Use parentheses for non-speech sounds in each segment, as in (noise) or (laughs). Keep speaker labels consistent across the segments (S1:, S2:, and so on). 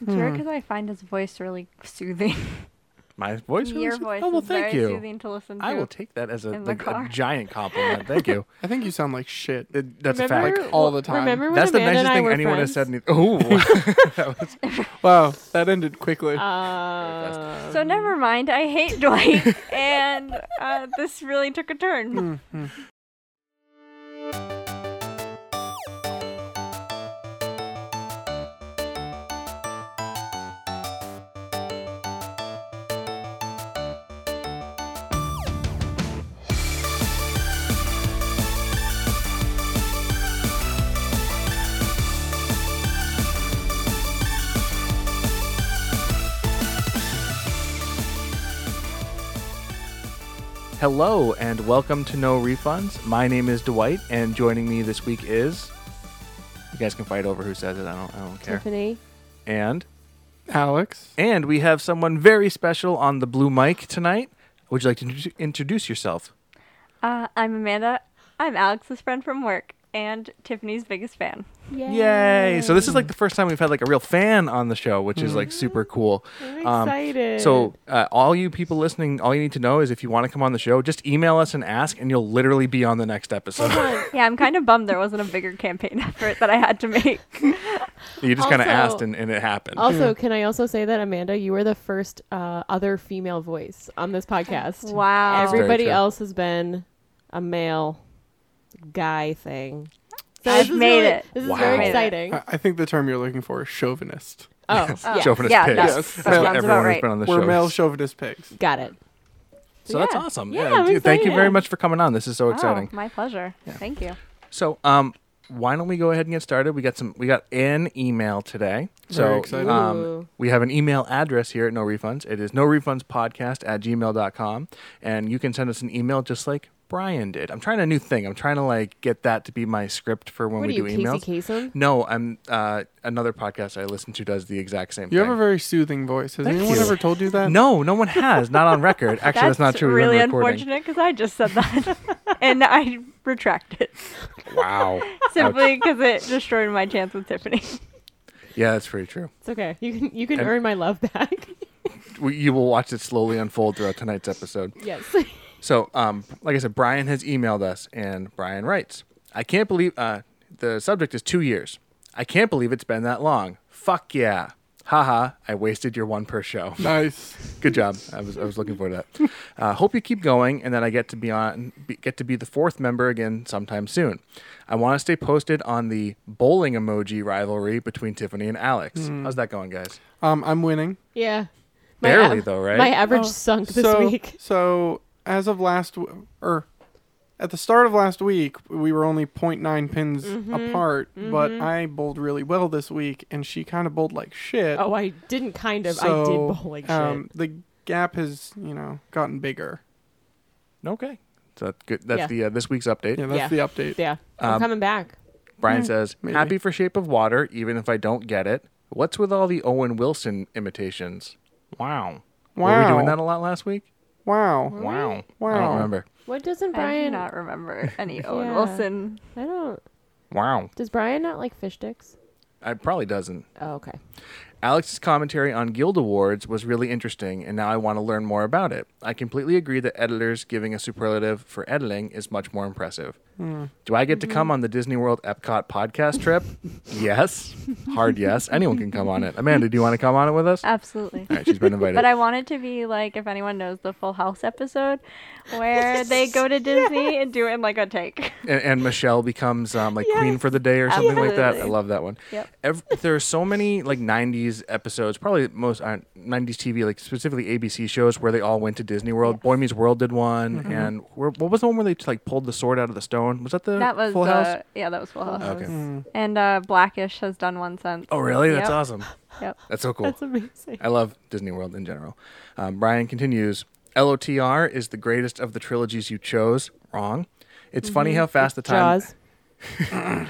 S1: It's
S2: Hmm.
S1: weird because I find his voice really soothing.
S2: My voice.
S1: (laughs)
S2: really
S1: Your
S2: soo-
S1: voice
S2: Oh well,
S1: is
S2: thank
S1: very
S2: you.
S1: soothing to listen to.
S2: I will take that as a,
S1: in the
S2: like, a
S1: car.
S2: giant compliment. Thank you.
S3: I think you sound like shit.
S2: It- that's a
S3: Remember-
S2: fact.
S3: all the time.
S4: Remember when
S2: That's the
S4: Amanda and
S2: nicest
S4: I
S2: thing
S4: were
S2: anyone has said.
S4: friends?
S2: in the- Ooh. (laughs) That was-
S3: Wow, that ended quickly.
S4: Um, Uh,
S1: So never mind. I hate
S2: (laughs)
S1: Dwight, and uh, this really took a turn.
S2: Hmm.
S3: Hmm,
S2: Hello and welcome to No Refunds. My name is Dwight, and joining me this week is. You guys can fight over who says it. I don't. I don't care.
S4: Tiffany.
S2: And
S3: Alex.
S2: and we have someone very special on the blue mic tonight. Would you like to introdu- introduce yourself?
S1: Uh, I'm Amanda. I'm Alex's friend from work and Tiffany's biggest fan.
S2: Yay. So this is like the first time we've had like a real fan on the show, which is like super cool.
S4: I'm
S2: Um,
S4: excited.
S2: So uh, all you people listening, all you need to know is if you want to come on the show, just email us and ask, and you'll literally be on the next
S4: Oh
S2: episode.
S1: Yeah, I'm kind of bummed there wasn't a bigger campaign (laughs) effort that I had to make.
S2: (laughs) you just kind of
S4: Also-
S2: asked, and, and it happened.
S4: Also, can I also say that Amanda, you were the first uh, other female voice on this podcast.
S1: Wow.
S2: Every-
S4: Everybody
S2: true.
S4: else has been a male guy thing. So
S1: I've
S4: this is
S1: made
S4: really-
S1: it.
S4: This is
S2: Wow.
S4: very
S2: Made it. Uh,
S4: exting.
S3: I, I think the term you're looking for is chauvinist.
S2: (laughs)
S4: Oh, yeah.
S2: Chauvinist
S1: yeah,
S2: pigs. (laughs)
S1: no, that
S3: Yes.
S2: That's what
S1: sounds
S2: everyone
S1: about
S2: who's
S1: right.
S2: been on the
S3: We're
S2: show.
S3: male
S2: is.
S3: chauvinist pigs.
S4: got it.
S2: So that's
S4: Yeah.
S2: awesome.
S4: Yeah,
S2: Yeah,
S4: I'm
S2: dude, thank you
S4: excited.
S2: very much for coming on. This is so exciting.
S1: Oh, my pleasure. Thank you.
S2: So, um, why don't we go ahead and get started? We got some. We got an email today. So,
S3: Very exciting.
S2: um,
S4: Ooh.
S2: we have an email address here at No Refunds. It is no refunds podcast at gmail.com. And you can send us an email just like Brian did. I'm trying a new thing. I'm trying to like get that to be my script for when
S4: What
S2: we
S4: are you,
S2: do
S4: Casey
S2: emails.
S4: Kasem?
S2: No, I'm uh, another podcast I listen to does the exact same
S3: You
S2: thing.
S3: have a very soothing voice. Has
S2: Thank
S3: anyone
S2: you.
S3: ever told you that?
S2: no, no one has. Not on record.
S4: (laughs)
S2: Actually, that's, not true. We're in
S1: really
S2: recording.
S1: unfortunate because I just said that, (laughs) and I retract it
S2: Wow.
S1: (laughs) simply because it destroyed my chance with Tiffany.
S2: (laughs) yeah, that's pretty true.
S4: It's okay. You can you can
S2: And-
S4: earn my love back.
S2: We, you will watch it slowly unfold throughout tonight's episode.
S4: yes.
S2: So, um, like I said, Brian has emailed us, and Brian writes, "I can't believe uh, the subject is two years. I can't believe it's been that long. Fuck yeah, haha! I wasted your one per show. (laughs)
S3: Nice.
S2: Good job. I was I was looking forward to that. (laughs) Uh, hope you keep going, and that I get to be on be, get to be the fourth member again sometime soon. I want to stay posted on the bowling emoji rivalry between Tiffany and Alex. How's that going, guys?
S3: Um, I'm winning.
S4: (laughs) Yeah.
S2: Barely, though, right?
S4: My average
S3: Oh,
S4: sunk this
S3: so, (laughs)
S4: week. (laughs)
S3: So as of last, w- or at the start of last week, we were only 0.9 pins apart. But I bowled really well this week, and she kind of bowled like shit.
S4: Oh, I didn't kind of. I did
S3: So,
S4: bowling
S3: um,
S4: shit.
S3: The gap has, you know, gotten bigger.
S2: Okay. So that's good. That's
S4: Yeah.
S2: the uh, this week's update.
S3: Yeah, that's
S4: Yeah.
S3: the update.
S4: Yeah. I'm
S2: um,
S4: coming back.
S2: Brian says,
S3: Mm, maybe.
S2: "Happy for Shape of Water, even if I don't get it. What's with all the Owen Wilson imitations? Wow, were we
S3: Wow.
S2: doing that a lot last week?
S3: Wow.
S2: Wow, I don't
S3: Wow.
S2: remember.
S4: What doesn't
S1: I do
S4: Brian?
S1: not remember any Owen
S4: Yeah.
S1: Wilson.
S4: I don't.
S2: Wow,
S4: Does Brian not like fish sticks?
S2: I probably doesn't.
S4: Oh, okay.
S3: (laughs)
S2: Alex's commentary on Guild Awards was really interesting, and now I want to learn more about it. I completely agree that editors giving a superlative for editing is much more impressive.
S3: Hmm.
S2: Do I get to
S3: Mm-hmm.
S2: come on the Disney World Epcot podcast
S3: (laughs)
S2: trip? yes, hard yes. Anyone can come on it. Amanda, do you want to come on it with us? All
S1: Absolutely.
S2: right, she's been invited.
S1: Uh, But I want it to be like if anyone knows the Full House episode (laughs) where they go to Disney and do it in like a take.
S2: and, and Michelle becomes um, like queen for the day or something like that. I
S1: absolutely.
S2: love that one.
S1: Yep.
S2: Ev- there are so many like '90s episodes, probably most uh, '90s TV, like specifically ABC shows, where they all went to Disney World. Boy Meets World did one,
S1: Mm-hmm.
S2: and where, what was the one where they like pulled the sword out of the stone? Was that the
S1: That was
S2: Full House?
S1: uh, yeah, that was Full House.
S2: Okay.
S1: And uh, Blackish has done one since.
S2: Oh, really? That's
S1: Yep.
S2: awesome.
S1: (laughs) Yep.
S2: That's so cool.
S4: That's amazing.
S2: I love Disney World in general. Um, Brian continues LOTR is the greatest of the trilogies you chose. Wrong. It's funny
S1: Mm-hmm.
S2: how fast the time.
S4: (laughs) Jaws.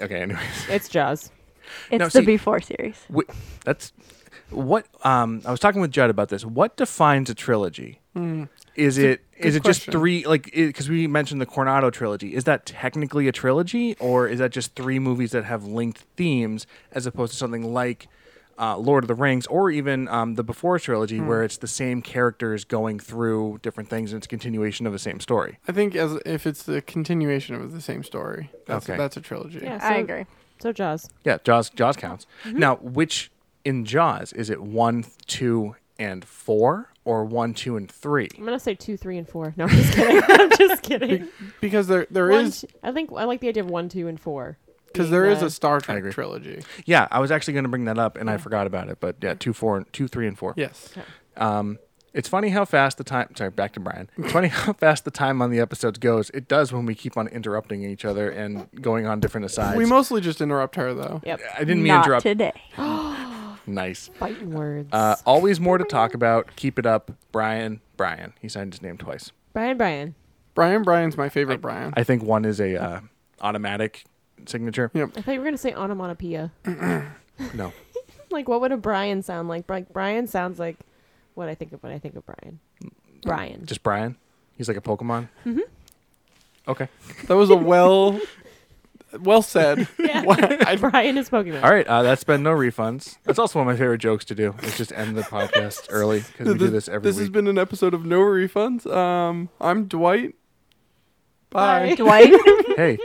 S2: Okay, anyways.
S4: It's Jaws.
S1: It's
S2: No,
S1: the
S2: see-
S1: before series.
S2: Wait, that's what um I was talking with Judd about this. What defines a trilogy? Is it is it just
S3: question.
S2: three like because we mentioned the Coronado trilogy? Is that technically a trilogy or is that just three movies that have linked themes as opposed to something like uh, Lord of the Rings or even um, the Before trilogy, where it's the same characters going through different things and it's a continuation of the same story.
S3: I think as if it's the continuation of the same story. That's
S2: Okay.
S3: that's a trilogy.
S4: Yeah.
S1: I
S4: so-
S1: agree.
S4: So Jaws.
S2: Yeah, Jaws Jaws counts. Now, which in Jaws is it one, two, and four, or one, two, and three?
S4: I'm gonna say two, three, and four. No, I'm just kidding. (laughs) I'm
S3: (laughs)
S4: just kidding.
S3: Because there there
S4: One,
S3: is
S4: t- I think I like the idea of one, two, and four.
S3: because
S4: being
S3: there is
S4: the-
S3: a Star
S2: agree.
S3: Trek trilogy.
S2: Yeah, I was actually going to bring that up and I forgot about it, but yeah, two, four, and two, three, and four.
S3: Yes.
S2: Um, it's funny how fast the time. Sorry, back to Brian. It's funny how (laughs) fast the time on the episodes goes. It does when we keep on interrupting each other and going on different asides.
S3: We mostly just interrupt her though.
S4: Yep.
S2: I didn't mean
S1: Not
S2: interrupt.
S1: today.
S2: Nice.
S4: Fighting words.
S2: Uh, always more to talk about. Keep it up, Brian. Brian. He signed his name twice.
S4: Brian, Brian.
S3: Brian Brian's my favorite Brian.
S2: I think one is a uh, automatic signature.
S3: yep.
S4: I thought you were gonna say onomatopoeia.
S2: No.
S4: like, what would a Brian sound like? Like Brian sounds like what I think of when I think of Brian.
S3: Mm.
S4: Brian.
S2: Just Brian. He's like a Pokemon. Mm-hmm. Okay.
S3: That was a well well said.
S4: Yeah. (laughs) Brian is Pokemon.
S2: All right. Uh, that's been no refunds. That's also one of my favorite jokes to do. Is just end the podcast (laughs) early because we do this (laughs) every
S3: has
S2: week.
S3: been an episode of No Refunds. Um, I'm Dwight. Bye.
S1: Dwight.
S3: (laughs)
S2: hey,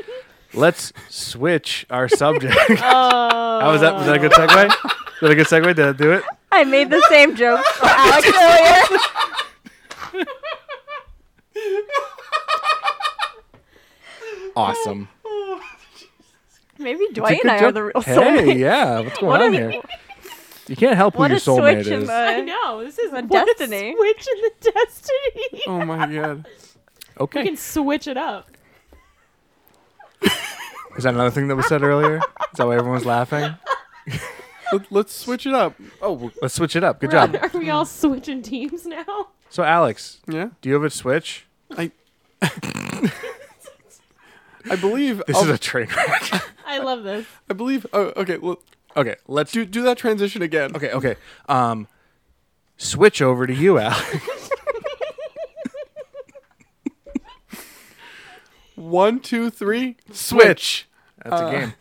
S2: let's switch our (laughs) subject.
S4: Oh.
S2: How was that? Was that a good segue? Is that a good segue to do it?
S1: I made the same joke
S2: (laughs)
S1: for Alex earlier.
S2: Awesome.
S1: Maybe
S2: It's a
S1: Dwight
S2: good
S1: and I are
S2: joke.
S1: the real
S2: Hey,
S1: soulmates.
S2: yeah. What's going
S1: What
S2: on
S1: a-
S2: here? You can't help who
S1: What
S2: your
S1: a switch
S2: soulmate
S1: in
S2: is.
S1: the.
S4: I know. This is a
S1: what a
S4: destiny.
S1: destiny.
S4: switch in the (laughs) destiny.
S3: Oh my god.
S4: (laughs) We
S2: Okay.
S4: can switch it up.
S2: Is that another thing that was said earlier? Is that why everyone's laughing?
S3: Let, let's switch it up.
S2: Oh, let's switch it up. Good
S4: We're-
S2: job.
S4: Are we all switching teams now?
S2: So, Alex,
S3: Yeah.
S2: do you have a switch?
S3: I I believe
S2: This
S1: Oh.
S3: I'll-
S2: is a train wreck.
S4: I love this.
S3: I believe oh okay, well,
S2: okay, let's do.
S3: do do that transition again.
S2: Okay, okay. Um, switch over to you, Alex.
S3: One, two, three,
S2: Switch. That's
S3: Uh,
S2: a game.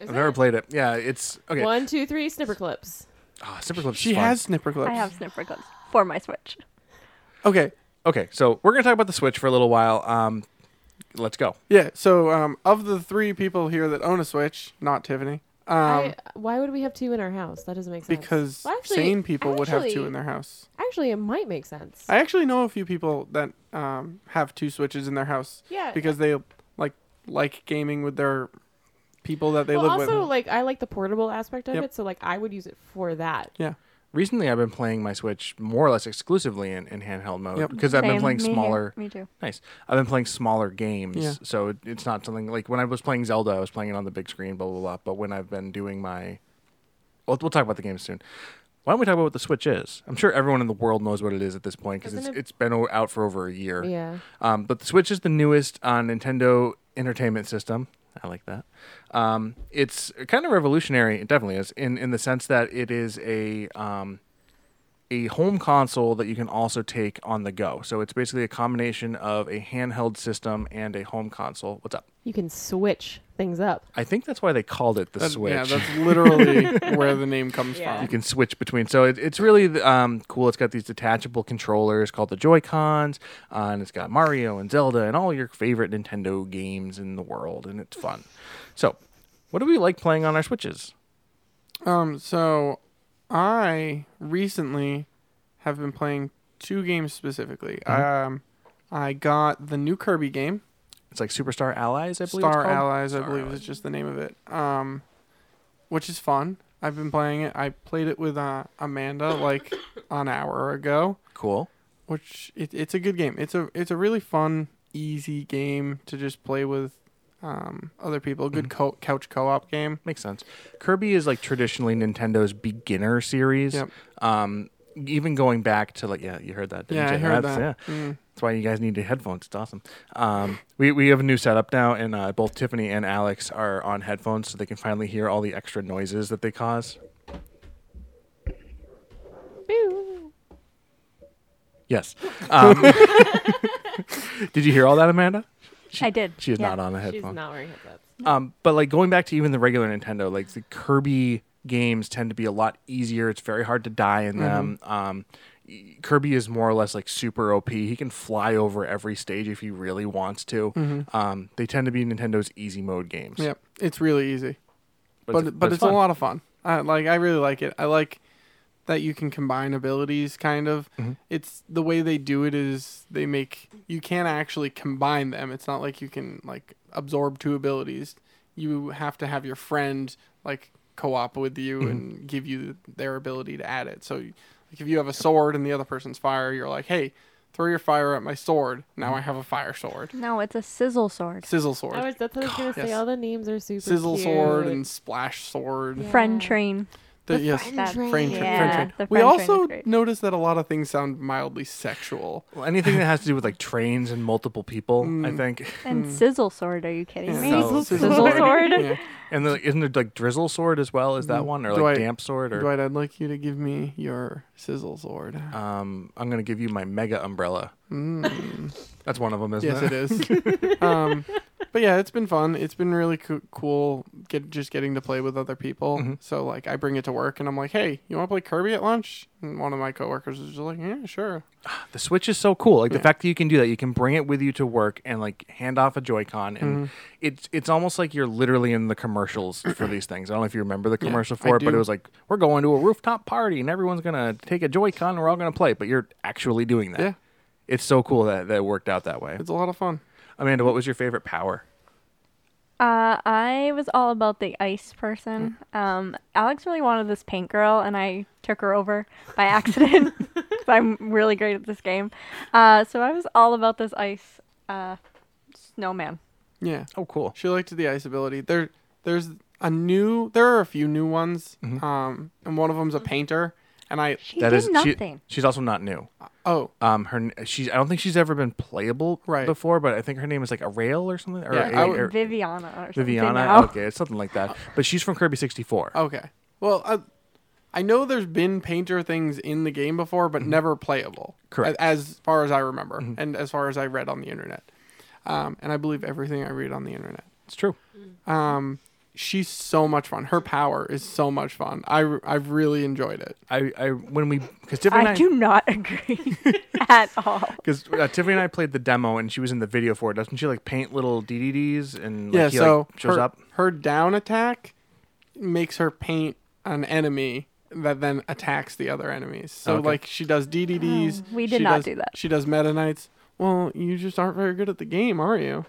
S2: I've never played it. Yeah, it's okay.
S4: One, two, three, snipper clips.
S2: Ah, Snipper Clips. is
S3: She
S2: fun.
S3: has snipper clips.
S1: I have sniffer clips for my Switch.
S3: Okay.
S2: Okay, so we're gonna talk about the Switch for a little while. Um, let's go.
S3: Yeah, so um of the three people here that own a Switch, not Tiffany. Um
S4: I, why would we have two in our house? That doesn't make sense.
S3: because
S4: Well, actually-
S3: sane people would have two
S4: actually-
S3: in their house.
S4: actually, it might make sense.
S3: I actually know a few people that um, have two switches in their house
S4: yeah.
S3: because they like like gaming with their people that they
S4: well,
S3: live
S4: also
S3: with.
S4: like I like the portable aspect of
S3: Yep.
S4: it, so like I would use it for that.
S3: Yeah,
S2: Recently, I've been playing my Switch more or less exclusively in, in handheld mode
S3: Yep.
S2: because I've been
S1: Same.
S2: playing
S1: Me here.
S2: smaller.
S1: Me too.
S2: Nice. I've been playing smaller games,
S3: Yeah.
S2: so it, it's not something like when I was playing Zelda, I was playing it on the big screen, blah blah blah. But when I've been doing my, well, we'll talk about the game soon. Why don't we talk about what the Switch is? I'm sure everyone in the world knows what it is at this point because it's,
S4: Doesn't it-
S2: it's been o- out for over a year.
S4: Yeah.
S2: Um, but the Switch is the newest uh, Nintendo Entertainment System. I like that. Um, it's kind of revolutionary. It definitely is in in the sense that it is a um, a home console that you can also take on the go. So it's basically a combination of a handheld system and a home console. What's up?
S4: You can switch things up.
S2: I think that's why they called it the
S3: That-
S2: Switch.
S3: Yeah, that's
S4: (laughs)
S3: literally where the name comes
S4: Yeah.
S2: you
S3: from.
S2: can switch between. So it, it's really um, cool. It's got these detachable controllers called the Joy Cons, uh, and it's got Mario and Zelda and all your favorite Nintendo games in the world, and it's fun. So, what do we like playing on our Switches?
S3: Um, so I recently have been playing two games specifically.
S2: Mm-hmm.
S3: Um, I got the new Kirby game.
S2: It's like Superstar Allies, I believe. it's
S3: Star
S2: called.
S3: Allies, I
S2: Star
S3: believe
S2: Allies.
S3: is just the name of it. Um, which is fun. I've been playing it. I played it with uh, Amanda
S2: (coughs)
S3: like an hour ago.
S2: Cool.
S3: Which it, it's a good game. It's a it's a really fun, easy game to just play with um, other people. Good
S2: Mm-hmm.
S3: co- couch co-op game.
S2: Makes sense. Kirby is like traditionally Nintendo's beginner series.
S3: Yep.
S2: Um, even going back to like yeah, you heard that. Didn't
S3: Yeah,
S2: you?
S3: I heard
S2: That's-
S3: that.
S2: Yeah.
S3: Mm.
S2: That's why you guys need your headphones. It's awesome. Um, we, we have a new setup now, and uh, both Tiffany and Alex are on headphones so they can finally hear all the extra noises that they cause.
S4: Boo.
S2: Yes.
S1: (laughs)
S2: Um, (laughs) did you hear all that, Amanda? She-
S1: I did.
S2: She is
S1: yeah.
S2: not on a
S4: She's
S2: headphone.
S4: not wearing headsets.
S2: Um, but like going back to even the regular Nintendo, like the Kirby games tend to be a lot easier. It's very hard to die in them.
S3: Mm-hmm.
S2: Um, y- Kirby is more or less like super OP. He can fly over every stage if he really wants to.
S3: Mm-hmm.
S2: Um, they tend to be Nintendo's easy mode games.
S3: Yep, it's really easy, but
S2: it's-
S3: but, it's, a
S2: fun.
S3: lot of fun. I like I really like it. I like that you can combine abilities. Kind of, it's the way they do it is they make you can't actually combine them. It's not like you can like absorb two abilities. You have to have your friend like co-op with you and give you their ability to add it. So, like if you have a sword and the other person's fire, you're like, hey, throw your fire at my sword. Now I have a fire sword,
S1: No, it's a sizzle sword.
S3: sizzle sword.
S4: I was, that's what I was gonna say.
S3: Yes.
S4: All the names are super
S3: Sizzle
S4: cute.
S3: sword and splash sword.
S4: Yeah.
S1: Friend train.
S3: The,
S4: The
S3: yes,
S4: friend
S1: That-
S4: train.
S3: Friend train.
S1: Yeah,
S3: friend train.
S1: the
S3: We
S1: friend train is
S3: also
S1: great.
S3: noticed that a lot of things sound mildly sexual.
S2: Well, anything that has to do with like trains and multiple people,
S3: Mm.
S2: I think. (laughs)
S1: And sizzle sword, are you kidding me?
S2: Hmm. So-
S1: Sizzle
S2: Sizzle
S1: sword.
S3: uh, Yeah.
S2: And then, isn't there like drizzle sword as well? Is that one or
S3: Mm. Do
S2: like
S3: I-
S2: damp sword or?
S3: Dwight, I'd like you to give me your sizzle sword.
S2: um, I'm gonna give you my mega umbrella.
S3: Mm.
S2: That's one of them, isn't
S3: yes,
S2: it?
S3: it
S2: (laughs)
S3: is. um, but yeah, it's been fun. It's been really coo- cool. Get just getting to play with other people.
S2: Mm-hmm.
S3: So like, I bring it to work, and I'm like, "Hey, you want to play Kirby at lunch?" And one of my coworkers is just like, "Yeah, sure."
S2: The Switch is so cool. Like the
S3: Yeah.
S2: fact that you can do that, you can bring it with you to work and like hand off a Joy-Con, and
S3: Mm-hmm.
S2: it's it's almost like you're literally in the commercials
S3: (clears throat)
S2: for these things. I don't know if you remember the
S3: Yeah,
S2: commercial
S3: I
S2: for it, but
S3: do.
S2: it was like we're going to a rooftop party and everyone's gonna take a Joy-Con and we're all gonna play. But you're actually doing that.
S3: Yeah.
S2: It's so cool that that it worked out that way.
S3: It's a lot of fun.
S2: Amanda, what was your favorite power?
S1: Uh, I was all about the ice person. Um, Alex really wanted this paint girl, and I took her over by accident. (laughs) 'Cause I'm really great at this game. Uh, so I was all about this ice uh, snowman.
S3: Yeah.
S2: Oh, cool.
S3: She liked the ice ability. There, there's a new. There are a few new ones. Um, and one of them's a painter. And I,
S1: She
S2: That
S1: did
S2: is she-
S1: nothing.
S2: she's also not new.
S3: oh,
S2: Um, her she's I don't think she's ever been playable
S3: Right.
S2: before, but I think her name is like a rail or something. Or,
S3: Yeah,
S2: a-
S3: I would-
S2: or-
S1: Oh, Viviana or something.
S2: er, Viviana.
S1: now.
S2: Okay, it's something like that. But she's from Kirby 64.
S3: okay. Well, I, I know there's been painter things in the game before, but never playable.
S2: Correct.
S3: a- As far as I remember, and as far as I read on the internet. Um, and I believe everything I read on the internet.
S2: It's true.
S3: Um, she's so much fun. Her power is so much fun. I, r- I've really enjoyed it.
S2: I, I when we because Tiffany and
S1: I
S2: I,
S1: do not (laughs)
S2: (laughs)
S1: agree at all.
S2: Because uh, Tiffany and I played the demo, and she was in the video for it. Doesn't she like paint little DDDs and like,
S3: yeah,
S2: he
S3: so
S2: like, shows
S3: her,
S2: up?
S3: her down attack makes her paint an enemy that then attacks the other enemies. So
S2: Okay.
S3: like she does DDDs.
S1: Oh, we did
S3: she
S1: not
S3: does-
S1: do that.
S3: She does Meta Knights. Well, you just aren't very good at the game, are you?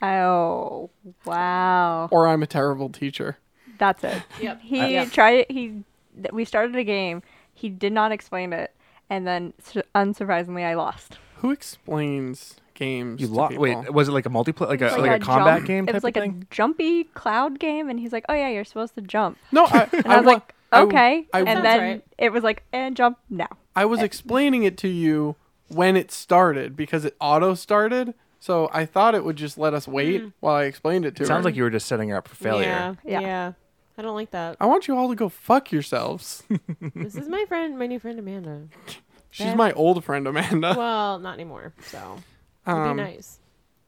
S1: Oh wow,
S3: Or I'm a terrible teacher.
S1: that's it.
S4: Yep.
S1: He
S4: Yeah.
S1: tried it. He th- we started a game. He did not explain it, and then sur- unsurprisingly, I lost.
S3: Who explains games?
S2: You
S3: to
S2: lo-
S3: people?
S2: Wait, was it like a multiplayer, like a
S1: It
S2: like,
S1: was
S2: a, combat
S1: jump-
S2: game
S1: It
S2: type
S1: was like
S2: of
S1: a
S2: thing?
S1: jumpy cloud game, and he's like, "Oh yeah, you're supposed to jump."
S3: No,
S2: (laughs)
S3: I,
S1: And I, was
S3: wa-
S1: like,
S3: I w-
S1: "Okay,"
S3: I,
S1: and
S3: w-
S4: Sounds
S1: then
S4: right.
S1: it was like, "And jump now."
S3: I was explaining it to you when it started because it auto started. So I thought it would just let us wait
S1: Mm.
S3: while I explained it to
S2: It
S3: her.
S2: sounds like you were just setting her up for failure. Um,
S1: Yeah.
S4: Yeah, yeah. I don't like that.
S3: I want you all to go fuck yourselves.
S4: this is my friend, my new
S2: (laughs)
S4: friend Amanda.
S3: She's my old friend Amanda.
S4: Well, not anymore. So it'd
S3: Um,
S4: be nice.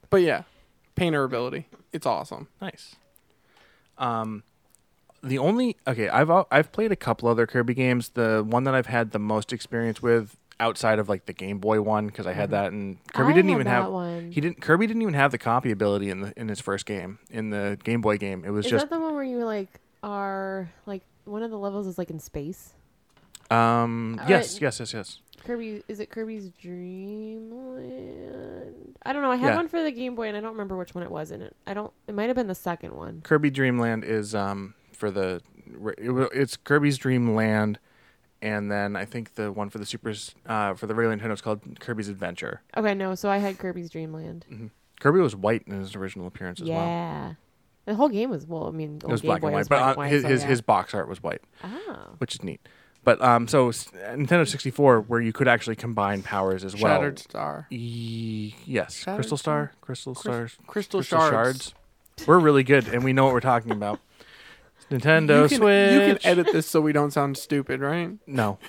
S3: But yeah, painter ability. It's awesome.
S2: Nice. Um, the only okay, I've al- I've played a couple other Kirby games. The one that I've had the most experience with outside of like the Game Boy one because I had that, and Kirby
S4: I
S2: didn't
S4: had
S2: even
S4: that
S2: have
S4: one.
S2: he didn't Kirby didn't even have the copy ability in the in his first game in the Game Boy game. It was
S4: Is
S2: just
S4: that the one where you like are like one of the levels is like in space?
S2: um
S4: Or-
S2: yes yes yes yes.
S4: Kirby is it Kirby's Dreamland? I don't know. I had
S2: Yeah.
S4: one for the Game Boy and I don't remember which one it was in it. I don't it might have been the second one.
S2: Kirby Dreamland is um for the it wa- it's Kirby's Dreamland, and then I think the one for the Super's uh, for the regular Nintendo is called Kirby's Adventure.
S4: Okay, no, so I had Kirby's Dreamland.
S2: Kirby was white in his original appearance as well.
S4: yeah. The whole game was well, I mean, the
S2: It
S4: whole
S2: was
S4: Game
S2: black
S4: Boy
S2: and
S4: was
S2: white,
S4: black
S2: but uh,
S4: and white,
S2: his
S4: so
S2: his,
S4: yeah.
S2: his box art was white,
S4: Ah.
S2: which is neat. But um, so s- Nintendo sixty four, where you could actually combine powers as well.
S3: Shattered Star.
S2: E- yes,
S3: Shattered
S2: Crystal Star, Crystal
S3: Crys-
S2: Stars,
S3: Crystal Shards.
S2: We're really good, and we know what we're talking about. Nintendo
S3: you, can,
S2: Switch.
S3: you can edit this so we don't sound stupid, right?
S2: (laughs)
S3: (laughs)
S2: No,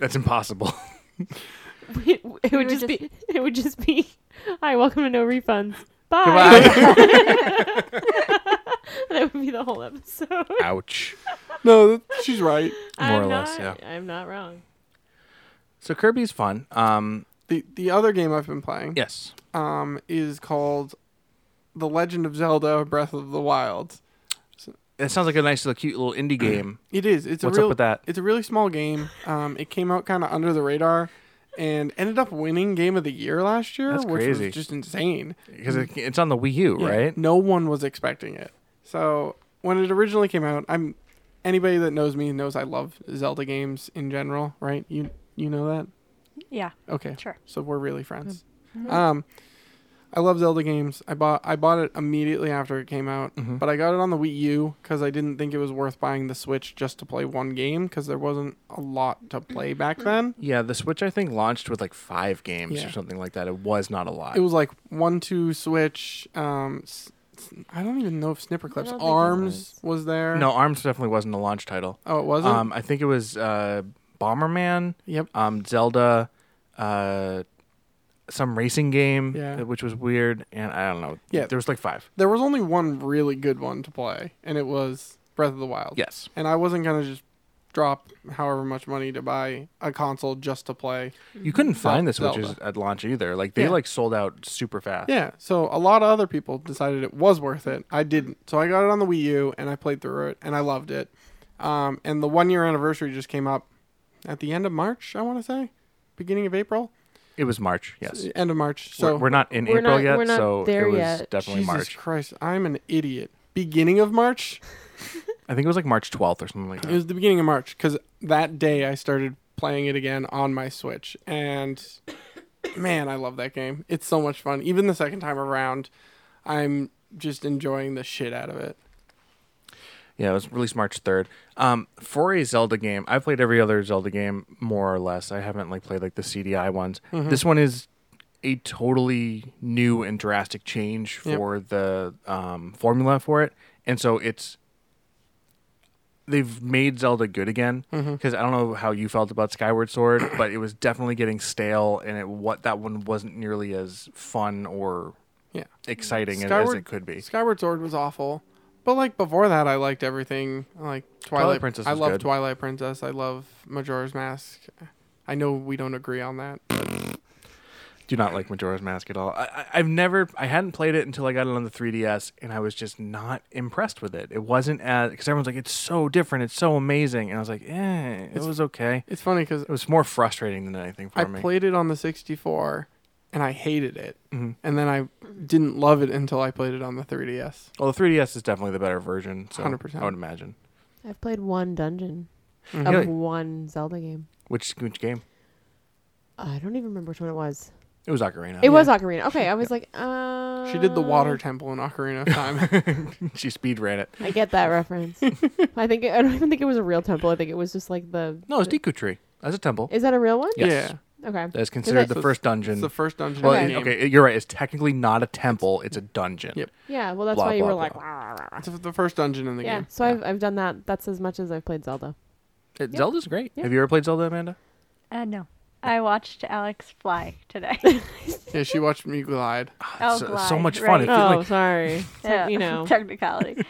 S2: that's impossible.
S4: (laughs) it,
S1: We
S4: it would
S1: would
S4: just,
S1: just-
S4: be (laughs) it would just be hi welcome to no refunds bye
S2: Goodbye.
S4: (laughs)
S2: (laughs)
S4: that would be the whole episode.
S2: Ouch.
S3: No, that- she's right.
S2: More
S4: I'm
S2: or
S4: not,
S2: less,
S4: I'm not wrong.
S2: So Kirby's fun. Um,
S3: The the other game I've been playing
S2: yes.
S3: um is called The Legend of Zelda: Breath of the Wild.
S2: It sounds like a nice little cute little indie game.
S3: It is. It's
S2: What's
S3: a
S2: up
S3: real,
S2: with that?
S3: It's a really small game. Um, it came out kind of under the radar, and ended up winning Game of the Year last year,
S2: That's
S3: which
S2: crazy.
S3: was just insane.
S2: Because it, it's on the Wii U,
S3: Yeah,
S2: right?
S3: No one was expecting it. So when it originally came out, I'm anybody that knows me knows I love Zelda games in general, right? You you know that?
S1: Yeah,
S3: Okay.
S1: sure.
S3: So we're really friends.
S4: Mm-hmm.
S3: Um I love Zelda games. I bought I bought it immediately after it came out,
S2: Mhm.
S3: but I got it on the Wii U cuz I didn't think it was worth buying the Switch just to play one game cuz there wasn't a lot to play back
S4: Mm-hmm.
S3: then.
S2: Yeah, the Switch I think launched with like five games
S3: Yeah.
S2: or something like that. It was not a lot.
S3: It was like 1 2 Switch um s- s- I don't even know if Snipper Clips
S4: don't think it
S3: Arms was there.
S2: no, Arms definitely wasn't a launch title.
S3: Oh, it wasn't.
S2: Um, I think it was uh, Bomberman,
S3: yep.
S2: um, Zelda, uh, some racing game,
S3: Yeah.
S2: uh, which was weird, and I don't know.
S3: Yeah.
S2: there was like five.
S3: There was only one really good one to play, and it was Breath of the Wild.
S2: Yes,
S3: And I wasn't gonna just drop however much money to buy a console just to play.
S2: you couldn't find the
S3: Zelda.
S2: Switches at launch either. Like they
S3: Yeah.
S2: like sold out super fast.
S3: Yeah. So a lot of other people decided it was worth it. I didn't. So I got it on the Wii U and I played through it and I loved it. Um, and the one year anniversary just came up at the end of March, I want to say, beginning of April,
S2: It was March. Yes,
S3: end of March.
S2: so
S3: So
S2: we're, we're not in
S4: We're
S2: April
S4: not-
S2: yet,
S4: we're not
S2: so
S4: there
S2: it was
S4: yet.
S2: definitely
S3: Jesus
S2: March.
S3: Christ, I'm an idiot. Beginning of March.
S2: I think it was like March 12th or something like
S3: It
S2: that.
S3: was the beginning of March because that day I started playing it again on my Switch, and (coughs) man, I love that game. It's so much fun. Even the second time around, I'm just enjoying the shit out of it.
S2: Yeah, it was released March 3rd. Um, for a Zelda game, I've played every other Zelda game more or less. I haven't like played like the CDI ones.
S3: Mm-hmm.
S2: This one is a totally new and drastic change
S3: Yep.
S2: for the um, formula for it, and so it's they've made Zelda good again.
S3: Mm-hmm.
S2: Because I don't know how you felt about Skyward Sword,
S3: (coughs)
S2: but it was definitely getting stale, and it what that one wasn't nearly as fun or
S3: Yeah.
S2: exciting as- as
S3: Skyward-
S2: it could be.
S3: Skyward Sword was awful, but like before that, I liked everything. Like Twilight,
S2: Twilight Princess
S3: I
S2: was
S3: love
S2: good.
S3: Twilight Princess. I love Majora's Mask. I know we don't agree on that.
S2: do not like Majora's Mask at all. I, I, I've never, I hadn't played it until I got it on the 3DS, and I was just not impressed with it. It wasn't as because everyone's like, it's so different, it's so amazing, and I was like, eh, it
S3: It's-
S2: was okay.
S3: It's funny because
S2: It was more frustrating than anything for
S3: I
S2: me.
S3: played it on the 64, and I hated it,
S2: Mhm.
S3: and then I didn't love it until I played it on the 3DS.
S2: well, the 3DS is definitely the better version. So
S3: 100%.
S2: I would imagine.
S4: I've played one dungeon
S3: Mhm.
S4: of
S2: Mm-hmm. Really?
S4: one Zelda game.
S2: Which which game?
S4: I don't even remember which one it was.
S2: It was Ocarina. (laughs)
S4: It was Ocarina. Okay, I was like, uh.
S3: She did the water temple in Ocarina
S2: (laughs)
S3: of Time.
S2: she speed ran it.
S4: (laughs) I get
S2: (laughs)
S4: that reference. I think I don't even think it was a real temple. I think it was just like the.
S2: No, it's Deku Tree. That's a temple.
S4: Is that a real one?
S2: Yes.
S3: Yeah.
S4: Okay.
S2: That is considered
S4: that-
S2: the first dungeon.
S3: It's the first dungeon
S2: well,
S3: in
S2: it-
S3: the game.
S2: okay, it- you're right. It's technically not a temple. It's a dungeon.
S3: Yep.
S4: Yeah. Well, that's
S2: Blah,
S4: why you
S2: blah,
S4: were like.
S2: blah.
S4: "Rah, rah, rah."
S3: It's the first dungeon in the
S4: Yeah.
S3: game.
S4: So I've I've done that. That's as much as I've played
S2: (laughs)
S4: Zelda.
S2: It, Zelda's great.
S4: Yeah.
S2: Have you ever played Zelda, Amanda?
S1: Uh, no. I watched Alex fly today.
S3: Yeah, she watched me glide.
S1: Oh,
S2: so, so
S1: Glide,
S2: much
S1: right.
S2: fun. It feel
S4: Oh,
S2: like-
S4: (laughs) sorry.
S1: (laughs)
S4: Te- You know. (laughs)
S1: technicality.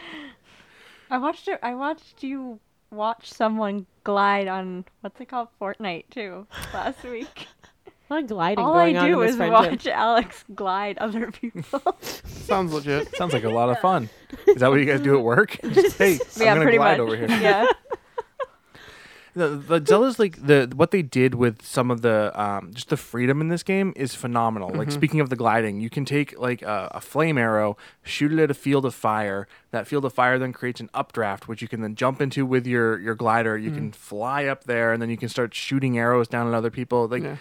S1: I watched it. I watched you watch someone glide on what's it called, Fortnite too, last
S4: (laughs)
S1: week.
S4: A lot of gliding
S1: All I
S4: going on in
S1: do
S4: this
S1: is
S4: friendship.
S1: watch Alex glide other (laughs) people.
S3: Sounds
S1: Oh.
S3: legit.
S2: Sounds like a lot of fun. Is that what you
S1: (laughs)
S2: guys do at work? Just, (laughs) hey,
S1: yeah,
S2: I'm gonna
S1: pretty
S2: glide
S1: much.
S2: over here.
S1: (laughs) Yeah.
S2: The, the Zelda's like the what they did with some of the um, just the freedom in this game is phenomenal.
S1: Mm-hmm.
S2: Like speaking of the gliding, you can take like a, a flame arrow, shoot it at a field of fire. That field of fire then creates an updraft, which you can then jump into with your your glider.
S1: Mm.
S2: You can fly up there, and then you can start shooting arrows down at other people. (laughs) Like
S3: Yeah.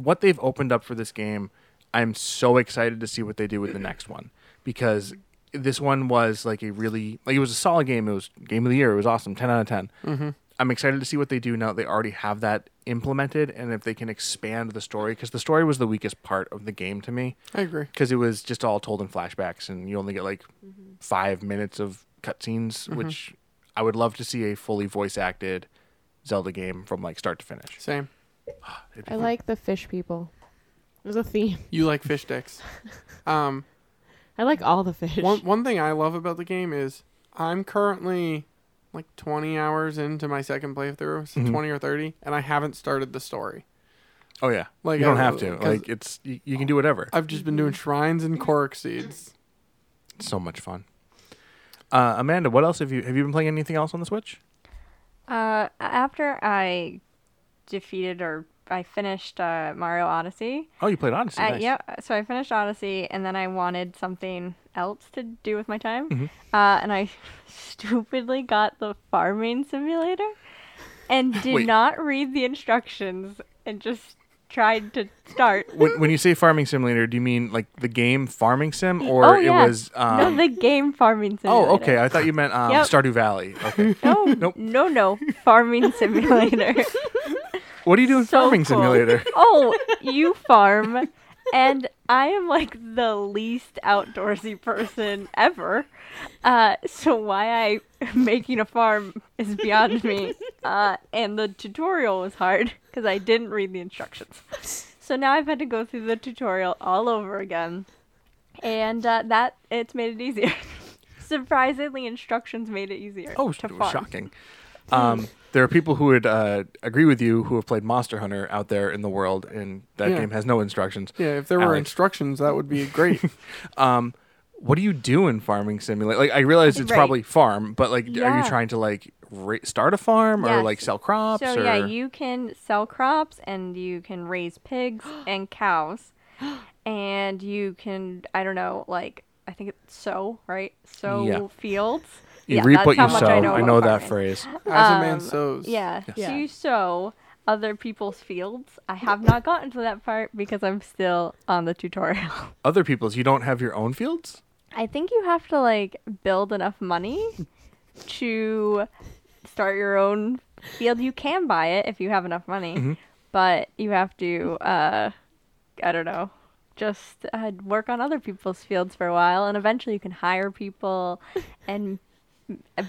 S2: what they've opened up for this game, I'm so excited to see what they do with the next one because this one was like a really like it was a solid game. It was game of the year. It was awesome, ten out of 10 Mm-hmm. I'm excited to see what they do now. that They already have that implemented, and if they can expand the story because the story was the weakest part of the game to me
S3: I agree.
S2: because it was just all told in flashbacks, and you only get like five minutes of cutscenes, which I would love to see a fully voice acted Zelda game from like start to finish.
S3: Same.
S2: It'd be
S4: I
S2: fun.
S4: like the fish people. There's a theme.
S3: You like fish dicks. Um,
S4: I like all the fish.
S3: One one thing I love about the game is I'm currently like 20 hours into my second playthrough, so
S2: Mm-hmm.
S3: 20 or 30, and I haven't started the story.
S2: Oh yeah,
S3: Like,
S2: you don't
S3: I-
S2: have to.
S3: 'cause-
S2: Like it's you, you can do whatever.
S3: I've just been doing shrines and cork seeds.
S2: It's so much fun. Uh, Amanda, what else have you have you been playing anything else on the Switch?
S1: Uh, after I defeated or I finished uh, Mario Odyssey.
S2: Oh, you played Odyssey.
S1: I,
S2: nice.
S1: yeah, Uh, so I finished Odyssey, and then I wanted something else to do with my time,
S2: Mm-hmm.
S1: uh, and I (laughs) stupidly got the Farming Simulator, and did
S2: Wait.
S1: not read the instructions, and just tried to start.
S2: When, when you say farming simulator, do you mean like the game farming sim, or
S1: oh,
S2: it
S1: yeah.
S2: was? Um,
S1: (laughs) no, the game Farming Simulator.
S2: oh, okay. I thought you meant um,
S1: Yep.
S2: Stardew Valley.
S1: (laughs)
S2: Okay.
S1: No,
S2: (laughs) Nope.
S1: no, no, Farming Simulator.
S2: What do you do in
S1: So
S2: farming
S1: cool. (laughs)
S2: simulator?
S1: oh, you farm, and I am like the least outdoorsy person ever. Uh, so why I (laughs) making a farm is beyond me. Uh, and the tutorial was hard because I didn't read the instructions. So now I've had to go through the tutorial all over again, and uh, that it's made it easier. (laughs) Surprisingly, instructions made it easier.
S2: Oh,
S1: to
S2: sh-
S1: farm.
S2: shocking. Um, there are people who would uh, agree with you who have played Monster Hunter out there in the world, and that
S3: Yeah.
S2: game has no instructions.
S3: Yeah, if there were
S2: Alex.
S3: instructions, that would be
S2: (laughs)
S3: great.
S2: Um, what do you do in farming simulator? Like, I realize it's
S1: Right.
S2: probably farm, but like, are you
S1: Yeah.
S2: trying to like ra- start a farm or
S1: Yes.
S2: like sell crops?
S1: So
S2: or...
S1: yeah, you can sell crops and you can raise
S2: (gasps)
S1: pigs and cows, and you can I don't know like I think it's sow right sow
S2: Yeah.
S1: fields.
S2: You
S1: yeah,
S2: reap
S1: that's
S2: what
S1: how
S2: you
S1: much
S2: sow. I know,
S1: about farming.
S2: that phrase.
S3: As a man
S1: Um,
S3: sows.
S1: Yeah, so
S4: Yeah.
S1: you sow other people's fields. I have not gotten to that part because I'm still on the tutorial.
S2: Other people's, you don't have your own fields?
S1: I think you have to like build enough money to start your own field. You can buy it if you have enough money,
S4: Mm-hmm.
S1: but you have to uh I don't know, just uh, work on other people's fields for a while and eventually you can hire
S4: (laughs)
S1: people and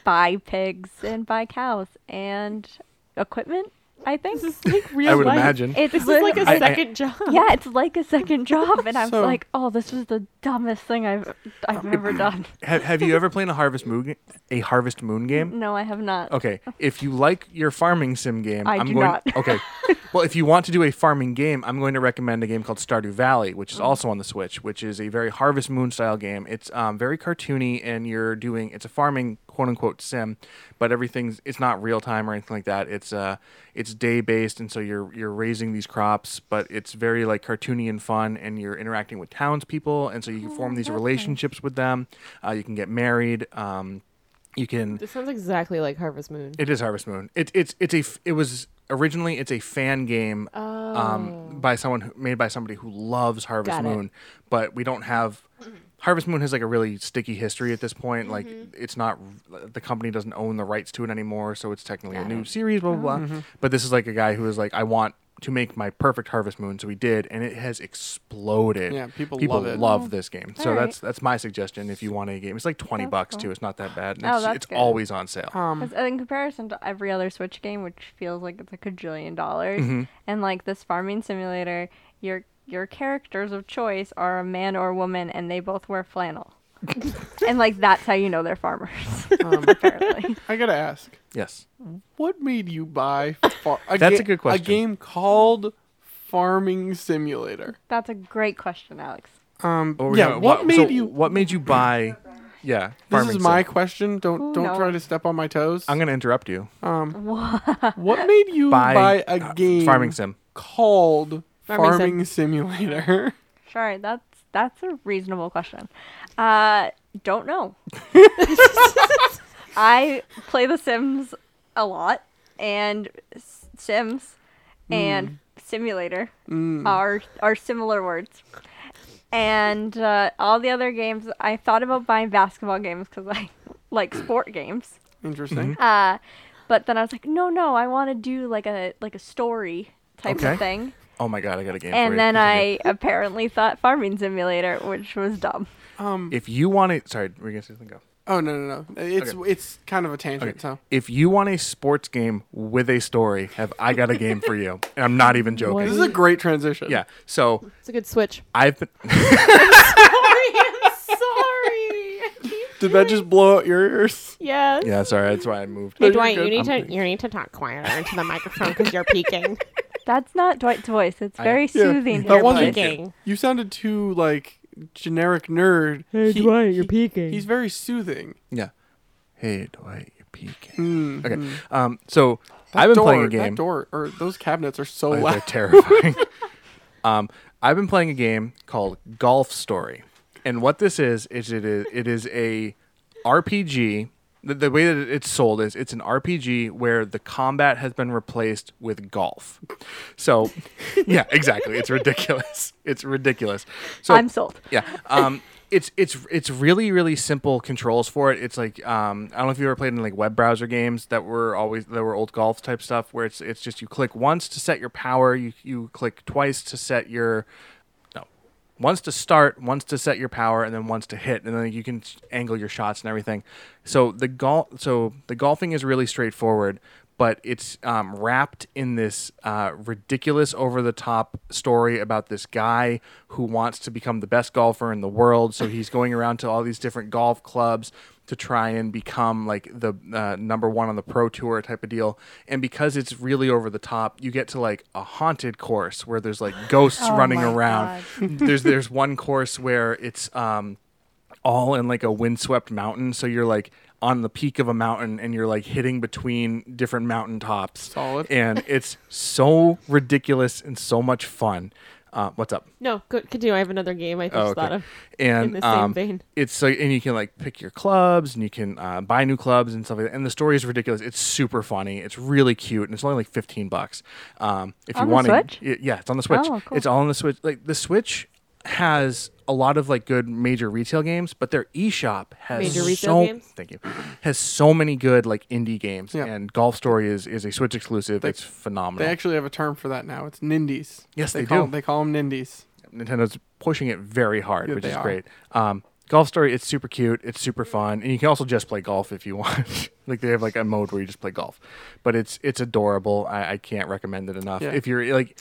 S1: buy pigs and buy cows and equipment, I think.
S4: (laughs) This is like real
S2: I would
S4: life.
S2: imagine.
S1: It's
S4: This is like a
S2: I- I-
S4: second job.
S1: yeah, it's like a second job, and I was
S3: So-
S1: like, "Oh, this was the dumbest thing I've I've
S4: Um,
S1: ever done."
S2: Have, have you ever played a Harvest Moon a Harvest Moon game?
S1: No, I have not.
S2: Okay, if you like your farming sim game,
S1: I
S2: am
S1: do
S2: going.
S1: not. (laughs)
S2: (laughs) okay, well, if you want to do a farming game, I'm going to recommend a game called Stardew Valley, which is
S1: Oh.
S2: also on the Switch, which is a very Harvest Moon style game. It's um, very cartoony, and you're doing it's a farming quote unquote sim, but everything's it's not real time or anything like that. It's uh, it's day based, and so you're you're raising these crops, but it's very like cartoony and fun, and you're interacting with townspeople, and so you can
S1: Oh,
S2: form these relationships with them. Uh, you can get married. Um, you can
S4: This sounds exactly like Harvest Moon.
S2: it is Harvest Moon. It, it's it's a f- it was originally it's a fan game
S4: Oh.
S1: Oh.
S2: um, by someone who, made by somebody who loves Harvest
S4: Got it.
S2: Moon, but we don't have Harvest Moon has like a really sticky history at this point. Like
S1: Mm-hmm.
S2: it's not the company doesn't own the rights to it anymore, so it's technically a new series. Blah
S1: Oh.
S2: blah. blah.
S3: Mm-hmm.
S2: But this is like a guy who was like, I want to make my perfect Harvest Moon, so he did, and it has exploded.
S3: Yeah, people
S2: people
S3: love it.
S2: this game. So
S1: Oh. All right.
S2: that's that's my suggestion if you want a game. It's like twenty
S1: That's
S2: bucks
S1: cool.
S2: too. It's not that bad. And
S1: Oh,
S2: it's
S1: that's
S2: it's
S1: good.
S2: always on sale.
S3: Um,
S1: 'Cause in comparison to every other Switch game, which feels like it's a cajillion dollars,
S2: Mhm.
S1: and like this farming simulator, your your characters of choice are a man or a woman, and they both wear flannel, and like that's how you know they're farmers.
S3: um,
S1: (laughs) apparently,
S3: I gotta ask,
S2: Yes.
S3: what made you buy far- a
S2: That's
S3: ga-
S2: a good question.
S3: A game called Farming Simulator.
S1: that's a great question, Alex.
S3: Um,
S2: What were we
S3: yeah,
S2: talking-
S3: what, made
S2: so
S3: you?
S2: What made
S1: (laughs)
S2: you buy? Yeah,
S3: this
S2: farming
S3: is my
S2: sim.
S3: question. Don't
S1: Who
S3: don't
S1: knows?
S3: try to step on my toes.
S2: I'm gonna interrupt you.
S3: um,
S1: What?
S3: what made you
S2: Buy,
S3: buy, a
S2: uh,
S3: game
S2: farming sim.
S3: called
S4: Farming
S3: Farming,
S4: Sim.
S3: Simulator? (laughs)
S1: Sure, that's that's a reasonable question. Uh, don't know. I play The Sims a lot, and S- Sims and simulator
S3: Mm.
S1: are are similar words. And uh, all the other games, I thought about buying basketball games because I (laughs) like sport games.
S3: Interesting.
S1: Uh, but then I was like, no, no, I want to do like a like a story type
S2: Okay.
S1: of thing.
S2: Oh my god, I got a game. for
S1: And
S2: you.
S1: then I
S2: Continue.
S1: apparently thought Farming Simulator, which was dumb.
S3: Um,
S2: If you want a sorry, we're gonna say something. Go.
S3: oh no no no, it's it's kind of a tangent.
S2: Mm-hmm. Okay.
S3: So
S2: If you want a sports game with a story, have I got a game for you? And I'm not even joking.
S3: this is a great transition.
S2: Yeah. So
S4: It's a good switch.
S2: I've been.
S4: (laughs) Sorry, I'm (laughs)
S3: Did that just blow out your ears?
S4: Yes.
S2: (laughs) Yeah, sorry. That's why I moved.
S4: Hey
S3: You're
S4: Dwight,
S3: good.
S4: you need
S2: I'm-
S4: to you need to talk quieter into the microphone because
S2: (laughs)
S4: you're peeking.
S1: That's not Dwight's voice. It's
S2: I-
S1: very
S3: Yeah.
S1: soothing.
S3: That
S1: here,
S3: wasn't-
S1: Blake.
S4: peeking.
S3: You sounded too like generic nerd.
S4: Hey
S3: He-
S4: Dwight, you're
S3: he-
S4: peeking.
S3: He's very soothing.
S2: Yeah. Hey, Dwight, you're peeking.
S3: Mm,
S2: Okay.
S3: mm.
S2: Um, so
S3: That
S2: I've been
S3: door,
S2: playing a
S3: That
S2: game.
S3: door or those cabinets are so
S2: Oh, they're
S3: loud.
S2: terrifying. (laughs) um, I've been playing a game called Golf Story, and what this is is it is it is a RPG. The, the way that it- it's sold is it's an RPG where the combat has been replaced with golf. So, yeah, exactly. It's ridiculous. It's ridiculous. So
S1: I'm sold.
S2: yeah. Um, it's it's it's really really simple controls for it. It's like um, I don't know if you ever played in like web browser games that were always that were old golf type stuff where it's it's just you click once to set your power, you you click twice to set your no, once to start, once to set your power, and then once to hit, and then you can s- angle your shots and everything. So the golf, so the golfing is really straightforward, but it's um, wrapped in this uh, ridiculous, over-the-top story about this guy who wants to become the best golfer in the world. So he's going around to all these different golf clubs to try and become like the uh, number one on the pro tour type of deal. And because it's really over the top, you get to like a haunted course where there's
S1: (gasps)
S2: like ghosts
S1: Oh
S2: running
S1: my
S2: around. (laughs) there's there's one course where it's um all in like a windswept mountain, so you're like on the peak of a mountain and you're like hitting between different mountain tops.
S3: Solid.
S4: (laughs)
S2: And it's so ridiculous and so much fun. Uh, what's up?
S4: No, go, continue. I have another game I just
S2: Oh,
S4: thought of.
S2: and
S4: in the same
S2: um,
S4: vein.
S2: it's like and you can like pick your clubs and you can uh, buy new clubs and stuff like that and the story is ridiculous it's super funny it's really cute and it's only like 15 bucks um, if
S1: On
S2: you
S1: the
S2: want
S1: Switch?
S2: to yeah it's on the switch
S1: Oh, cool.
S2: it's all on the switch like the switch has a lot of like good major retail games but their eShop has
S4: Major retail
S2: so
S4: games?
S2: thank you has so many good like indie games
S3: Yeah.
S2: and Golf Story is is a Switch exclusive
S3: They-
S2: it's phenomenal
S3: They actually have a term for that now. It's nindies.
S2: Yes, they
S3: call,
S2: do.
S3: They call them nindies.
S2: Nintendo's pushing it very hard,
S3: Yeah,
S2: which
S3: they
S2: is
S3: are.
S2: great. Um, golf Story, it's super cute, it's super fun, and you can also just play golf if you (laughs) want. like they have like a mode where you just play golf, but it's it's adorable. I, I can't recommend it enough.
S3: Yeah.
S2: If you're like,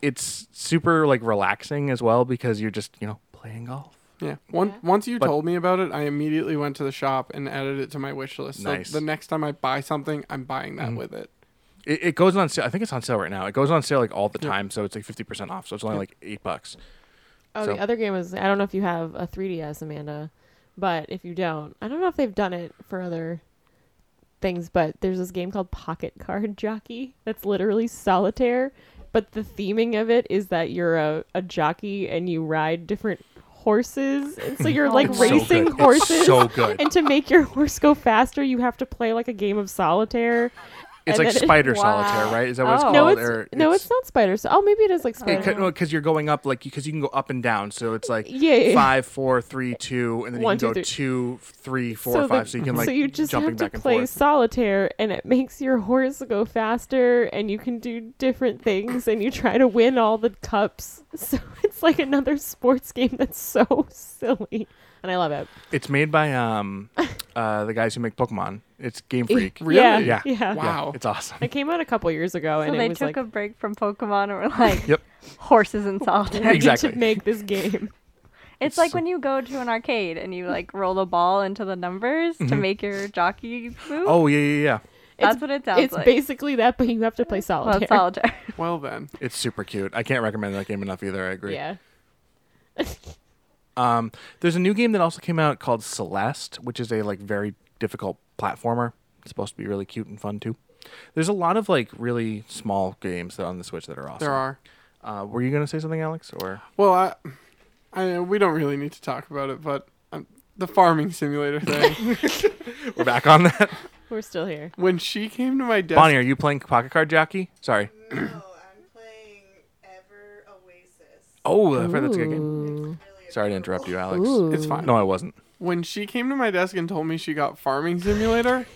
S2: it's super like relaxing as well because you're just you know playing golf.
S3: Yeah. One,
S4: Yeah.
S3: Once you
S2: But-
S3: told me about it, I immediately went to the shop and added it to my wish list. So
S2: Nice.
S3: the next time I buy something, I'm buying that
S2: Mhm.
S3: with it.
S2: It, it goes on sale. I think it's on sale right now. It goes on sale like all the
S3: Yeah.
S2: time, so it's like fifty percent off. So it's only
S3: Yeah.
S2: like eight bucks.
S4: Oh,
S2: So-
S4: the other game was I don't know if you have a 3DS, Amanda, but if you don't, I don't know if they've done it for other things, but there's this game called Pocket Card (laughs) Jockey that's literally solitaire, but the theming of it is that you're a, a jockey and you ride different horses, and so you're
S1: Oh,
S4: like
S1: It's so
S4: racing
S2: so good.
S4: horses.
S2: It's so good.
S4: (laughs) and to make your horse go faster, you have to play like a game of solitaire.
S2: It's
S4: and
S2: like
S4: then it-
S2: Spider
S1: Wow.
S2: Solitaire, right? Is that what it's
S1: Oh.
S2: called?
S4: (laughs) no, it's
S2: Or
S4: no, it's not spider. So, oh, maybe it is like spider.
S2: because no, 'cause you're going up like because you can go up and down so it's like
S4: Yeah, (laughs) yeah, yeah.
S2: five four three two and then
S4: One,
S2: you can go
S4: two, three.
S2: two three four
S4: So
S2: five.
S4: the-
S2: so you can like
S4: (laughs) so you just
S2: jumping
S4: have to
S2: back and
S4: play
S2: forth
S4: solitaire and it makes your horse go faster and you can do different things and you try to win all the cups (laughs) so it's like another sports game that's so silly and i love it
S2: it's made by
S4: (laughs)
S2: um uh the guys who make pokemon it's game freak
S3: Really?
S4: yeah
S2: Yeah.
S4: yeah,
S2: Yeah,
S3: Wow.
S2: it's awesome
S4: it came out a couple years ago
S1: So
S4: Oh, and
S1: they
S4: it was
S1: took
S4: like
S1: a break from Pokemon and were like,
S2: Yep.
S1: horses and solitaire.
S4: we need
S2: Exactly.
S4: to make this game
S1: It's,
S2: It's
S1: like
S2: so-
S1: when you go to an arcade and you like roll a ball into the numbers to make your jockey move.
S2: (laughs) oh yeah yeah yeah
S1: that's
S4: it's-
S1: what it (laughs) sounds
S4: it's
S1: like.
S4: basically that but you have to play
S1: well,
S4: solitaire
S1: it's solitaire. (laughs)
S3: Well then,
S2: it's super cute i can't recommend that game enough either i agree
S4: yeah
S2: um there's a new game that also came out called celeste which is a like very difficult platformer it's supposed to be really cute and fun too there's a lot of like really small games that on the switch that are awesome
S3: there are.
S2: Uh, were you gonna say something, Alex? Or
S3: Well, I, I we don't really need to talk about it, but um, the farming simulator thing.
S2: (laughs) we're back on
S4: (laughs)
S2: that?
S4: we're still here
S3: when she came to my desk,
S2: Bonnie, are you playing Pocket Card Jockey? Sorry.
S5: No, Oh, I'm playing Ever Oasis.
S2: Oh, I've heard that's a good game.
S4: Ooh.
S5: Really
S2: Sorry to interrupt you, Alex.
S3: it's fine.
S2: No, I wasn't.
S3: when she came to my desk and told me she got farming simulator,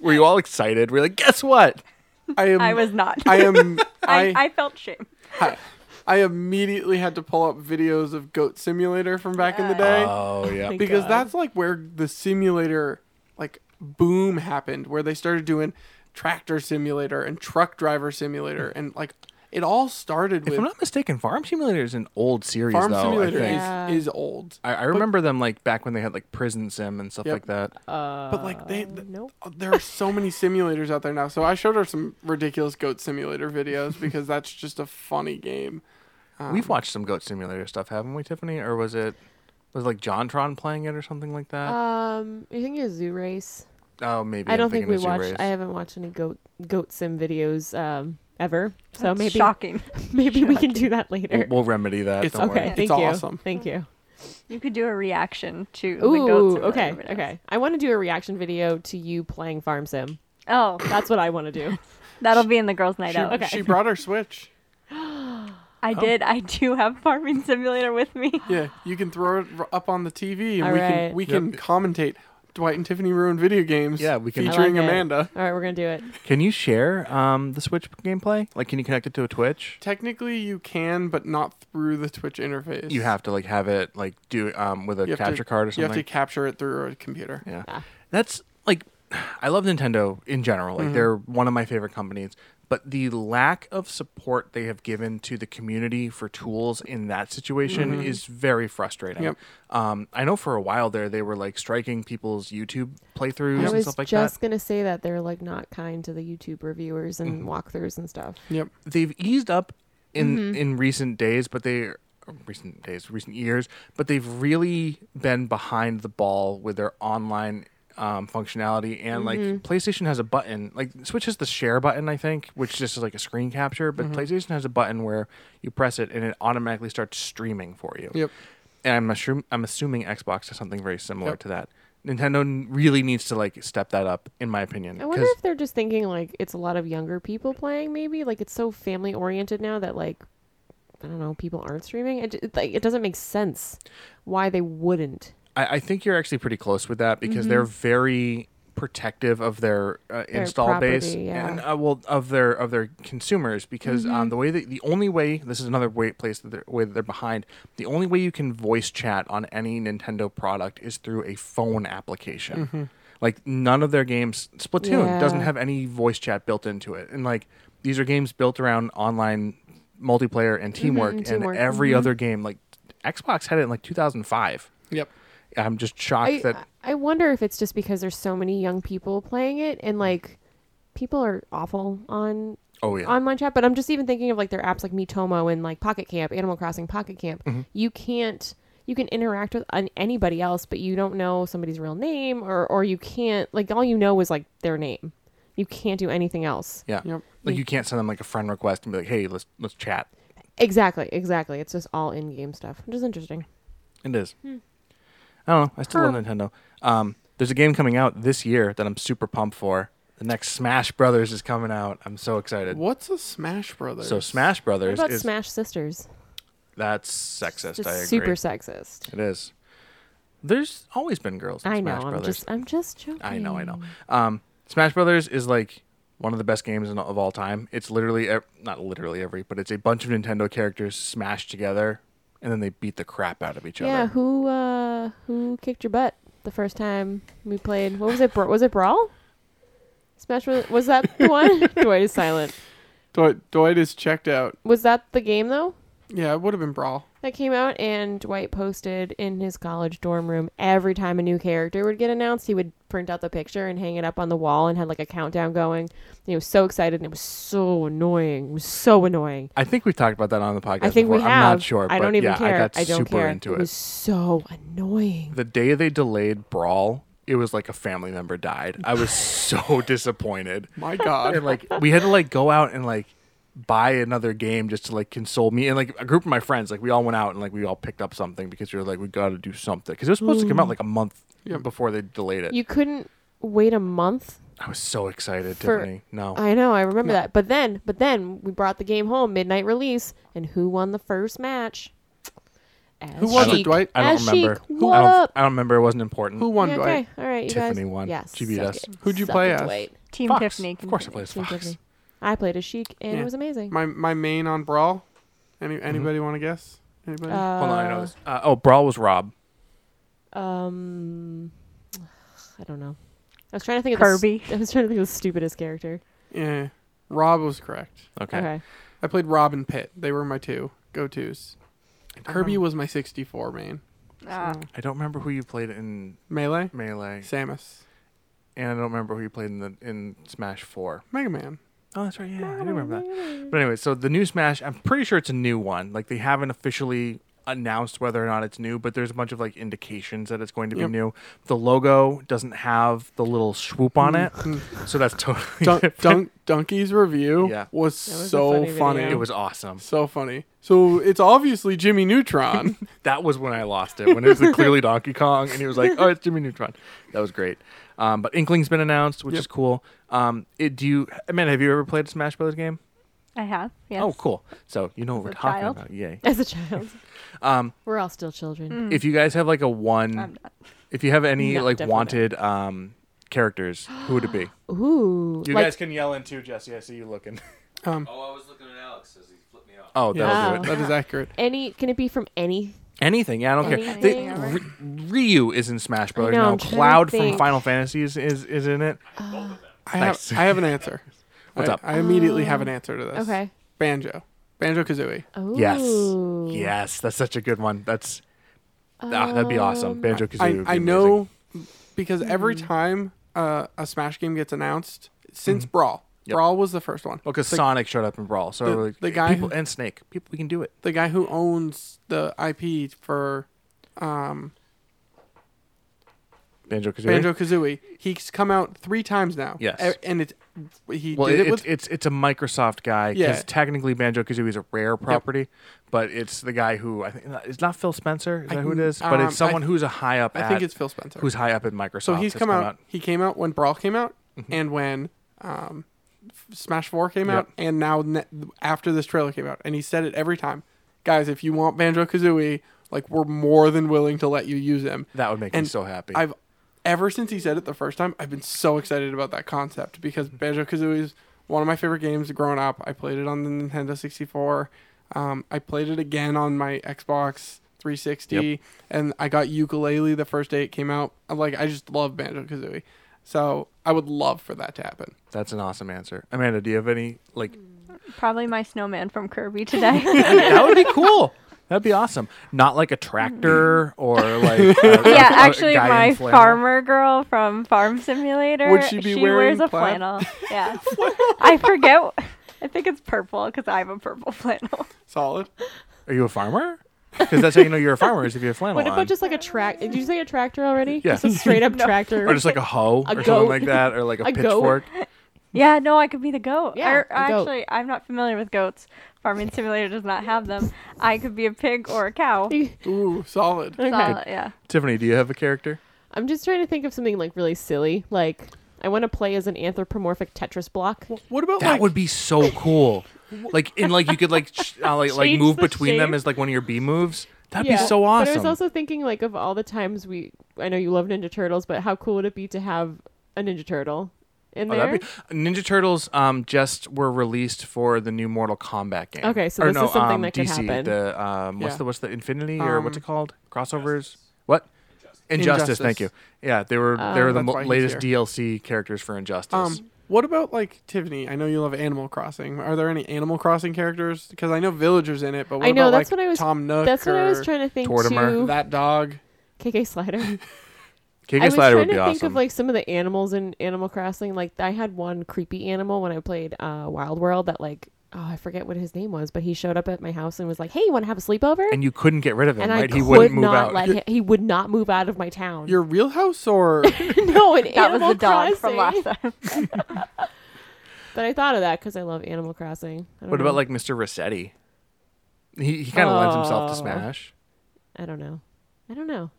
S2: Were you all excited? We're like, guess what? (laughs)
S3: I am.
S1: I was not.
S3: I am.
S1: I,
S3: I,
S1: I felt shame.
S3: I, immediately had to pull up videos of Goat Simulator from back in the day
S2: Oh yeah.
S4: Thank
S3: because
S4: God.
S3: that's like where the simulator like boom happened, where they started doing tractor simulator and truck driver simulator and like It all started
S2: Hmm. If
S3: with
S2: I'm not mistaken, Farm Simulator is an old series,
S3: Farm
S2: though.
S3: Simulator
S2: I think.
S4: Yeah.
S3: is, is old.
S2: I, I remember them like back when they had like Prison Sim and stuff
S3: Yep.
S2: like that.
S4: Uh,
S3: But like they, th-
S4: nope.
S3: there are so many simulators out there now. So I showed her some ridiculous goat simulator videos because that's just a funny game. Um,
S2: We've watched some Goat Simulator stuff, haven't we, Tiffany? Or was it was it like JonTron playing it or something like
S3: uh,
S2: that?
S4: Um, you think it's Zoo Race?
S2: oh, maybe.
S4: I
S2: I'm
S4: don't think
S2: thinking
S4: we
S2: of Zoo
S4: watched.
S2: Race.
S4: I haven't watched any goat goat sim videos um ever. So
S1: That's
S4: maybe
S1: shocking.
S4: (laughs)
S1: (laughs)
S4: maybe we can do that later.
S2: We'll, we'll remedy that.
S3: It's-
S2: don't
S4: okay,
S2: worry.
S3: It's
S4: thank you.
S3: awesome.
S4: Thank you.
S1: You could do a reaction to the goats.
S4: Ooh, okay, okay. I want to do a reaction video to you playing Farm Sim.
S1: Oh,
S4: That's what I want to
S1: (laughs)
S4: do.
S1: that'll be in the girls' night
S3: she,
S1: out.
S4: okay.
S3: she brought her
S4: (gasps)
S3: Switch.
S1: I did. I do have Farming (laughs) Simulator with me.
S3: Yeah, you can throw it r- up on the TV, and
S4: All
S3: we
S4: right.
S3: can we
S2: Yep.
S3: can commentate. Dwight and Tiffany ruin video games.
S2: Yeah, we can- I like
S3: featuring
S4: it.
S3: Amanda.
S4: All right, we're gonna do it.
S2: Can you share um, the Switch gameplay? Like, can you connect it to a Twitch?
S3: Technically, you can, but not through the Twitch interface.
S2: You have to like have it like do um, with a
S3: You have to-
S2: capture card or
S3: You have
S2: something.
S3: to capture it through a computer.
S2: Yeah.
S4: Ah.
S2: That's like I love Nintendo in general.
S3: Mm-hmm.
S2: Like they're one of my favorite companies, but the lack of support they have given to the community for tools in that situation is very frustrating.
S3: Mm-hmm. Yep.
S2: Um I know for a while there they were like striking people's YouTube playthroughs
S4: I
S2: and
S4: was
S2: stuff like
S4: just
S2: that.
S4: gonna say that they're like not kind to the YouTube reviewers and
S2: Mm-hmm.
S4: walkthroughs and stuff.
S3: Yep.
S2: They've eased up in
S4: Mm-hmm.
S2: in recent days, but they recent days, recent years, but they've really been behind the ball with their online um, functionality and
S4: Mm-hmm.
S2: like PlayStation has a button like Switch has the share button I think which just is like a screen capture
S3: Mm-hmm.
S2: but PlayStation has a button where you press it and it automatically starts streaming for you.
S3: Yep.
S2: And I'm assuming I'm assuming Xbox has something very similar
S3: Yep.
S2: to that. Nintendo n- really needs to like step that up in my opinion
S4: I wonder
S2: 'cause-
S4: if they're just thinking like it's a lot of younger people playing. Maybe like it's so family oriented now that like I don't know, people aren't streaming. It it, like, it doesn't make sense why they wouldn't.
S2: I, I think you're actually pretty close with that
S4: Mm-hmm.
S2: because they're very protective of their, uh, install base
S4: property, yeah. Mm-hmm.
S2: and uh, well of their of their consumers because um, the way that the only way this is another way place that they're, way that they're behind the only way you can voice chat on any Nintendo product is through a phone application. Like none of their games Splatoon doesn't
S4: Mm-hmm. Yeah.
S2: have any voice chat built into it and like these are games built around online multiplayer and teamwork,
S4: Mm-hmm, teamwork, Mm-hmm.
S2: and every other game like Xbox had it in like 2005.
S3: Yep.
S2: I'm just shocked
S4: I
S2: that
S4: I wonder if it's just because there's so many young people playing it and like people are awful on
S2: oh yeah
S4: online chat, but I'm just even thinking of like their apps like Mitomo and like Pocket Camp, Animal Crossing Pocket Camp.
S2: Mm-hmm.
S4: You can't you can interact with an- anybody else, but you don't know somebody's real name or or you can't like all you know is like their name. You can't do anything else.
S2: yeah
S3: Yep.
S2: like you can't send them like a friend request and be like hey let's let's chat
S4: Exactly, exactly. It's just all in-game stuff, which is interesting.
S2: it is
S4: Hmm.
S2: I don't know I still love Nintendo um there's a game coming out this year that I'm super pumped for the next Smash Brothers is coming out I'm so excited
S3: What's a Smash Brothers?
S2: so Smash
S4: What
S2: Brothers
S4: about
S2: is
S4: Smash Sisters?
S2: that's sexist
S4: Just
S2: I agree
S4: super sexist.
S2: it is there's always been girls in
S4: I know.
S2: Smash
S4: I'm
S2: Brothers
S4: just I'm just joking.
S2: I know, I know.
S4: Hmm.
S2: Um, Smash Brothers is like one of the best games in, of all time. It's literally ev- not literally every, but it's a bunch of Nintendo characters smashed together, and then they beat the crap out of each
S4: Yeah,
S2: other.
S4: who uh who kicked your butt the first time we played? What was it? Bra- was it Brawl? Smash Bros. Was that the one?
S2: (laughs)
S4: Dwight is silent.
S3: Dwight, Dwight is checked out.
S4: Was that the game though
S3: Yeah, it would have been Brawl.
S4: that came out? And Dwight posted in his college dorm room every time a new character would get announced, he would print out the picture and hang it up on the wall and had like a countdown going. And he was so excited and it was so annoying. It was so annoying.
S2: I think we've talked about that on the podcast.
S4: I think we
S2: before.
S4: have.
S2: I'm not sure.
S4: I
S2: but
S4: don't even
S2: yeah,
S4: care.
S2: I got
S4: don't
S2: super
S4: care.
S2: into
S4: it
S2: it.
S4: was so annoying.
S2: The day they delayed Brawl, it was like a family member died. I
S4: (laughs)
S2: was so disappointed. (laughs)
S3: My
S2: And
S3: God.
S2: like we had to like go out and like buy another game just to like console me and like a group of my friends like we all went out and like we all picked up something because we were like we got to do something because it was supposed to come out like a month
S3: Mm. Yep.
S2: before they delayed it.
S4: You couldn't wait a month
S2: I was so excited,
S4: For- uh,
S2: Tiffany. Oh. No,
S4: I know, I remember that. But then, but then we brought the game home, midnight release, and who won the first match? As
S3: Who won it,
S4: Sheik.
S3: Dwight?
S2: I don't
S4: As
S2: remember.
S4: Sheik,
S2: Who-
S4: what
S2: I, don't,
S4: up?
S2: I don't remember. It wasn't important.
S3: Who won,
S4: Yeah,
S3: Dwight?
S4: okay, all right, you
S2: Tiffany
S4: guys.
S2: won.
S4: Yes,
S2: She beat
S4: suck
S2: us.
S4: it.
S3: Who'd you
S4: Suck
S3: play
S4: it,
S3: as?
S4: Dwight.
S1: Team
S2: Fox.
S1: Tiffany.
S2: Of course, I
S1: can-
S2: played as
S4: Team
S2: Fox.
S4: Tiffany. I played as Sheik, and
S3: Yeah.
S4: it was amazing.
S3: My my main on Brawl.
S2: Mm-hmm.
S3: Any anybody want to guess? Anybody?
S4: Uh,
S2: Hold on, I know this. Uh, oh, Brawl was Rob.
S4: Um, I don't know. I was trying to think of
S1: Kirby.
S4: The, st- I was trying to think of the stupidest character.
S3: yeah. Rob was correct.
S2: Okay.
S4: Okay. (laughs)
S3: I played Rob and Pitt. They were my two go tos.
S2: Uh-huh.
S3: Kirby was my 64 main.
S1: Ah.
S2: I don't remember who you played in
S3: Melee?
S2: Melee,
S3: Samus.
S2: and I don't remember who you played in the in Smash Four.
S3: Mega
S2: (laughs)
S3: Man.
S2: Oh, that's right. Yeah, I do remember that. But
S3: (laughs)
S2: anyway, so the new Smash, I'm pretty sure it's a new one. Like they haven't officially announced whether or not it's new, but there's a bunch of like indications that it's going to be
S3: Yep.
S2: new. The logo doesn't have the little swoop on it,
S3: Mm.
S2: so that's totally
S3: Dun-
S2: different.
S3: Dun- Donkey's review
S2: Yeah.
S3: was,
S4: was a
S3: so
S4: funny
S3: funny.
S4: video.
S2: (laughs) It was awesome.
S3: so funny. So it's obviously Jimmy
S2: (laughs)
S3: Neutron.
S2: That was when I lost it. When it was
S3: (laughs)
S2: the clearly Donkey Kong, and he was like, "Oh, it's Jimmy Neutron." That was great. Um, but Inkling's been announced, which
S3: Yep.
S2: is cool. Um, it, do you, man? Have you ever played a Smash Brothers game?
S1: I have. Yes.
S2: Oh, cool. So you know what
S1: As
S2: we're
S1: a
S2: talking
S1: child.
S2: about. Yay.
S4: As a child,
S2: Um,
S4: we're all still children.
S1: Mm.
S2: if you guys have like a one,
S1: I'm not-
S2: if you have any
S4: No,
S2: like
S4: definitely
S2: wanted um, characters, who would it be?
S4: Ooh,
S2: (gasps) Mm. You
S4: like
S2: guys can yell in too, Jesse. I see you looking. (laughs)
S3: Um,
S6: Oh, I was looking at Alex as he flipped me off.
S2: Oh, that'll
S4: Yeah.
S2: do it.
S3: that is
S2: (laughs)
S3: accurate.
S4: any? Can it be from any?
S2: Anything. Yeah, I don't care. They,
S4: Anything.
S2: R- Ryu is in Smash Brothers
S4: know,
S2: now.
S4: I'm trying to
S2: Cloud from
S4: think.
S2: Final Fantasy is, is, is in it.
S3: I,
S2: Nice.
S3: have, I have an answer.
S2: (laughs) What's
S3: I,
S2: up?
S3: I immediately have an answer to this.
S4: Okay.
S3: Banjo. Banjo Kazooie.
S4: Oh.
S2: Yes. Yes, that's such a good one. That's ah, that'd be
S4: Um,
S2: awesome. Banjo
S3: I,
S2: Kazooie.
S3: I know because every
S4: Mm-hmm.
S3: time uh, a Smash game gets announced, since Brawl,
S2: Mm-hmm. Yep.
S3: Brawl was the first one.
S2: Well, because Sonic showed up in Brawl, so
S3: The-
S2: we're like,
S3: the guy
S2: people
S3: who-
S2: and Snake, people, we can do it.
S3: The guy who owns the IP for um,
S2: Banjo Kazooie.
S3: Banjo Kazooie, he's come out three times now.
S2: Yes.
S3: A- and it's he
S2: well,
S3: did
S2: it,
S3: it,
S2: it's,
S3: with
S2: it's it's a Microsoft guy because
S3: Yeah.
S2: technically Banjo Kazooie is a rare property, but it's the guy who I think it's not Phil Spencer. Is
S3: I
S2: that who it
S3: can-
S2: is? But
S3: um, I
S2: it's someone
S3: th-
S2: who's a high up.
S3: I
S2: at-
S3: think it's Phil Spencer.
S2: who's high up in Microsoft.
S3: so he's
S2: has
S3: come out, He came out when Brawl came out, and when um, F- Smash Four came
S2: Mm-hmm. Yep.
S3: out, and now ne- after this trailer came out, and he said it every time, guys. If you want Banjo Kazooie, like we're more than willing to let you use him.
S2: That would make me
S3: and
S2: so happy.
S3: I've ever since he said it the first time, I've been so excited about that concept because
S2: Mm-hmm.
S3: Banjo Kazooie is one of my favorite games growing up. I played it on the Nintendo 64. Um, I played it again on my Xbox 360,
S2: Yep.
S3: and I got Ukulele the first day it came out. I'm like, I just love Banjo Kazooie, so I would love for that to happen.
S2: That's an awesome answer, Amanda. Do you have any
S4: (laughs)
S2: like?
S1: Probably my snowman from Kirby today.
S2: that would be cool. That'd be awesome. Not like a tractor or
S3: (laughs)
S2: like a- (laughs) a-
S1: yeah,
S2: a
S1: actually,
S2: guy in
S1: my
S2: flannel.
S1: farmer girl from Farm Simulator.
S3: Would she be wearing
S1: wears a
S3: plaid?
S1: flannel. Yeah, I forget. I think it's purple because I have a purple (laughs) flannel.
S2: (laughs)
S3: Solid.
S2: Are you a farmer? Because that's how you know you're a farmer is if you have flannel
S4: What
S2: on,
S4: about just like a track? Did you say a tractor already?
S2: Yeah.
S4: Just a straight up tractor.
S2: or just like a hoe
S4: A
S2: or something
S4: goat.
S2: like that, or like a,
S4: (laughs) A goat.
S2: pitchfork.
S1: Yeah, no, I could be the goat.
S4: Yeah,
S1: Or-
S4: a goat.
S1: actually, I'm not familiar with goats. Farming Simulator does not have them. I could be a pig or a cow.
S4: (laughs) okay.
S3: Ooh, solid.
S1: So, yeah.
S2: Tiffany, do you have a character?
S4: I'm just trying to think of something like really silly. Like I want to play as an anthropomorphic Tetris block.
S3: What about
S2: That
S3: like
S2: would be so cool. like in like you could like sh- uh, like, like
S4: Change
S2: move
S4: the
S2: between them
S4: shape.
S2: as like one of your B moves. That'd
S4: Yeah.
S2: be so
S4: But I
S2: awesome.
S4: was also thinking like of all the times we. I know you love Ninja Turtles, but how cool would it be to have a Ninja Turtle in
S2: Oh,
S4: there?
S2: that'd be- Ninja Turtles um, just were released for the new Mortal Kombat game.
S4: Okay, so
S2: Or
S4: this
S2: no,
S4: is something
S2: um,
S4: that could
S2: DC,
S4: happen.
S2: The, um, what's
S3: Yeah.
S2: the what's the Infinity or what's
S3: Um,
S2: it called? Crossovers. What? Injustice.
S3: Injustice.
S2: Thank you. Yeah, they were
S4: Um,
S2: they were the
S3: That's
S2: mo-
S3: why he's
S2: latest
S3: here.
S2: DLC characters for Injustice.
S3: Um, what about like Tiffany? I know you love Animal Crossing. Are there any Animal Crossing characters? Because I know Villagers in it, but what
S4: I know
S3: about
S4: that's
S3: like
S4: what I was.
S3: Tom Nook.
S4: that's what I was
S3: or
S4: trying to think
S2: Tortimer.
S4: too.
S3: That dog.
S4: KK Slider. I
S2: KK
S4: was
S2: Slider
S4: trying
S2: would
S4: to
S2: be
S4: think
S2: awesome.
S4: of like some of the animals in Animal Crossing. Like I had one creepy animal when I played uh, Wild World that like oh I forget what his name was, but he showed up at my house and was like, "Hey, you want to have a sleepover?"
S2: and you couldn't get rid of him,
S4: And I
S2: right?
S4: could
S2: He wouldn't move
S4: not
S2: out.
S4: let him. He would not move out of my town.
S3: Your real house or
S4: (laughs) no, an
S1: That was
S4: Animal
S1: the dog
S4: Crossing.
S1: from last time.
S4: (laughs) But I thought of that because I love Animal Crossing. I don't
S2: What
S4: know.
S2: about like Mr. Rossetti? He he kind of lends himself to
S4: Oh.
S2: Smash.
S4: I don't know. I don't know.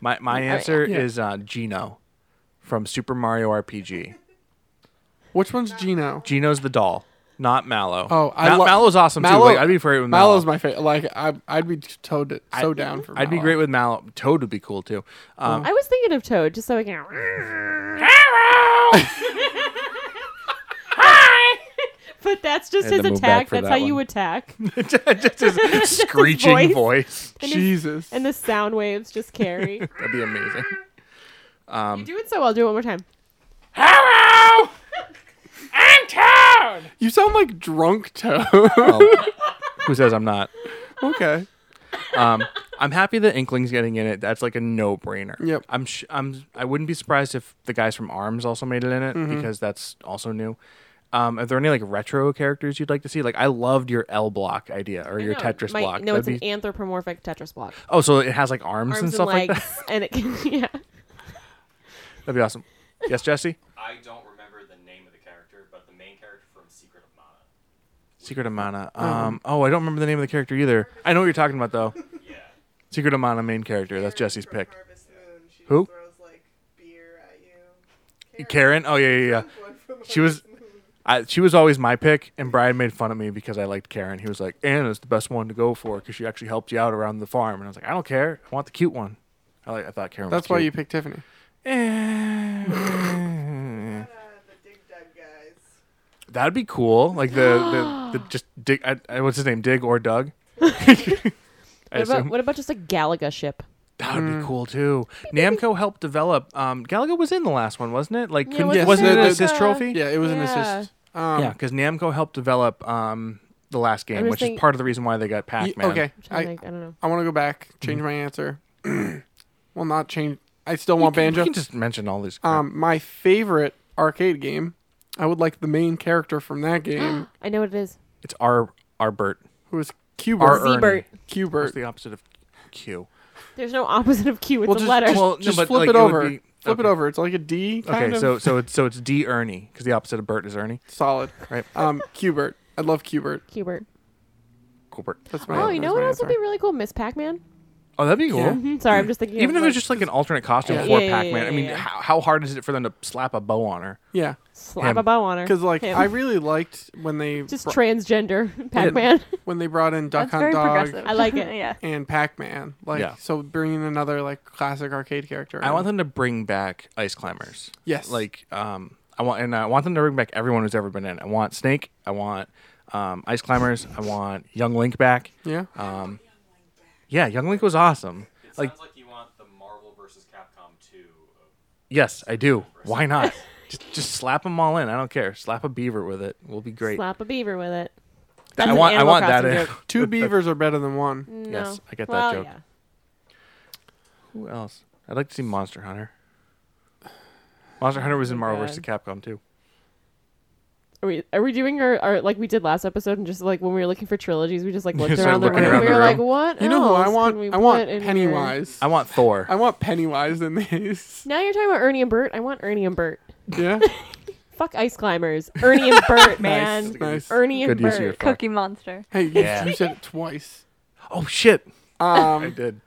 S2: My my answer
S3: Yeah.
S2: is uh, Gino from Super Mario RPG.
S3: which one's Gino?
S2: Gino's the doll, not Mallow.
S3: Oh, I
S2: Ma-
S3: lo-
S2: Mallow's awesome too.
S3: Mallow-
S2: Like, I'd be great with Mallow.
S3: Mallow's my favorite. Like I, I'd be so, d- so down for.
S2: I'd be
S3: Mallow.
S2: great with Mallow. Toad would be cool too.
S3: (laughs)
S2: Um,
S4: I was thinking of Toad just so I can. (laughs) But that's just
S2: I had
S4: his
S2: to move back
S4: attack.
S2: for
S4: That's
S2: that
S4: how you
S2: one.
S4: attack.
S2: just his (laughs) screeching
S4: voice.
S2: voice.
S4: And his-
S3: Jesus.
S4: and the sound waves just
S2: (laughs)
S4: carry.
S2: That'd be amazing. Um,
S4: you do it so well. Do it one more time.
S2: Hello, I'm Toad.
S3: You sound like drunk Toad.
S2: (laughs) Oh, who says I'm not?
S3: (laughs) okay.
S2: Um, I'm happy that Inkling's getting in it. That's like a no-brainer.
S3: Yep.
S2: I'm. Sh- I'm. I wouldn't be surprised if the guys from Arms also made it in it because that's also new. Um, are there any like retro characters you'd like to see? Like I loved your L block idea or your
S4: No,
S2: Tetris
S4: my-
S2: block.
S4: No, it's
S2: That'd
S4: an
S2: be-
S4: anthropomorphic Tetris block.
S2: oh, so it has like arms,
S4: Arms
S2: and stuff
S4: legs,
S2: like that.
S4: and it can, (laughs) yeah.
S2: That'd be awesome. Yes, Jesse.
S6: I don't remember the name of the character, but the main character from Secret of Mana.
S2: Secret of Mana. Um, oh, I don't remember the name of the character either. I know what you're talking about though.
S6: Yeah.
S2: Secret of Mana main character. That's
S5: Karen
S2: Jesse's
S5: from
S2: pick.
S5: Harvest Moon, she just
S2: Who?
S5: throws, like, beer at you.
S2: Karen. Oh yeah, yeah, yeah.
S5: One (laughs) from
S2: She was-
S5: Harvest Moon.
S2: I, she was always my pick, and Brian made fun of me because I liked Karen. He was like, "Anna's the best one to go for because she actually helped you out around the farm." And I was like, "I don't care. I want the cute one." I like. I thought Karen.
S3: That's why
S2: was
S3: you picked
S2: cute.
S3: Tiffany.
S2: Eh.
S5: Uh, the Dig Dug guys.
S2: (laughs) That'd be cool. Like the
S4: (gasps)
S2: the, the just Dig. I, I, what's his name? Dig or
S4: (laughs)
S2: Doug? I
S4: What about,
S2: assume
S4: what about just a Galaga ship?
S2: that would
S3: Hmm.
S2: be cool too. Namco helped develop. Um, Galaga was in the last one, wasn't it? Like,
S4: Yeah,
S2: couldn't-
S4: wasn't
S2: wasn't it
S3: there
S2: an
S3: like
S2: assist
S4: a-
S2: trophy?
S3: Yeah, it was an
S4: Yeah.
S3: assist. Um,
S2: yeah, because Namco helped develop um the last game,
S4: was
S2: which
S4: think-
S2: is part of the reason why they got
S3: y-
S2: Pac-Man. Mm-hmm.
S3: okay.
S4: I'm trying to
S3: I,
S4: think, I don't know.
S3: I want to go back, change my answer. (clears throat) well, not change. I still want
S2: You
S3: Banjo.
S2: can just mention all these. crap.
S3: Um, my favorite arcade game. I would like the main character from
S4: (gasps)
S3: that game,
S4: I know what it is.
S2: It's R Arbert.
S3: who is
S2: R
S3: Cubert.
S2: Ernie.
S4: Zbert.
S2: What's
S3: Cubert.
S2: the opposite of Q?
S4: There's no opposite of Q. It's
S3: Well,
S4: a
S3: just,
S4: letter.
S3: just,
S2: Well, no,
S3: just
S2: but,
S3: flip
S2: like,
S3: it
S2: it would
S3: over.
S2: be-
S3: flip it
S2: okay.
S3: over. It's like a D kind
S2: Okay,
S3: of.
S2: so so it's so it's D Ernie because the opposite of Bert is Ernie.
S3: solid.
S2: Right.
S3: Um, Cubert. I love Cubert.
S4: Qbert.
S2: Cool Bert.
S3: That's my.
S4: Oh, you
S3: that's
S4: know what
S3: my
S4: else would be
S3: answer.
S4: really cool? Miss Pac-Man.
S2: Oh, that'd be cool.
S3: Yeah.
S4: Mhm, Sorry, I'm just thinking.
S2: Even
S4: of,
S2: if it's
S4: like,
S2: just like an alternate costume
S3: Yeah.
S2: for
S4: Yeah, yeah,
S2: Pac-Man,
S4: yeah,
S2: I mean,
S4: yeah.
S2: How, how hard is it for them to slap a bow on her?
S3: Yeah,
S4: slap
S2: him.
S4: a bow on her,
S3: because like
S4: Him.
S3: I really liked when they
S4: just
S3: br-
S4: transgender (laughs) Pac-Man.
S3: (laughs) when they brought in
S1: That's
S3: Duck Hunt
S1: very
S3: Dog
S1: progressive.
S4: I like it.
S1: (laughs) yeah.
S3: and Pac Man. Like
S2: Yeah.
S3: so, bringing another like classic arcade character.
S2: I
S3: in.
S2: want them to bring back Ice Climbers.
S3: Yes.
S2: Like um, I want and I want them to bring back everyone who's ever been in. it. I want Snake. I want um, Ice Climbers. I want Young Link back.
S3: Yeah.
S2: Um, yeah, Young Link was awesome.
S6: It
S2: Like
S6: sounds like you want the Marvel vs. Capcom uh, 2 of
S2: Yes, I do. Why not? just just slap them all in. I don't care. Slap a beaver with it. We'll be great.
S4: Slap a beaver with it.
S2: I
S4: an
S2: want. I
S4: Animal
S2: want that.
S4: Crossing
S2: In.
S4: joke.
S2: (laughs)
S3: Two beavers are better than one.
S4: No.
S2: Yes, I get that
S4: well,
S2: joke.
S4: Yeah.
S2: Who else? I'd like to see Monster Hunter. Monster Hunter was in
S4: Oh,
S2: Marvel
S4: God.
S2: vs. Capcom too.
S4: Are we are we doing our, our like we did last episode and just like when we were looking for trilogies, we just like
S2: (laughs)
S4: looked
S2: Just
S4: around the
S2: looking
S4: room.
S2: around
S4: we
S2: the
S4: were like,
S2: room.
S4: what?
S3: You know who
S4: else
S3: I want?
S4: can we
S3: I want
S4: put in here?
S3: Pennywise.
S2: I want Thor.
S3: I want Pennywise in these. (laughs)
S4: Now you're talking about Ernie and Bert. I want Ernie and Bert.
S3: Yeah.
S4: Fuck ice climbers. Ernie and
S2: (laughs)
S4: Bert, man.
S3: nice.
S4: Ernie and
S2: Good use of your
S4: Bert.
S2: fuck.
S1: Cookie Monster.
S3: Hey, you-
S2: Yeah.
S3: you said it twice.
S2: Oh shit! I (laughs)
S3: Um,
S2: did.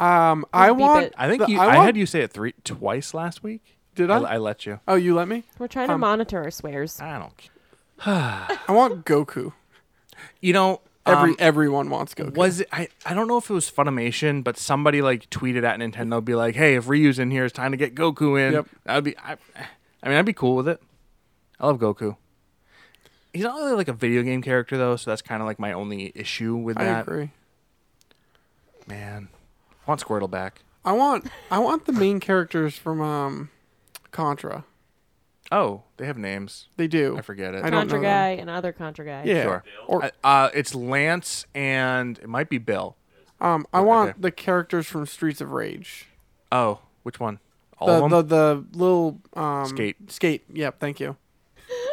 S3: um, I
S4: Beep
S3: want.
S4: it.
S2: I think
S3: the-
S2: you,
S3: I
S2: I,
S3: want-
S2: had you say it three twice last week.
S3: Did I?
S2: I let you.
S3: Oh, you let me.
S4: We're trying to
S3: Um,
S4: monitor our swears.
S2: I don't. c-
S3: I want Goku.
S2: You know.
S3: Every
S2: um,
S3: everyone wants Goku.
S2: Was it? I, I don't know if it was Funimation, but somebody like tweeted at Nintendo, be like, "Hey, if Ryu's in here, it's time to get Goku in."
S3: Yep.
S2: I'd be. I, I mean, I'd be cool with it. I love Goku. He's not really like a video game character though, so that's kind of like my only issue with
S3: I
S2: that.
S3: agree.
S2: Man, I want Squirtle back.
S3: I want I want the main characters from um, Contra.
S2: Oh, they have names.
S3: They do.
S2: I forget it.
S3: I don't
S4: Contra
S3: know
S4: guy and other Contra guy.
S3: Yeah.
S2: Sure.
S3: Or
S2: I- Uh, it's Lance and it might be Bill.
S3: um, I want
S2: okay.
S3: the characters from Streets of Rage.
S2: Oh, which one? All
S3: The
S2: of them.
S3: the, the little um,
S2: Skate.
S3: Skate. Yep. Thank you.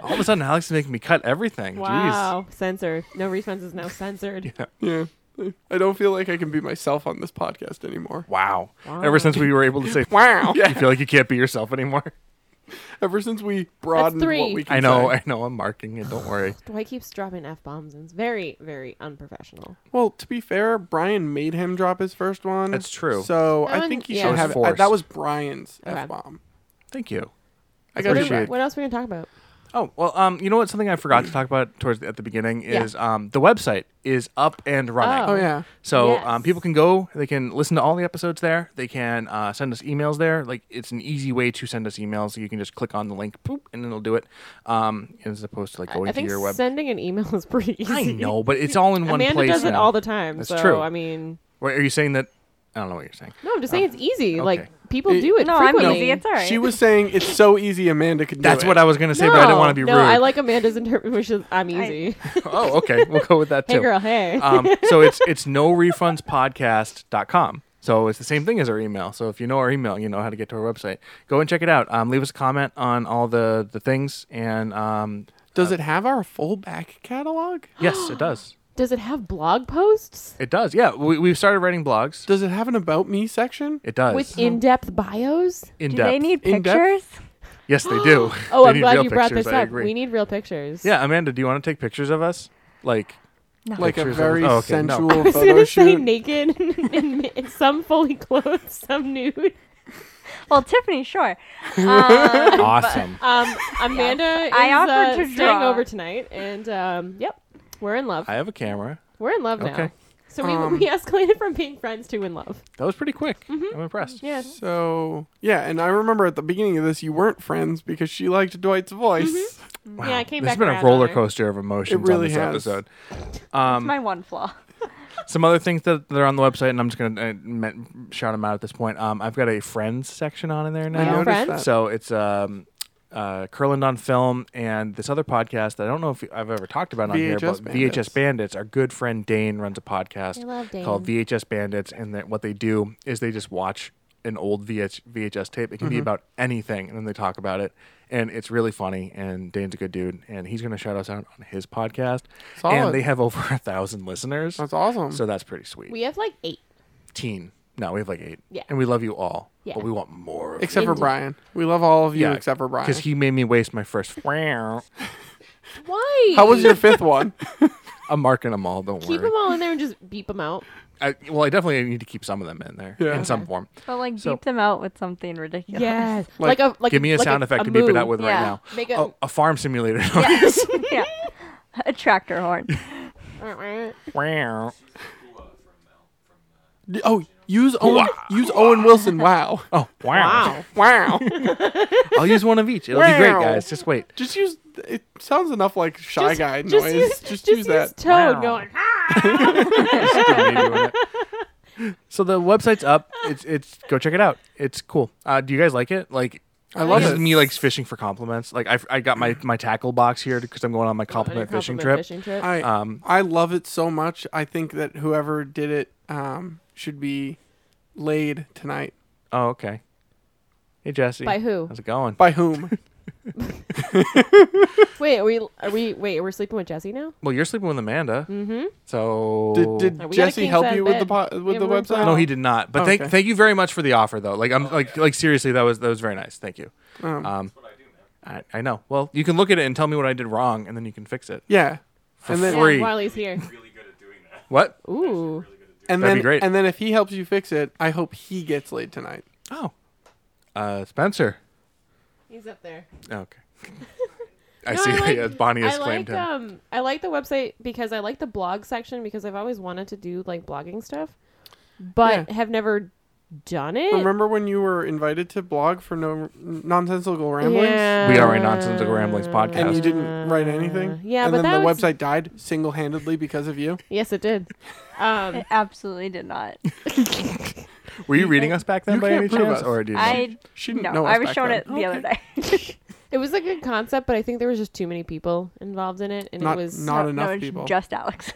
S2: All of a sudden, Alex is making me cut everything.
S4: Wow. Censored. No
S2: (laughs)
S4: refunds is now censored.
S3: Yeah. I don't feel like I can be myself on this podcast anymore.
S2: Jeez. Wow.
S4: Wow.
S2: Ever since we were able to say,
S3: (laughs) Wow.
S2: you feel like you can't be yourself
S4: (laughs)
S2: anymore.
S3: Ever since we broadened what
S4: three.
S3: we can
S2: I know,
S3: say.
S2: I know. I'm marking it. Don't worry.
S4: Dwight keeps dropping f bombs and it's very, very unprofessional.
S3: Well, to be fair, Brian made him drop his first one.
S2: That's true.
S3: So
S4: That
S3: I
S4: one-
S3: think he
S2: That
S4: yeah.
S3: should
S2: was
S3: have. I,
S2: forced.
S3: that was Brian's
S4: Okay.
S3: f bomb.
S2: Thank you.
S3: I
S4: What,
S3: got
S2: Appreciate
S3: you.
S2: it.
S4: what else are we gonna talk about?
S2: Oh well, um, you know what? Something I forgot to talk about towards the, at the beginning
S4: Yeah.
S2: is um, the website is up and running.
S3: Oh yeah.
S2: So
S4: Yes.
S2: um, people can go, they can listen to all the episodes there. They can uh, send us emails there. Like it's an easy way to send us emails. You can just click on the link, poop, and it'll do it. Um, as opposed to like going
S4: I
S2: to
S4: think
S2: your web.
S4: sending an email (laughs) is pretty easy. (laughs)
S2: I know, but it's all in one
S4: Amanda
S2: place
S4: does it
S2: now.
S4: all the time.
S2: That's
S4: so
S2: true.
S4: I mean,
S2: Wait, are you saying that? I don't know what you're saying.
S4: No, I'm just saying it's easy.
S2: Okay.
S4: Like people
S3: It-
S4: do it.
S1: No, I'm
S4: frequently.
S1: easy. It's all right.
S3: She was saying it's so easy Amanda could do
S2: That's
S3: it.
S2: what I was gonna say, but I didn't want to be
S4: no,
S2: rude.
S4: I like Amanda's interpretation.
S2: (laughs)
S4: I'm easy.
S2: oh, okay. We'll go with that
S4: hey,
S2: too.
S4: girl. Hey.
S2: um, so it's it's no refunds podcast.com. So it's the same thing as our email. So if you know our email, you know how to get to our website. Go and check it out. Um, leave us a comment on all the the things, and um,
S3: Does it have our full back catalog?
S2: yes, it
S4: (gasps)
S2: does.
S4: (laughs) Does it have blog posts
S2: It does. Yeah, we we started writing blogs.
S3: Does it have an about me section?
S2: It does.
S4: with in-depth bios?
S2: in
S1: do
S2: depth.
S1: they need
S3: In depth?
S1: pictures?
S2: yes, they do.
S4: (gasps)
S2: (laughs)
S4: Oh,
S2: They
S4: I'm
S2: need
S4: glad
S2: real
S4: you brought
S2: pictures,
S4: this
S2: I
S4: up.
S2: agree.
S4: We need real pictures. (laughs)
S2: yeah, Amanda, do you want to take pictures of us? Like,
S3: Like a
S2: Pictures of-
S3: very
S2: oh, okay, no. (laughs)
S3: sensual
S4: I was
S3: photo
S4: gonna say
S3: shoot.
S4: naked, (laughs) and, and some fully clothed, some nude.
S1: Well, Tiffany, sure. Um,
S2: awesome.
S4: Um, Amanda is
S1: I offered
S4: uh,
S1: to
S4: staying
S1: draw.
S4: over tonight, and um, yep, we're in love.
S2: I have a camera.
S4: We're in love now.
S2: Okay.
S4: So we,
S3: Um,
S4: we escalated from being friends to in love.
S2: That was pretty quick. I'm impressed.
S4: Mm-hmm. Yeah.
S3: So yeah, and I remember at the beginning of this, you weren't friends because she liked Dwight's voice.
S2: Wow.
S4: Yeah, I came
S2: This
S4: back
S2: has been a
S4: around on
S2: roller
S4: her.
S2: coaster of emotions on
S3: really
S2: this
S3: has.
S2: episode. Um,
S1: That's my one flaw.
S2: some other things that, that are on the website, and I'm just gonna uh, me- shout them out at this point. Um, I've got a friends section on in there
S4: I
S2: now.
S4: noticed Friends?
S3: that.
S2: So it's um, uh, Curland on Film and this other podcast. That I don't know if I've ever talked about on here,
S3: VHS
S2: but VHS Bandits. Our good friend Dane runs a podcast
S4: I love Dane.
S2: called VHS Bandits, and that what they do is they just watch an old VH, VHS tape. It can be
S3: Mm-hmm.
S2: about anything, and then they talk about it. And it's really funny, and Dane's a good dude, and he's going to shout us out on his podcast.
S3: Solid.
S2: And they have over a thousand listeners.
S3: That's awesome.
S2: So that's pretty sweet.
S4: We have like eight.
S2: Teen. No, we have like eight.
S4: Yeah.
S2: And we love you all.
S4: Yeah.
S2: But we want more of
S3: except
S2: you.
S3: for Brian, we love all of you
S2: Yeah,
S3: except for Brian.
S2: Because he made me waste my first. (laughs) I'm
S4: Why?
S3: How was your (laughs) fifth one?
S2: marking them all. Don't
S4: Keep
S2: worry.
S4: them all in there and just beep them out.
S2: I, well, I definitely need to keep some of them in there
S3: Yeah.
S2: in some form.
S1: But like,
S2: So-
S1: beep them out with something ridiculous.
S4: Yes.
S3: Like-
S4: Like, a like
S2: Give me a
S4: like
S2: sound effect to beep it
S4: moo.
S2: out with right
S1: Yeah.
S2: now.
S4: Make
S2: Oh,
S4: (laughs) a
S2: a farm simulator. (laughs)
S1: Yes. (laughs) yeah. A tractor horn.
S2: oh,
S6: Hua from Mel from uh,
S3: D- Oh, use Owen, use Owen Wilson. Wow,
S2: Oh, wow.
S4: (laughs) wow.
S3: wow.
S2: I'll use one of each. It'll be great,
S3: Wow.
S2: guys. Just wait.
S3: (laughs) just use. It sounds enough like shy guy noise.
S4: Just use,
S3: just use that.
S4: Toad
S2: Wow.
S4: going. "Ah." (laughs)
S2: Still me doing it. So the website's up. It's it's go check it out. It's cool. Uh, do you guys like it? Like
S3: I love
S2: this
S3: it.
S2: is me like fishing for compliments. Like I, I got my, my tackle box here because I'm going on my compliment,
S4: On Oh, your
S2: fishing
S4: compliment
S2: trip.
S4: Fishing trip.
S3: I
S2: Um,
S3: I love it so much. I think that whoever did it um, should be laid tonight.
S2: Oh, okay. Hey Jesse.
S4: By who?
S2: How's it going?
S3: By
S2: (laughs)
S3: whom?
S4: Wait, are we? Are we? Wait, we're sleeping with Jesse now?
S2: Well, you're sleeping with Amanda. Mm-hmm. So
S3: Did,
S4: We
S3: did
S4: got a
S3: Jesse
S4: king
S3: help
S4: size
S3: you with the
S4: bed.
S3: po- with
S4: Yeah,
S3: the
S4: we're
S3: website?
S4: fine.
S2: Oh. no, he did not. But thank
S3: Okay. Oh,
S2: thank you very much for the offer though. Like I'm like like seriously, that was that was very nice. Thank you.
S3: Um,
S2: Um,
S6: what I do, man.
S2: I, I know. Well, you can look at it and tell me what I did wrong, and then you can fix it.
S3: yeah,
S2: For
S3: And then-
S4: Yeah,
S2: free.
S4: Wiley's here.
S6: Really good at doing that.
S2: What?
S4: Ooh.
S3: and
S2: That'd
S3: then
S2: be great.
S3: and then if he helps you fix it, I hope he gets laid tonight.
S2: Oh, uh, Spencer.
S4: He's up there.
S2: Oh, Okay. (laughs) I
S4: No,
S2: see.
S4: I like-
S2: yeah, Bonnie has
S4: I
S2: claimed
S4: like
S2: him.
S4: um I like the website because I like the blog section because I've always wanted to do like blogging stuff, but have never done it.
S3: Remember when you were invited to blog for no nonsensical ramblings?
S4: Yeah.
S2: We are a nonsensical ramblings podcast.
S3: And you didn't write anything.
S4: Mm. Yeah,
S3: and
S4: but
S3: then
S4: that
S3: the
S4: was-
S3: website died single-handedly because of you.
S4: Yes, it
S3: (laughs)
S4: did. Um,
S1: It absolutely did not.
S2: Were you reading us back then
S3: You
S2: by
S3: can't
S2: any
S3: prove
S2: chance,
S3: us.
S2: or did you? (laughs)
S1: I
S3: She didn't
S1: no,
S3: know.
S1: I
S3: us
S1: was
S3: back
S1: shown
S3: then.
S1: it the other day.
S4: it was a good concept, but I think there was just too many people involved in it, and
S3: Not
S4: it was.
S1: (laughs)
S3: not
S1: no,
S3: enough
S1: it's
S3: people.
S1: Just Alex.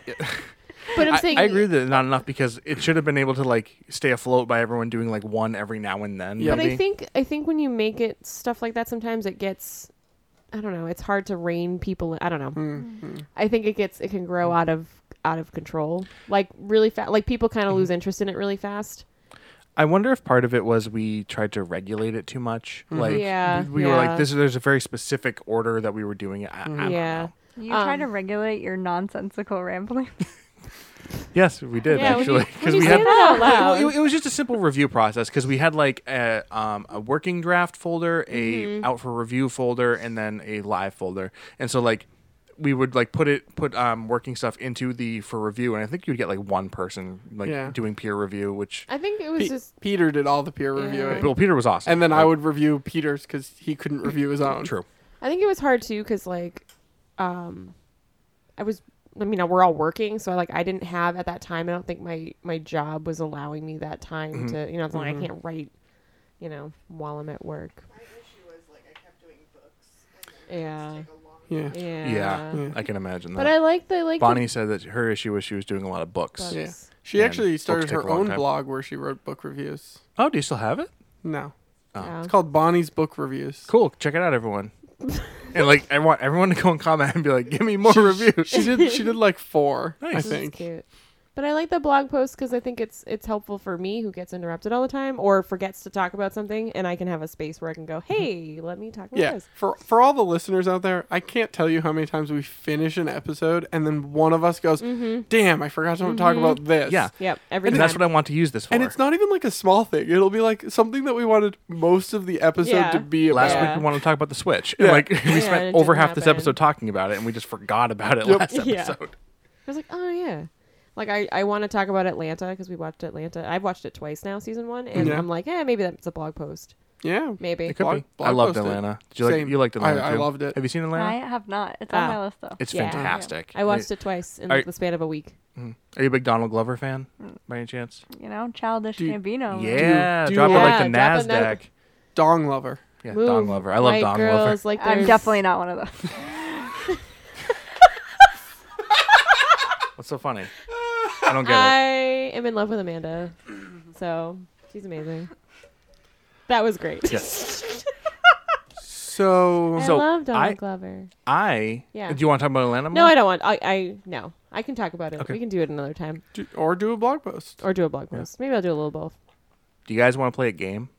S4: but I'm
S2: I,
S4: saying
S2: I agree that not enough because it should have been able to like stay afloat by everyone doing like one every now and then.
S3: Yeah.
S4: But
S2: maybe.
S4: I think I think when you make it stuff like that, sometimes it gets, I don't know, it's hard to rein people. In. I don't know.
S3: Hmm.
S4: I think Mm, it gets it can grow
S2: Mm.
S4: out of out of control, like really fast. Like people kind
S2: Mm-hmm.
S4: of lose interest in it really fast.
S2: I wonder if part of it was we tried to regulate it too much. Like
S4: Yeah,
S2: we were like
S4: yeah.
S2: this. There's a very specific order that we were doing it. I, I don't
S4: yeah.
S2: know.
S1: You try
S4: Um,
S1: to regulate your nonsensical
S2: (laughs)
S1: rambling.
S2: Yes, we did
S4: yeah, when you-
S2: actually
S4: when
S2: because
S4: you
S2: we
S4: say
S2: had
S4: that
S2: (laughs)
S4: out
S2: Well,
S4: loud,
S2: it, it was just a simple review process because we had like a, um, a working draft folder, a
S4: Mm-hmm.
S2: out for review folder, and then a live folder. And so like we would like put it put um, working stuff into the for review, and I think you'd get like one person like
S3: Yeah.
S2: doing peer review, which
S4: I think it
S3: Pe-
S4: was just
S3: Peter did all the peer reviewing.
S2: well Peter was awesome.
S3: And then I
S2: Like,
S3: would review Peter's because he
S2: (coughs)
S3: couldn't review his own.
S2: true.
S4: I think it was hard too because like, um, I was I mean, we're all working, so like I didn't have at that time. I don't think my my job was allowing me that time
S2: Mm-hmm.
S4: to, you know, it's like I can't write, you know, while I'm at work.
S5: My issue was like I kept doing books. And then
S4: Yeah.
S5: Take a long
S3: Yeah.
S4: Yeah.
S2: Yeah, I can imagine
S4: But
S2: that.
S4: I like the like the
S2: Bonnie said that her issue was she was doing a lot of books.
S4: books.
S3: Yeah. She
S2: Man,
S3: actually
S2: books
S3: started
S2: take a
S3: her
S2: long
S3: own
S2: time.
S3: blog where she wrote book reviews.
S2: Oh, do you still
S4: (laughs)
S2: have it?
S3: No.
S2: Oh.
S4: Yeah.
S3: It's called Bonnie's Book Reviews. (laughs)
S2: Cool. Check it out, everyone. and like, I want everyone to go and comment and be like, "Give me more reviews."
S3: She did she did like 4, I
S2: Nice.
S4: This is
S3: think.
S4: cute. But I like the blog post because I think it's it's helpful for me who gets interrupted all the time or forgets to talk about something, and I can have a space where I can go,
S2: Mm-hmm.
S4: "Hey, let me talk about
S3: Yeah.
S4: this."
S3: For for all the listeners out there, I can't tell you how many times we finish an episode and then one of us goes,
S4: Mm-hmm.
S3: "Damn, I forgot to talk about this."
S2: Yeah.
S4: Yep. Every
S2: And
S4: time.
S2: that's what I want to use this for.
S3: And it's not even like a small thing. It'll be like something that we wanted most of the episode
S4: Yeah.
S3: to be about.
S2: last
S4: Yeah.
S2: week we wanted to talk about the Switch.
S3: Yeah.
S2: And like (laughs) we
S4: and it
S2: spent over
S4: didn't
S2: half this
S4: happen.
S2: episode talking about it and we just forgot about it
S3: Yep.
S2: last
S4: (laughs) Yeah.
S2: episode.
S4: I was like, "Oh yeah." Like I, I want to talk about Atlanta because we watched Atlanta. I've watched it twice now, season one, and
S3: Yeah.
S4: I'm like, yeah, maybe that's a blog post.
S3: Yeah.
S4: Maybe.
S2: It could
S3: Blog-
S2: be.
S3: blog
S2: I loved
S3: posted.
S2: Atlanta. Did you like
S3: Same.
S2: you liked Atlanta
S3: I- I
S2: too?
S3: loved it.
S2: Have you seen
S1: I
S2: Atlanta?
S1: have not. It's
S4: Ah.
S1: on my list though.
S2: It's
S4: Yeah.
S2: fantastic.
S4: I watched it twice in
S2: Are-
S4: like the span of a week.
S2: Are you a big Donald Glover fan by any chance?
S1: You know, childish
S3: Do-
S1: Gambino.
S2: yeah,
S3: do you
S2: drop it like
S4: like-
S2: the
S4: Oh, Yeah, drop a
S2: Nasdaq.
S4: note.
S3: Dong Lover.
S2: Yeah,
S4: Move,
S2: Don Glover. I love
S4: white
S2: Don Glover.
S4: girls, Like
S1: I'm
S4: there's-
S1: definitely not one of
S2: (laughs)
S1: those.
S2: What's so funny? I don't get
S4: I
S2: it.
S4: am in love with Amanda, so she's amazing. That was great.
S2: Yes.
S3: So
S4: I
S2: So,
S4: love Donald
S2: I-
S4: Glover.
S2: I.
S4: Yeah.
S2: Do you want to talk about Atlanta?
S4: No,
S2: more?
S4: I don't want. I, I no. I can talk about it.
S2: Okay.
S4: We can do it another time,
S3: do, or do a blog post.
S4: or do a blog post. Maybe I'll do a little both.
S2: Do you guys want to play a game?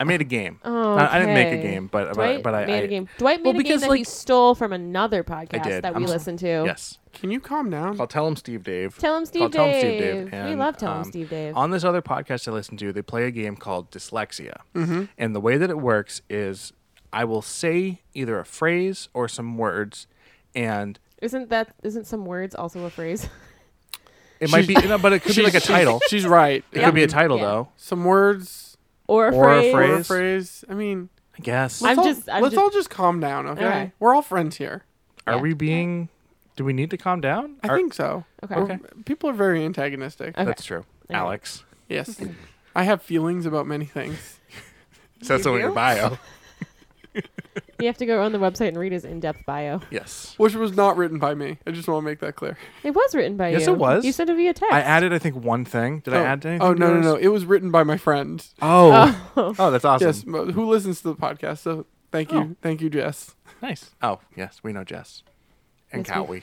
S2: I made a game.
S4: Oh,
S2: I, I didn't make a
S4: okay.
S2: game, but
S4: Dwight
S2: but, but I
S4: made
S2: I-
S4: a game. Dwight made
S2: Well,
S4: a game
S2: because,
S4: that he
S2: like-
S4: stole from another podcast
S2: did.
S4: that
S2: I'm
S4: we
S2: so-
S4: listened to.
S2: Yes.
S3: Can you calm down?
S2: I'll tell him Steve Dave.
S4: Tell him Steve
S2: Called Tell 'em Steve Dave,
S4: Dave. we
S2: and,
S4: love Tell him
S2: um,
S4: Steve Dave.
S2: On this other podcast I listen to, they play a game called Dyslexia.
S3: Mm-hmm.
S2: And the way that it works is I will say either a phrase or some words, and
S4: Isn't that isn't some words also a phrase? (laughs)
S2: it might be, no, but it could be like a title.
S3: She's right.
S2: It could be a title,
S4: Yeah.
S2: though.
S3: Some words
S4: or a
S2: Or a
S4: phrase?
S3: or a
S2: phrase.
S3: phrase. I mean,
S2: I guess.
S4: I'm
S3: let's all-
S4: just- I'm
S3: let's
S4: just-
S3: all just calm down, okay?
S4: Okay.
S3: We're all friends here.
S2: Are
S4: Yeah.
S2: we being. Do we need to calm down?
S3: I
S2: Are-
S3: think so.
S4: Okay.
S3: We're- People are very antagonistic.
S4: Okay.
S2: That's true.
S4: Yeah.
S2: Alex.
S3: Yes. I have feelings about many things.
S2: Says so in your
S4: (laughs)
S2: bio.
S4: You have to go on the website and read his in-depth bio.
S2: yes.
S3: Which was not written by me. I just want to make that clear.
S4: It was written by you.
S2: Yes, it was.
S4: You sent it via text.
S2: I added, I think, one thing. Did I
S3: oh,
S2: add anything?
S3: Oh
S2: to
S3: no, no,
S2: yours?
S3: no. It was written by my friend.
S4: (laughs)
S2: Oh. oh. that's awesome.
S3: Yes, mo- who listens to the podcast? So thank you,
S2: Oh.
S3: thank you, Jess.
S2: Nice. Oh, yes. We know Jess. And
S4: Yes, we-
S2: Cowie.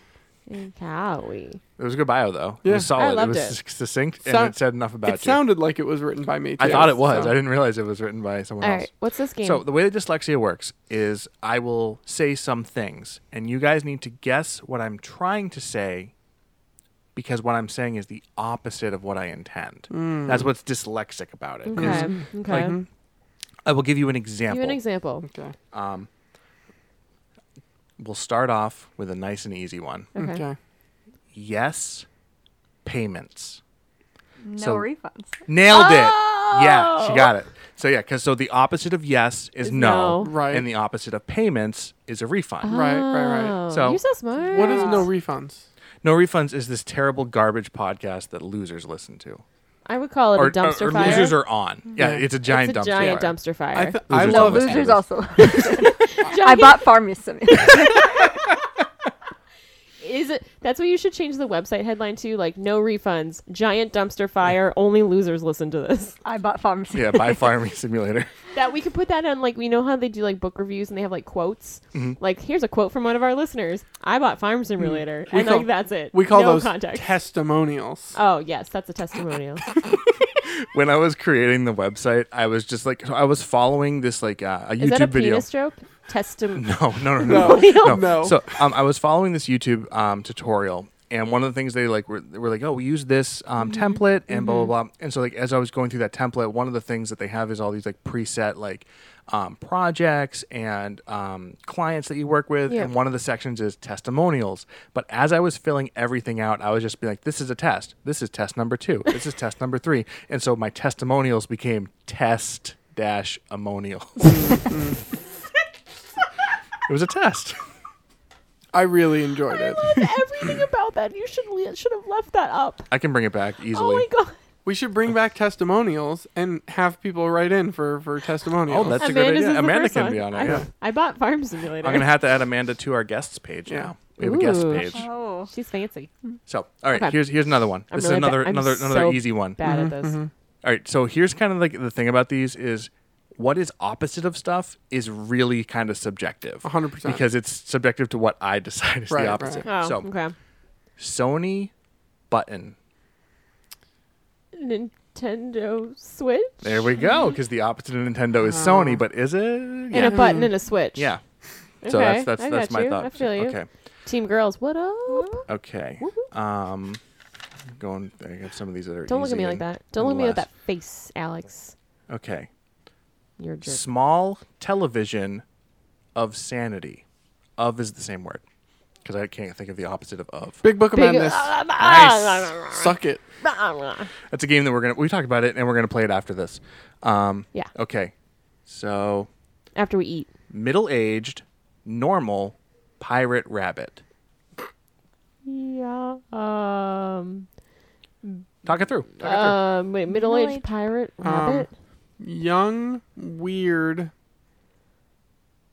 S4: And Cowie.
S2: It was a good bio though. It
S3: Yeah.
S2: was solid.
S4: I loved
S2: it
S4: it.
S2: was (laughs) succinct
S3: Sound-
S2: and it said enough about
S3: it
S2: you.
S3: sounded like it was written by me. Too,
S2: I thought it was.
S3: so-
S2: I didn't realize it was written by someone
S4: All
S2: else.
S4: right. What's this game?
S2: So the way that dyslexia works is I will say some things and you guys need to guess what I'm trying to say because what I'm saying is the opposite of what I intend. That's what's dyslexic about it.
S4: Hmm. okay.
S2: is
S4: Okay.
S2: Mm-hmm. like, I will give you an
S4: Give
S2: example.
S4: an example.
S3: Okay.
S2: we'll start off with a nice and easy one.
S4: Okay.
S3: Okay.
S2: Yes, payments.
S1: No
S2: So-
S1: refunds.
S2: Nailed it. Yeah, she got it. So yeah, because so the opposite of yes is
S4: Oh. Is
S2: no,
S4: no. Uh-huh.
S3: Right.
S2: and the opposite of payments is a refund.
S3: Right, right, right.
S4: Oh,
S2: So-
S4: you're so smart.
S3: What is no refunds?
S2: No refunds is this terrible garbage podcast that losers listen to,
S4: I would call it a dumpster
S2: or, or
S4: fire.
S2: losers are on. Yeah,
S3: Yeah.
S2: it's a
S4: it's
S2: giant
S4: a
S2: dumpster.
S4: giant
S2: fire.
S4: dumpster fire.
S3: I, th- I
S2: Losers don't
S3: love
S2: listen.
S3: it.
S1: Losers
S2: was-
S1: also. (laughs) I
S4: Giant-
S1: bought Farm
S2: (laughs)
S1: Yosemite.
S4: Is it? That's what you should change the website headline to. Like no refunds. Giant dumpster fire. Only losers listen to
S1: (laughs)
S4: this.
S1: I bought Farm Yosemite.
S4: (laughs)
S2: Yeah, by Farming Simulator.
S4: That we could put that on. Like we know how they do like book reviews and they have like quotes.
S2: Mm-hmm.
S4: Like here's a quote from one of our listeners. I bought Farm Simulator,
S3: We
S4: and
S3: call-
S4: like that's it.
S3: We call
S4: no
S3: those
S4: context.
S3: testimonials.
S4: oh yes, that's
S2: (laughs)
S4: a testimonial.
S2: when I was creating the website, I was just like, so I was following this like uh, a YouTube
S4: Is that a
S2: video.
S4: penis joke?
S2: (laughs)
S4: Testim.
S2: No, no,
S3: No.
S2: no, no,
S4: (laughs) No.
S3: No.
S2: So um, I was following this YouTube um, tutorial, and one of the things they like were, they were like, oh, we use this um, template and blah blah blah. And so like as I was going through that template, one of the things that they have is all these like preset like um, projects and um, clients that you work with,
S4: Yeah.
S2: and one of the sections is testimonials. But as I was filling everything out, I was just being like, this is a test. This is test number two. This is test number three. And so my testimonials became test dash (laughs) ammonials. It was a test.
S3: I really enjoyed
S4: I
S3: it.
S4: love everything about that. You should le- should have left that up.
S2: I can bring it back
S4: Oh my
S2: easily.
S4: god.
S3: We should bring back testimonials and have people write in for for testimonials.
S2: Oh, that's a great
S4: Amanda's is
S2: idea.
S4: the
S2: Amanda
S4: first
S2: can
S4: one.
S2: be on it.
S4: I,
S2: Yeah.
S4: I bought Farm Simulator.
S2: I'm gonna have to add Amanda to our guests page.
S3: Yeah.
S2: now. we have a guest
S4: Ooh.
S2: page.
S1: Oh.
S4: She's fancy.
S2: So, all right,
S4: Okay.
S2: here's here's another one.
S4: I'm
S2: this
S4: really
S2: is another
S4: ba- I'm
S2: another another
S4: so
S2: easy one.
S4: Bad at this.
S2: All right, so here's kind of like the thing about these is what is opposite of stuff is really kind of subjective.
S3: 100%.
S2: Because it's subjective to what I decide is
S3: Right,
S2: the
S3: right.
S2: opposite.
S4: Oh,
S2: so,
S4: okay.
S2: Sony button.
S4: Nintendo Switch.
S2: There we go. Because the opposite of Nintendo is Sony, but is it?
S4: And
S2: Yeah.
S4: Oh. a button and a Switch.
S2: yeah.
S4: Okay,
S2: So that's that's
S4: I
S2: that's
S4: got
S2: my
S4: you.
S2: thought.
S4: I feel you.
S2: Okay.
S4: Team Girls, what up?
S2: Okay. Um, going. I got some of these that are.
S4: Don't look at
S2: easy
S4: me like
S2: and-
S4: that.
S2: and
S4: Don't look at me with
S2: last.
S4: that face, Alex.
S2: Okay.
S4: You're a jerk.
S2: Small television of sanity. Of is the same word. Because I can't think of the opposite of of.
S3: Big Book of
S4: Big- Ah.
S3: Madness.
S2: Nice.
S3: Suck it.
S2: That's a game that we're gonna we talked about it and we're gonna play it after this. Um,
S4: Yeah.
S2: Okay. So
S4: After we eat.
S2: middle aged, normal, pirate rabbit.
S4: Yeah. Um.
S2: Talk it through. Talk it through.
S4: Um. Wait. Middle-aged
S1: Middle-aged-
S4: pirate
S2: Um,
S4: rabbit.
S3: Young, weird.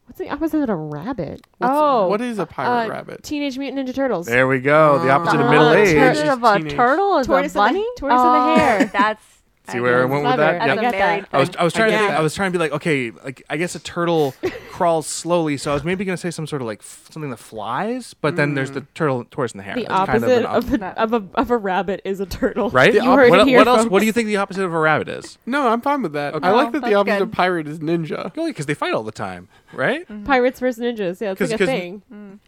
S4: What's the opposite of a rabbit?
S3: What's,
S1: Oh,
S3: What is a pirate
S4: Uh,
S3: rabbit?
S4: Teenage Mutant Ninja Turtles.
S2: There we go. The opposite of
S3: Uh,
S2: middle
S3: turtle-
S1: Tortoise
S2: aged.
S3: Just
S1: of a
S3: teenage.
S1: turtle is
S4: Tortoise
S1: a
S4: of the-
S1: bunny.
S4: tortoise of the
S1: Oh,
S4: hare.
S1: That's
S2: (laughs) See where I went with
S4: Clever.
S2: that?
S4: I
S1: That's
S2: Yep.
S1: a
S4: get
S1: married
S4: that.
S2: I was, I was trying to
S3: get
S2: think,
S3: it.
S2: I was trying to be like, okay, like I guess a turtle
S4: (laughs)
S2: crawls slowly, so I was maybe gonna say some sort of like f- something that flies, but then there's the turtle, tortoise, and the hare.
S4: Mm. The
S2: That's kind
S4: opposite
S2: of
S4: of,
S2: an op-
S4: a, of a of a rabbit is a turtle.
S2: (laughs) right?
S4: You
S2: The
S4: heard
S2: what
S4: it here,
S2: what else? What
S4: folks.
S2: do you think the opposite of a rabbit is?
S3: No, I'm fine with that. I
S1: No,
S4: Oh,
S3: like that the
S1: that's
S3: opposite of
S1: good.
S3: pirate is ninja. (laughs)
S2: Only because they fight all the time, right?
S4: Pirates versus ninjas. Yeah, it's
S2: 'Cause-
S4: like a
S2: 'cause-
S4: thing.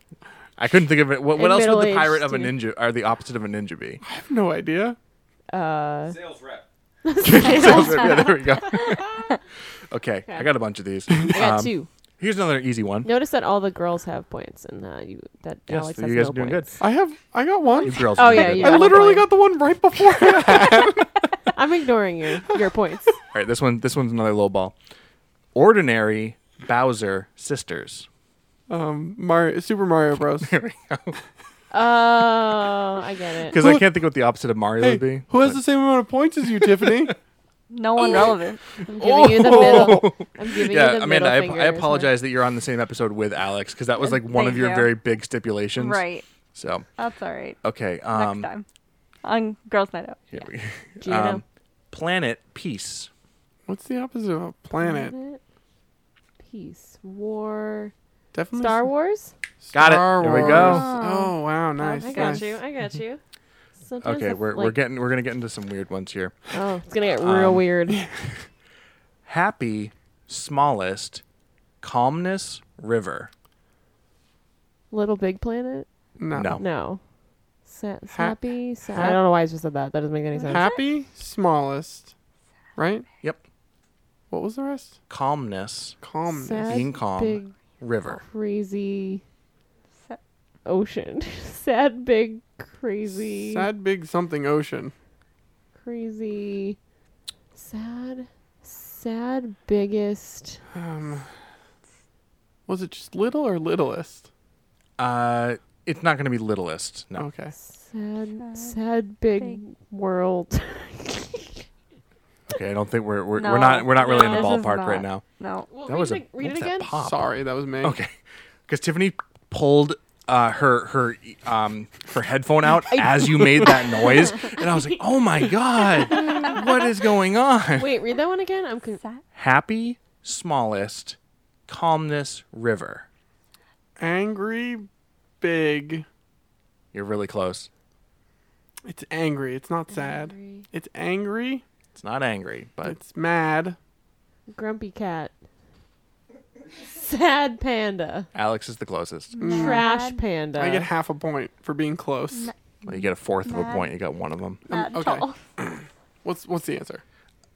S2: I couldn't think of it. What, what
S4: And
S2: else would the
S4: middle-aged,
S2: pirate of a
S4: yeah.
S2: ninja or the opposite of a ninja
S4: (laughs)
S2: be?
S3: I have no idea.
S4: Uh,
S6: Sales rep.
S2: (laughs) yeah, there we go. (laughs) okay, I got a bunch of these.
S4: (laughs) I got
S2: Um,
S4: two.
S2: Here's another easy one.
S4: Notice that all the girls have points, and uh, you that
S2: Yes,
S4: Alex
S2: you
S4: has
S2: guys
S4: no
S2: are doing
S4: points.
S3: I have. I got one.
S2: You girls.
S4: Oh,
S2: did
S4: yeah,
S2: good.
S4: you
S3: I
S4: got
S3: literally
S4: one.
S3: got the one right before. (laughs)
S4: I'm ignoring your
S2: (laughs)
S4: your points.
S2: All right, this one. This one's another low ball. Ordinary Bowser sisters. (laughs)
S3: um, Mario, Super Mario Bros.
S4: Oh, Uh, I get it.
S2: Because I can't think what the opposite of Mario would
S3: hey,
S2: be.
S3: who has the same amount of points as you,
S2: (laughs)
S3: Tiffany?
S1: no one relevant.
S4: I'm giving you
S3: (laughs)
S4: the middle. I'm giving
S2: Oh. Yeah,
S4: you the
S2: Amanda,
S4: middle
S2: I,
S4: finger.
S2: I apologize that you're on the same episode with Alex because that was like one of
S1: Thank
S2: your
S1: you.
S2: very big stipulations.
S1: Right.
S2: So
S1: That's all right.
S2: okay.
S1: Next
S2: Um,
S1: time. On Girls Night Out.
S2: here we- (laughs)
S4: Gino.
S2: um, Planet Peace.
S3: What's the opposite of a planet?
S4: Mm-hmm. Peace, war,
S3: Definitely
S4: Star Wars.
S2: Got it.
S3: Star
S2: Here we
S3: Wars.
S2: go.
S3: Oh wow, nice.
S4: I
S3: nice.
S4: got you. I got you. Sometimes
S2: Mm-hmm. Okay,
S4: that's
S2: we're, we're
S4: like-
S2: getting we're gonna get into some weird ones here.
S4: Oh, it's gonna get real
S2: Um,
S4: weird.
S2: (laughs) Happy, smallest, calmness, river.
S4: Little Big Planet.
S3: No.
S2: No.
S4: No. Sa-
S3: Ha-
S4: happy. Sa-
S3: ha-
S4: I don't know why I just said that. That doesn't make
S2: Mm-hmm.
S4: any sense.
S3: Happy smallest, right?
S2: Yep.
S3: What was the rest?
S2: Calmness,
S3: Calmness.
S4: Sad,
S2: being calm,
S4: big,
S2: river.
S4: crazy
S1: Sa-
S4: ocean. (laughs) Sad, big, crazy,
S3: Sad big something ocean.
S4: crazy, sad, sad, biggest.
S3: Um, was it just little or littlest?
S2: Uh, it's not gonna be littlest. No.
S3: Okay.
S4: Sad,
S1: Sad,
S4: sad, big,
S1: big-
S4: world.
S2: Okay, I don't think we're we're,
S1: No.
S2: we're not we're not really in the
S1: No, this is
S2: ballpark right
S1: not.
S2: now.
S3: Um,
S1: No.
S4: (laughs) well,
S2: That was a
S4: read
S2: what
S4: it
S2: was that
S4: again.
S2: pop?
S3: Sorry, that was me.
S2: Okay, because Tiffany pulled uh, her her um her headphone out as you made that noise, and I was like, "Oh my god, what is going on?"
S4: Wait, read that one again. I'm con-
S1: Sa-
S2: Happy, smallest, calmness, river.
S3: Angry, big.
S2: You're really close.
S3: It's angry. It's not sad.
S4: Angry.
S3: It's angry.
S2: It's not angry, but
S3: It's mad.
S4: grumpy cat. Sad panda.
S2: Alex is the closest.
S4: Trash
S1: Mad-
S4: panda.
S3: I get
S2: Uh,
S3: half a point for being close.
S2: Well, you get a fourth of a
S1: Mad-
S2: point. You got one of them.
S1: Mad
S3: okay.
S1: Doll.
S3: What's what's the answer?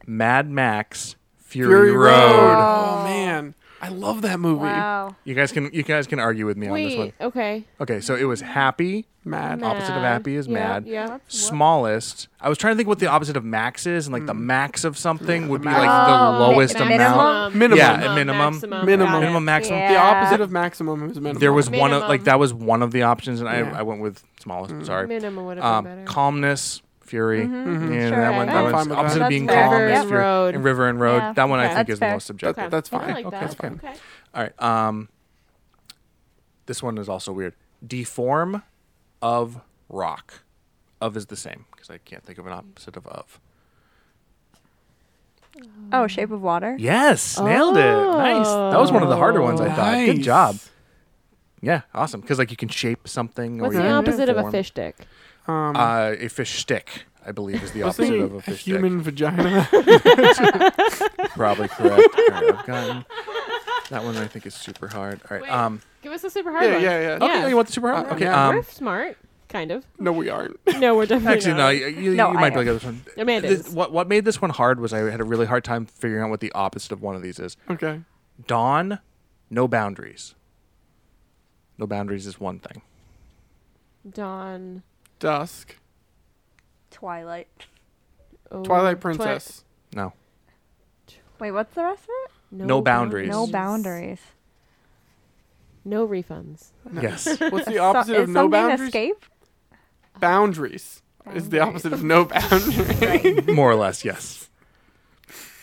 S2: Mad Max, Fury, Road.
S3: Oh man, I love that movie.
S1: Wow.
S2: You guys can you guys can argue with me on this one.
S4: Wait, okay.
S2: Okay, so it was happy,
S3: Mad.
S2: Nah. Opposite of happy is
S4: Yeah,
S2: mad.
S4: Yeah.
S2: smallest. I was trying to think what the opposite of max is, and like the max of something would be
S3: max.
S2: like
S1: Oh,
S2: the
S1: mi-
S2: lowest
S1: maximum.
S2: amount.
S3: Minimum.
S2: Yeah, minimum.
S4: Maximum.
S3: Minimum.
S4: got it.
S2: Minimum, maximum.
S1: Yeah.
S3: The opposite of maximum is minimum.
S2: There was one of like
S4: Minimum.
S2: that was one of the options, and
S3: Yeah.
S2: I I went with smallest. Sorry.
S4: Minimum would have been
S2: um,
S4: better.
S2: calmness, fury.
S3: Mhm.
S2: Yeah,
S1: Sure,
S2: that
S1: I
S2: one.
S1: know.
S2: That
S3: I'm
S2: one's
S3: fine with
S2: opposite
S3: that.
S2: of being
S1: That's
S2: calm.
S1: fair.
S2: is
S1: River
S2: fury-
S4: Road.
S2: And river and road.
S1: Yeah.
S2: That one I
S4: Okay.
S2: think
S1: That's
S2: is the
S1: fair.
S2: most subjective.
S4: Okay.
S3: that's
S4: I
S3: fine.
S4: like
S2: Okay,
S4: that.
S2: that's fine.
S4: Okay.
S2: All right. Um, this one is also weird. Deform of rock. Of is the same because I can't think of an opposite of of.
S1: Oh, Shape of Water.
S2: Yes, nailed it. Nice. That was one of the harder ones I thought. Good
S3: Nice.
S2: job. Yeah, awesome. Because like you can shape something.
S4: What's
S2: or you
S4: the
S2: can
S4: opposite of a
S2: form.
S4: fish dick?
S3: Um,
S2: Uh, a fish stick, I believe, is the
S3: I was
S2: opposite
S3: thinking
S2: of a fish stick.
S3: human vagina. (laughs)
S2: (laughs) Probably correct. All right, I've gotten- that one I think is super hard. All right.
S4: Wait.
S2: Um.
S4: Give us a super hard
S3: Yeah,
S4: one.
S3: yeah, yeah.
S2: Okay.
S4: Yeah.
S2: You want the super hard?
S3: Uh,
S2: okay.
S3: yeah.
S2: Um.
S4: We're smart, kind of.
S3: no, we aren't.
S4: (laughs) No, we're definitely
S2: Actually, no.
S4: not.
S2: You, you,
S1: No,
S2: you
S1: I
S2: might be
S1: am.
S2: like this one.
S4: Amanda
S2: Th-
S4: is.
S2: what What made this one hard was I had a really hard time figuring out what the opposite of one of these is.
S3: Okay.
S2: Dawn, no boundaries. No boundaries is one thing.
S4: Dawn.
S3: Dusk.
S1: Twilight.
S4: Oh,
S3: Twilight
S4: Twi-
S3: Princess.
S2: No.
S1: Wait, what's the rest of
S2: No boundaries.
S1: it?
S2: No
S1: No boundaries.
S4: No refunds.
S2: Yes. (laughs)
S3: What's the
S1: So-
S3: opposite
S1: is
S3: of no
S1: something
S3: boundaries?
S1: Escape.
S3: Boundaries is the opposite of no boundaries. (laughs)
S2: More or less, yes.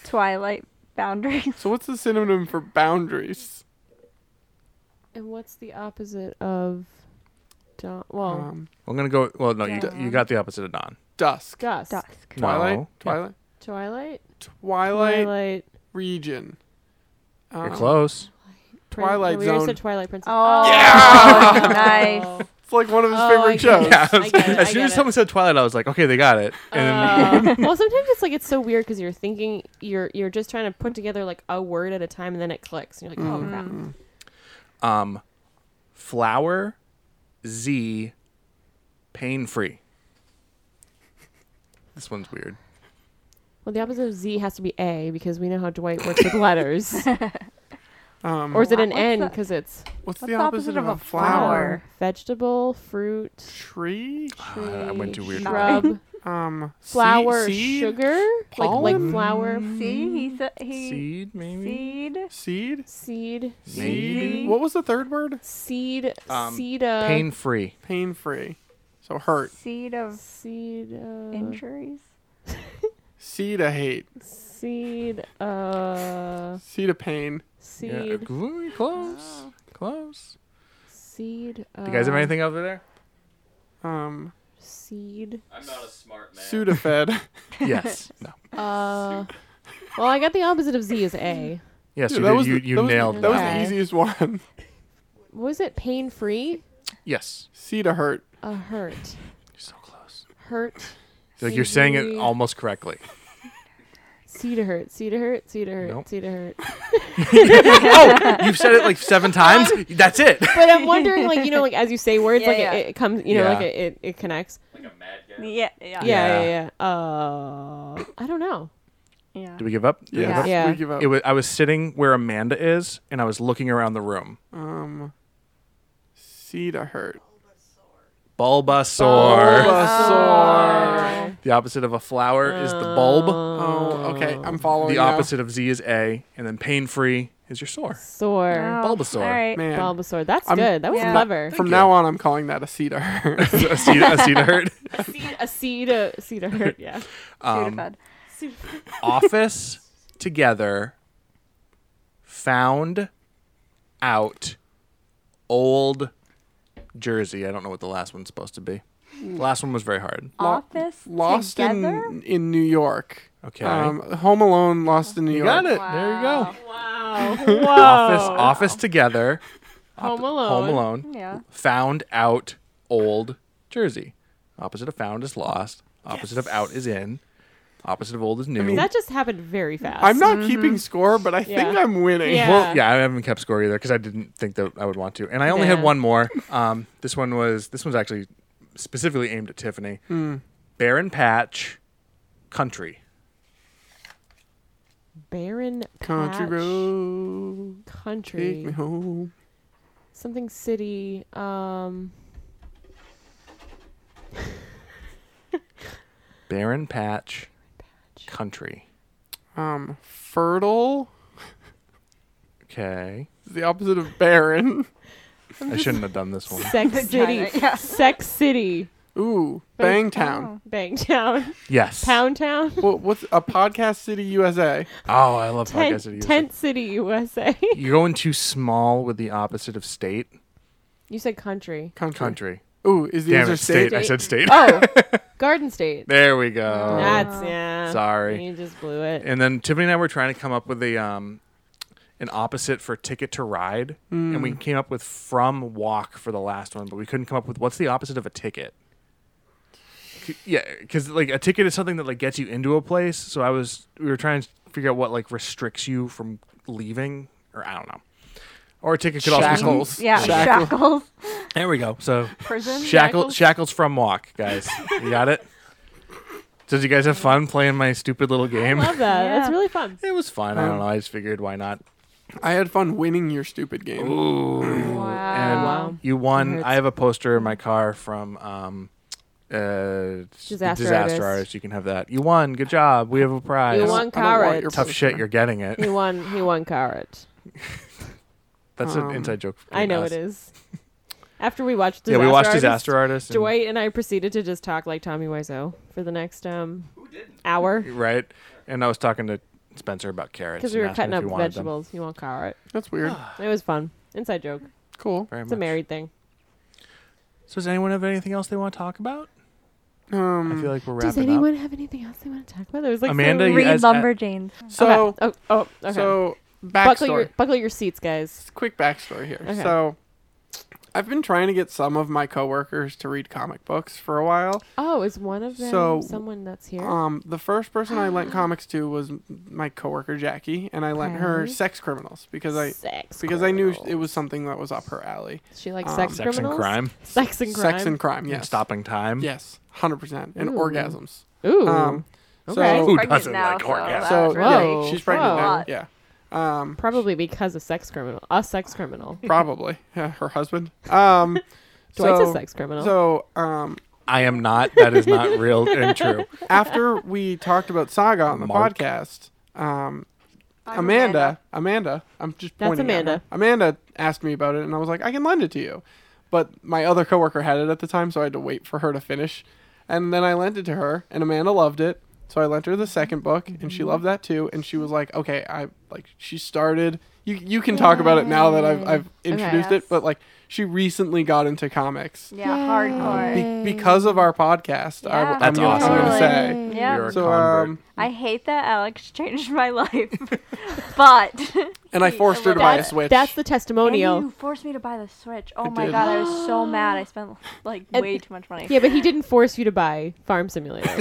S1: Twilight
S3: (laughs)
S1: boundaries.
S3: so what's the synonym for boundaries?
S4: And what's the opposite of dawn? Well,
S3: Um,
S2: I'm gonna go. Well, no, you,
S1: Dawn.
S2: you got the opposite of dawn.
S3: dusk.
S4: dusk.
S1: Dusk.
S3: Twilight.
S2: No.
S3: Twilight.
S4: Twilight.
S3: Twilight.
S4: Twilight.
S3: region. Um,
S4: Oh.
S2: You're close.
S4: Prin-
S3: Twilight
S4: no, We already
S3: Zone.
S4: said Twilight Princess.
S1: Oh,
S3: (laughs) Yeah!
S4: (laughs)
S1: nice.
S3: It's like one of his
S4: Oh, I
S3: favorite
S2: (laughs)
S4: get
S3: shows.
S4: it. Yeah. I get it,
S2: as
S4: I
S2: soon
S4: get
S2: as
S4: it.
S2: someone said Twilight, I was like, okay, they got it. And
S3: (laughs)
S2: then,
S4: Uh, well, sometimes it's like it's so weird because you're thinking you're you're just trying to put together like a word at a time, and then it clicks, and you're like, oh crap.
S3: Mm.
S2: um, flower, Z, pain free. This one's weird.
S4: Well, the opposite of Z has to be A because we know how Dwight works
S3: (laughs)
S4: with letters.
S3: Um,
S4: or is it an
S1: What's
S4: N
S1: the-
S4: because it's
S3: what's, the opposite, of a flower?
S1: flower?
S4: vegetable, fruit,
S3: Tree.
S2: I- (sighs) I went too
S3: (laughs)
S2: weird.
S4: shrub,
S3: Um. se-
S4: flower,
S3: seed?
S4: sugar, like like
S3: Pollen?
S4: flower,
S1: See,
S3: (laughs)
S1: he said he
S2: Seed, maybe.
S1: seed.
S3: Seed.
S4: seed,
S2: Maybe.
S3: Seed. What was the third word?
S4: seed,
S2: Um,
S4: seed, uh,
S2: Pain free.
S3: Pain free. So hurt.
S1: Seed of
S4: seed, uh,
S1: injuries.
S3: Seed of hate.
S4: seed, uh,
S3: Seed of pain.
S2: Yeah,
S4: seed, Oh.
S2: ooh, close. Close.
S4: seed. Uh,
S2: Do you guys have anything over there?
S3: Um.
S1: (laughs)
S4: Seed.
S6: I'm not a smart man.
S3: Sudafed.
S2: (laughs)
S3: (laughs)
S2: Yes. No.
S4: Uh, well, I got the opposite of Z is A.
S2: Yes,
S3: Dude,
S2: you,
S3: that
S2: did.
S3: was
S2: you,
S3: the-
S2: you
S3: that was-
S2: nailed
S3: That was
S2: that.
S4: Okay.
S3: the easiest one. (laughs)
S4: What was it? Pain free.
S2: Yes.
S3: Seed of hurt.
S4: A hurt.
S2: You're so close.
S4: Hurt.
S2: Like you're saying it
S4: CD.
S2: almost correctly.
S4: Cedar hurt, cedar hurt, cedar hurt,
S2: Nope.
S4: cedar hurt.
S2: oh, you've said it like seven times. That's it.
S4: But I'm wondering, like you know, like as you say words,
S1: Yeah,
S4: like
S1: yeah.
S4: It, it comes, you know,
S2: Yeah.
S4: like it, it, it connects.
S6: Like a mad guy.
S1: Yeah, yeah, yeah.
S4: Yeah, yeah, yeah. Uh, I don't know.
S2: Do we give up? Do we give
S1: Yeah.
S2: up?
S4: Yeah.
S3: We give up.
S2: It was, I was sitting where Amanda is, and I was looking around the room.
S3: um. Seed of hurt.
S1: Uh,
S2: Bulbasaur.
S3: Bulbasaur.
S2: The opposite of a flower is the bulb.
S3: Oh, okay. I'm following.
S2: The
S3: now.
S2: opposite of Z is A, and then pain-free is your sore.
S1: Oh,
S2: (laughs)
S4: Sore.
S2: Bulbasaur.
S1: All right.
S3: Man.
S4: Bulbasaur. That's
S3: I'm-
S4: good. That was
S1: Yeah. (laughs)
S4: clever.
S3: From
S2: you.
S3: now on, I'm calling that a seed of
S2: (laughs)
S3: hurt.
S2: a seed, a seed hurt.
S4: A seed, a seed, a cedar hurt. Yeah.
S3: Um,
S1: Sudafed.
S2: Office together. Found out. Old Jersey. I don't know what the last one's supposed to be. The last one was very hard.
S1: Office
S3: (laughs) Lost
S1: together.
S3: in in New York.
S2: Okay.
S3: Um, Home Alone, Lost in New
S2: you
S3: York.
S2: got it. There you go.
S4: (laughs) Wow. Oh.
S2: Office, office together.
S4: Home Alone.
S2: Home Alone.
S1: Yeah.
S2: Found out old Jersey. Opposite of found is lost. Opposite of out is in. Opposite of old is new.
S4: That just happened very fast.
S3: I'm
S1: Mm-hmm.
S3: not keeping score, but I think
S4: Yeah.
S3: I'm winning.
S4: Yeah.
S2: well, yeah, I haven't kept score either because I didn't think that I would want to. And I only
S4: Yeah.
S2: had one more. Um, this one was this one's actually specifically aimed at Tiffany. Barren patch, country.
S4: Barren
S3: (laughs) Country
S4: Patch.
S3: road, take me
S4: Country.
S3: home.
S4: Something City. Um,
S2: Barren Patch Country.
S3: Um, fertile
S2: Okay.
S3: is the opposite of barren. (laughs)
S4: I'm
S2: I
S4: just-
S2: shouldn't have done this
S4: (laughs)
S2: one.
S4: Sex City.
S1: (laughs) Vagina, yeah.
S4: Sex City.
S3: Ooh,
S4: Bang-
S3: Bangtown.
S2: (laughs)
S4: Bangtown.
S2: Yes.
S4: Pound Town.
S3: What, what's a podcast city USA?
S2: Oh, I love
S4: Tent,
S2: podcasts that use
S4: Tent City, USA.
S2: it. You're going too small with the opposite of state.
S4: (laughs) you said country.
S3: Country.
S2: Country.
S3: Ooh, is the
S2: Damn
S3: answer
S2: it, state.
S3: state?
S2: I said state.
S4: Oh, Garden State.
S2: There we go.
S4: That's yeah.
S2: Sorry.
S4: You just blew it.
S2: And then Tiffany and I were trying to come up with a um, an opposite for Ticket to Ride, and we came up with From Walk for the last one, but we couldn't come up with what's the opposite of a ticket. C- Yeah, because like a ticket is something that like gets you into a place. So I was we were trying to figure out what like restricts you from leaving, or I don't know. Or a ticket could also be
S3: Shackles.
S2: some,
S1: Yeah,
S3: Shackle.
S1: shackles,
S2: There we go. So
S1: prison.
S2: shackles
S4: Shackles.
S2: shackles from walk, guys. You got it. Did you guys have fun playing my stupid little game?
S4: Love that.
S1: Yeah.
S4: That's really fun.
S2: It was fun. I
S3: Um,
S2: don't know. I just figured why not.
S3: I had fun winning your stupid game.
S2: Ooh. And
S1: Wow.
S4: uh, Wow.
S2: you won.
S4: Hurts.
S2: I have a poster in my car from um, uh,
S4: Disaster Artist.
S2: You can have that. You won. Good job. We have a prize.
S4: You
S3: don't-
S4: won
S3: I don't want
S4: carrot.
S3: your
S2: Tough shit. You're getting it.
S4: (laughs) He won. He won carrot.
S2: That's
S3: Um,
S2: an inside joke.
S4: I know it is. After we watched
S2: Yeah,
S4: disaster,
S2: we watched
S4: Artist,
S2: Disaster Artist. and-
S4: Dwight and I proceeded to just talk like Tommy Wiseau for the next um
S6: Who didn't?
S4: hour
S2: Right. And I was talking to Spencer about carrots.
S4: because we
S2: and
S4: were
S2: asked him
S4: cutting up
S2: if he wanted them.
S4: vegetables. You want carrot?
S3: That's
S2: (sighs)
S3: weird.
S4: It was fun. Inside joke.
S3: Cool.
S2: Very
S4: It's a
S2: much.
S4: married thing.
S2: So does anyone have anything else they want to talk about? I
S3: Um,
S2: feel like we're
S4: Mm. Does
S2: wrapping
S4: anyone
S2: up.
S4: have anything else they want to talk about? There was like
S2: Amanda,
S4: some-
S2: you-
S1: Read
S2: as- uh,
S1: Lumberjanes.
S3: so
S4: Okay. Oh, oh, okay.
S3: so
S4: buckle your
S3: backstory.
S4: buckle your seats, guys.
S3: Quick backstory here.
S4: Okay.
S3: So I've been trying to get some of my coworkers to read comic books for a while.
S4: Oh, is one of them
S3: So,
S4: someone that's here?
S3: Um, the first person I
S4: (gasps)
S3: lent comics to was my coworker Jackie, and I lent her
S4: Okay.
S3: Sex Criminals because I
S4: sex
S3: because I knew
S4: criminals.
S3: it was something that was up her alley.
S4: she likes
S3: um,
S4: sex,
S2: Sex and
S4: criminals?
S2: crime.
S4: (laughs) Sex and crime.
S3: Sex and crime. Yes.
S2: Stopping time.
S3: Yes, hundred percent, and
S4: Ooh.
S3: orgasms.
S4: Ooh.
S3: Um,
S4: Okay.
S2: Who
S3: So,
S1: Pregnant
S2: doesn't
S1: now,
S2: like
S1: so
S2: orgasms?
S1: that's
S3: so
S1: really-
S3: yeah,
S4: Whoa,
S3: she's pregnant
S1: whoa.
S3: now. Yeah. Um,
S4: (laughs) Probably because of sex criminal. A sex criminal.
S3: probably (laughs) Yeah, her husband. Um,
S4: (laughs) Dwight's
S3: so
S4: a sex criminal.
S3: so um,
S2: I am not. That is not real and true.
S4: (laughs)
S2: (laughs)
S3: after we talked about Saga on the
S2: Mark.
S3: podcast, um,
S1: I'm
S3: Amanda, Amanda, I'm just
S4: That's
S3: pointing
S4: Amanda.
S3: At her. Amanda asked me about it, and I was like, I can lend it to you, but my other coworker had it at the time, so I had to wait for her to finish, and then I lent it to her, and Amanda loved it, so I lent her the second book, and she loved that too, and she was like, okay, I like she started. You you can talk about it now that I've I've
S4: Yay. Okay.
S3: introduced it, but like she recently got into comics. Um,
S1: Yeah,
S4: Yay.
S1: hardcore.
S3: Be- because of our podcast, I,
S1: Yeah.
S3: am
S2: That's
S3: gonna,
S2: awesome.
S3: I'm gonna
S1: Totally.
S3: say.
S1: Yeah.
S2: You're a
S3: So,
S2: convert.
S3: um,
S1: I hate that Alex changed my life, (laughs) but
S3: (laughs) and I
S1: Jeez,
S3: forced her to buy
S1: (laughs)
S3: a
S4: that's,
S3: switch.
S4: that's the
S1: and
S4: testimonial.
S1: you forced me to buy the Switch. Oh
S3: I
S1: my
S3: did.
S1: god, I
S4: (gasps)
S1: was so mad. I spent like
S4: And-
S1: way too much money.
S4: Yeah, but he didn't force you to buy
S3: (laughs)
S4: Farm Simulator.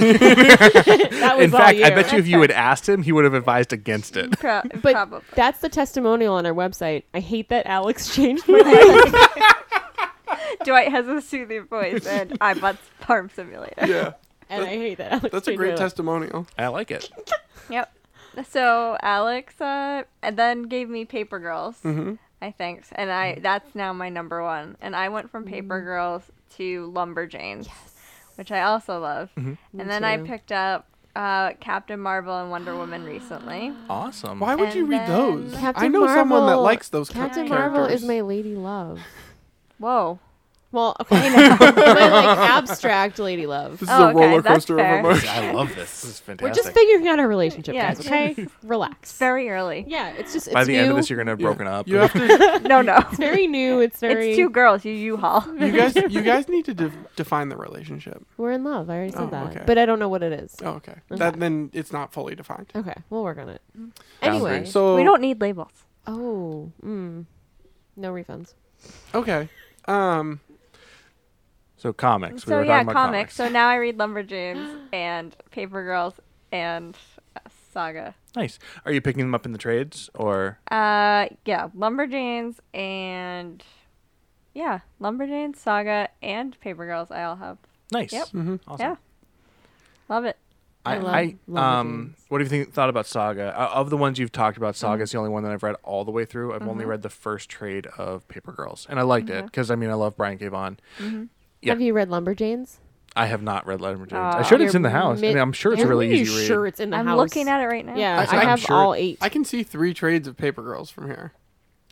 S4: that was
S2: In
S4: all
S2: fact,
S4: you.
S2: I bet you if you had asked him, he would have advised against it.
S1: (laughs) Pro-
S4: But
S1: probably.
S4: that's the testimonial on our website. I hate that Alex (laughs)
S3: (laughs)
S4: changed my life.
S1: Dwight has a soothing voice, and I bought Farm Simulator.
S3: yeah,
S4: and I hate that Alex
S3: that's a
S4: changed my
S3: great
S4: life.
S3: testimonial.
S2: (laughs) I like it.
S1: Yep. So Alex, uh, and then gave me Paper Girls.
S2: Mm-hmm.
S1: I think, and I that's now my number one. And I went from Paper Girls to Lumberjanes, which I also love.
S2: Mm-hmm.
S1: And then I
S4: too.
S1: picked up uh, Captain Marvel and Wonder Woman recently.
S2: Awesome.
S3: Why would you
S1: And
S3: read
S1: then-
S3: those?
S4: Captain
S3: I know someone that
S4: Marvel-
S3: likes those ca-
S4: Captain
S3: characters.
S4: Marvel is my lady love.
S1: Whoa.
S4: Well,
S2: (laughs)
S4: okay, my like abstract lady love.
S3: This is
S1: Oh,
S3: a
S1: okay,
S3: roller
S1: that's
S3: coaster of
S1: fair.
S3: emotion.
S2: (laughs) I love this. This is fantastic.
S4: We're just figuring out our relationship,
S1: Yeah,
S4: guys. Okay, relax.
S1: Very early.
S4: yeah, it's just it's
S2: By the
S4: new.
S2: end of this, you're gonna have
S3: Yeah.
S2: broken up.
S3: You have to.
S1: No, no.
S4: It's very new. It's very.
S1: It's two girls. You U-Haul. (laughs)
S3: You guys, you guys need to de- define the relationship.
S4: We're in love. I already said
S3: Oh,
S4: that,
S3: okay.
S4: but I don't know what it is.
S3: Oh, okay.
S1: Mm-hmm.
S4: Okay.
S3: That then it's not fully defined.
S4: Okay, we'll work on it.
S2: Boundaries.
S4: Anyway,
S3: So
S1: We don't need labels.
S4: oh, mm, no refunds.
S3: Okay. Um.
S2: so comics. we
S1: so
S2: were
S1: yeah,
S2: talking about
S1: comics. So now I read Lumberjanes and Paper Girls and uh, Saga.
S2: nice. Are you picking them up in the trades or?
S1: Uh, yeah, Lumberjanes and yeah, Lumberjanes, Saga, and Paper Girls. I all have.
S2: Nice.
S1: Yep.
S2: Mm-hmm. Awesome.
S1: Yeah. Love it.
S4: I love- love the
S2: um,
S4: games.
S2: what do you think thought about Saga? Uh, of the ones you've talked about,
S4: Mm-hmm.
S2: Saga is the only one that I've read all the way through. I've only read the first trade of Paper Girls, and I liked
S4: Mm-hmm.
S2: it because I mean I love Brian K. Vaughan. Yeah.
S4: Have you read Lumberjanes?
S2: I have not read Letterman James.
S1: Aw.
S2: I should. It's
S4: Ah, You're
S2: in the house. I
S4: mid-
S2: mean, I'm sure it's a
S4: Are
S2: really
S4: you
S2: easy read.
S4: Sure, it's in the
S1: I'm
S4: house.
S1: looking at it right now.
S4: Yeah,
S3: I-
S4: I,
S3: I'm
S4: have
S2: sure
S4: all eight.
S3: I can see three trades of Paper Girls from here.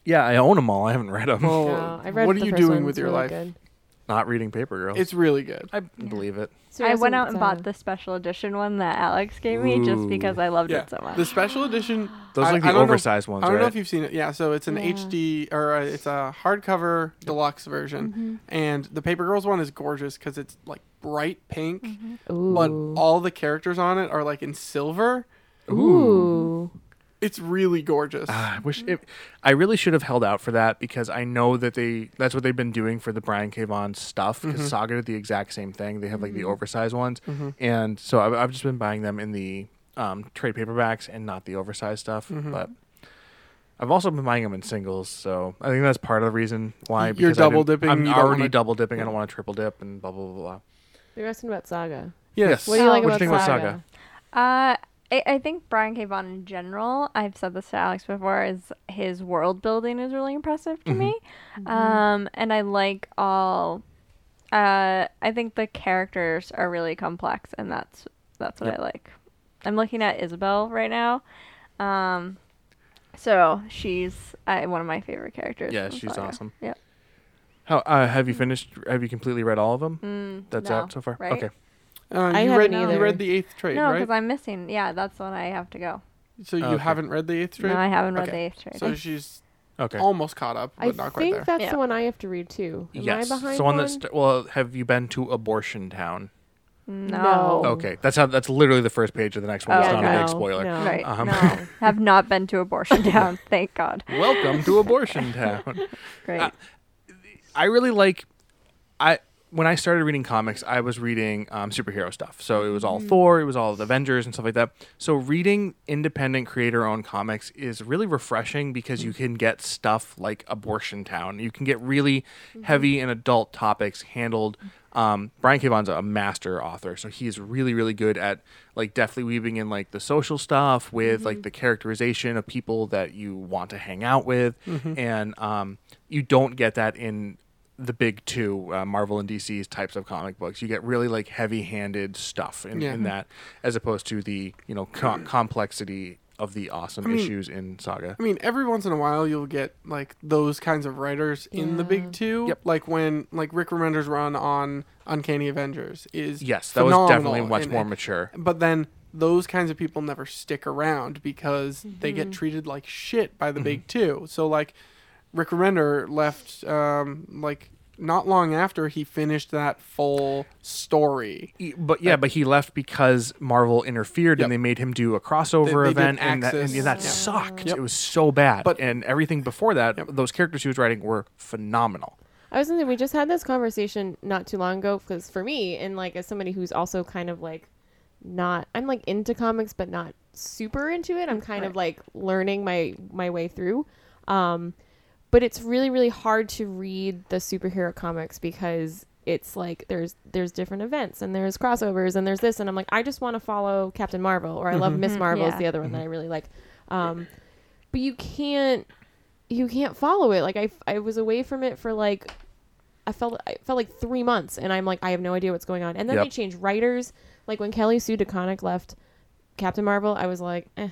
S2: Yeah, I own them all. I haven't read them.
S3: Well,
S4: No, I read
S3: what
S4: the
S3: are you
S4: first
S3: doing
S4: one,
S3: with
S4: it's
S3: your
S4: really
S3: life?
S4: good.
S2: Not reading Paper Girls.
S3: It's really good.
S2: I believe it.
S4: So
S1: I
S4: it's-
S1: went out and
S4: it's, uh,
S1: bought the special edition one that Alex gave me just
S2: Ooh.
S1: because I loved
S3: Yeah.
S1: it so much.
S3: The
S1: (gasps)
S3: special edition.
S2: Those
S3: I-
S2: are like the
S3: I don't know-
S2: oversized ones,
S3: I don't know
S2: right?
S3: if you've seen it. Yeah, so it's an
S4: Yeah.
S3: HD or uh it's a hardcover deluxe version,
S1: Mm-hmm.
S3: and the Paper Girls one is gorgeous because it's like bright pink,
S1: Mm-hmm.
S3: but
S4: Ooh.
S3: all the characters on it are like in silver.
S4: Ooh.
S3: It's really gorgeous.
S2: Ah, I wish it, I really should have held out for that because I know that they that's what they've been doing for the Brian K. Vaughan stuff because
S3: Mm-hmm.
S2: Saga did the exact same thing. They have like the oversized ones, and so I've, I've just been buying them in the um, trade paperbacks and not the oversized stuff.
S3: Mm-hmm.
S2: But I've also been buying them in singles, so I think that's part of the reason why.
S3: You're
S2: because I
S3: double
S2: didn't-
S3: dipping,
S2: I'm
S3: you don't
S2: already
S3: wanna-
S2: double dipping. I don't want to triple dip and blah blah blah blah.
S4: You're asking about Saga.
S2: Yes.
S4: What do you
S1: Oh.
S4: like
S2: What
S4: about
S2: do you think about
S4: Saga?
S2: Saga?
S1: Uh, I, I think Brian K. Vaughan in general, I've said this to Alex before, is his world building is really impressive to me.
S2: Mm-hmm.
S1: Um, and I like all. Uh, I think the characters are really complex, and that's that's what I like. I'm looking at Isabel right now. Um, so she's uh, one of my favorite characters.
S2: Yeah,
S1: from
S2: she's
S1: Saga.
S2: awesome.
S1: Yep.
S2: How uh, have you finished? Have you completely read all of them?
S1: Mm,
S2: That's
S1: no,
S2: out so far.
S1: right?
S2: Okay.
S3: Uh,
S4: I
S3: you
S4: haven't
S3: read you
S4: either.
S3: read the eighth trade,
S1: No,
S3: right?
S1: because I'm missing. Yeah, that's when I have to go.
S3: so you
S2: Oh, Okay.
S3: haven't read the eighth trade.
S1: No, I haven't read
S3: Okay.
S1: the eighth trade.
S3: So she's
S2: Okay.
S3: almost caught up, but
S4: I
S3: not quite
S4: think
S3: there.
S4: that's
S1: Yeah.
S4: the one I have to read too. Am
S2: yes.
S4: I behind
S2: so on
S4: one?
S2: that, st- well, have you been to Abortion Town?
S1: no.
S4: Oh.
S2: Okay, that's how. That's literally the first page of the next one.
S1: Oh,
S2: it's
S1: Yeah,
S2: not a
S4: no,
S2: big spoiler.
S4: no.
S1: Right.
S2: Um,
S1: no.
S2: (laughs)
S1: Have not been to abortion town. Thank God.
S2: Welcome to Abortion Town.
S4: (laughs)
S1: Great.
S2: I really like. I when I started reading comics, I was reading um, superhero stuff. So it was all Thor, it was all the Avengers and stuff like that. So reading independent creator-owned comics is really refreshing because you can get stuff like Abortion Town. You can get really heavy and adult topics handled. Um, Brian K. Vaughan's a master author, so he is really, really good at like deftly weaving in like the social stuff with like the characterization of people that you want to hang out with, and um, you don't get that in the big two, uh, Marvel and DC's types of comic books. You get really like heavy-handed stuff in,
S3: Yeah.
S2: in that, as opposed to the you know co- complexity of the awesome
S3: mean-
S2: issues in Saga.
S3: I mean, every once in a while you'll get like those kinds of writers in the
S4: Yeah.
S3: big two.
S2: Yep.
S3: Like when like Rick Remender's run on Uncanny Avengers is
S2: Yes, that was
S3: phenomenal
S2: definitely much
S3: and-
S2: more
S3: and-
S2: mature.
S3: But then those kinds of people never stick around because they get treated like shit by the big
S2: Mm-hmm.
S3: two. So like Rick Remender left um like not long after he finished that full story.
S2: Y- E, But yeah, but he left because Marvel interfered
S3: Yep.
S2: and they made him do a crossover
S3: They- they did
S2: event, and that, and
S3: Axis.
S2: that
S3: Yeah.
S2: sucked.
S3: Yep.
S2: It was so bad.
S3: But-
S2: and everything before that,
S3: Yep.
S2: those characters he was writing were phenomenal.
S4: I was gonna say we just had this conversation not too long ago because for me and like as somebody who's also kind of like not I'm like into comics but not super into it. I'm kind of like learning my my way through. Um, but it's really really hard to read the superhero comics because it's like there's there's different events and there's crossovers and there's this and I'm like I just want to follow Captain Marvel or I love Miss Marvel is
S1: yeah.
S4: the other one that I really like. Um, but you can't you can't follow it. Like I, I was away from it for like I felt I felt like three months, and I'm like I have no idea what's going on. And then they
S2: Yep.
S4: changed writers. Like when Kelly Sue DeConnick left Captain Marvel, I was like, eh.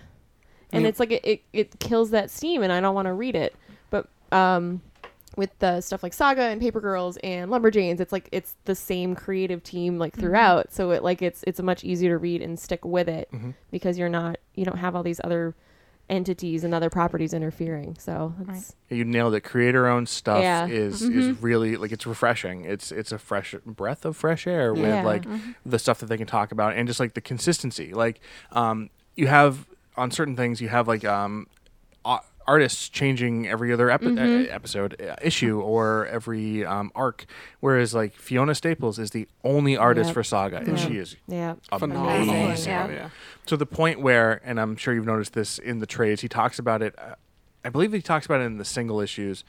S4: and
S3: Yeah.
S4: it's like it, it it kills that steam, and I don't want to read it. But um, with the stuff like Saga and Paper Girls and Lumberjanes, it's like it's the same creative team like throughout. So it like it's it's much easier to read and stick with it
S2: Mm-hmm.
S4: because you're not you don't have all these other entities and other properties interfering. So that's
S2: You nailed it. Creator owned stuff
S4: Yeah. Mm-hmm.
S2: is is really like it's refreshing. It's it's a fresh breath of fresh air
S4: Yeah.
S2: with
S4: Mm-hmm.
S2: like the stuff that they can talk about and just like the consistency. Like um, you have on certain things you have like um, a- artists changing every other epi-
S4: Mm-hmm.
S2: uh, episode uh, issue or every um, arc, whereas like Fiona Staples is the only artist
S4: Yep.
S2: for Saga and
S4: Yeah.
S2: she is
S4: yeah.
S2: amazing.
S3: Phenomenal.
S1: Amazing. Yeah.
S3: yeah.
S2: to the point where, and I'm sure you've noticed this in the trades, he talks about it. Uh, I believe he talks about it in the single issues.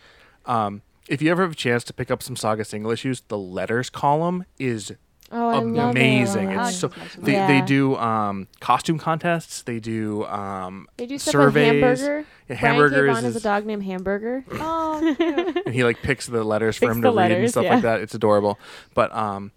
S2: Um, if you ever have a chance to pick up some Saga single issues, the letters column is
S4: Oh, I love
S2: amazing.
S4: it.
S2: It's so they,
S4: Yeah.
S2: they do um, costume contests. They do um,
S4: They do stuff
S2: surveys.
S4: like hamburger.
S2: Yeah,
S4: Brian K.
S2: hamburgers
S4: Vaughan has
S2: is,
S4: a dog named Hamburger.
S1: Oh,
S2: and he like picks the letters for
S4: Picks
S2: him
S4: the
S2: to read and
S4: letters,
S2: stuff
S4: yeah.
S2: like that. It's adorable. But um,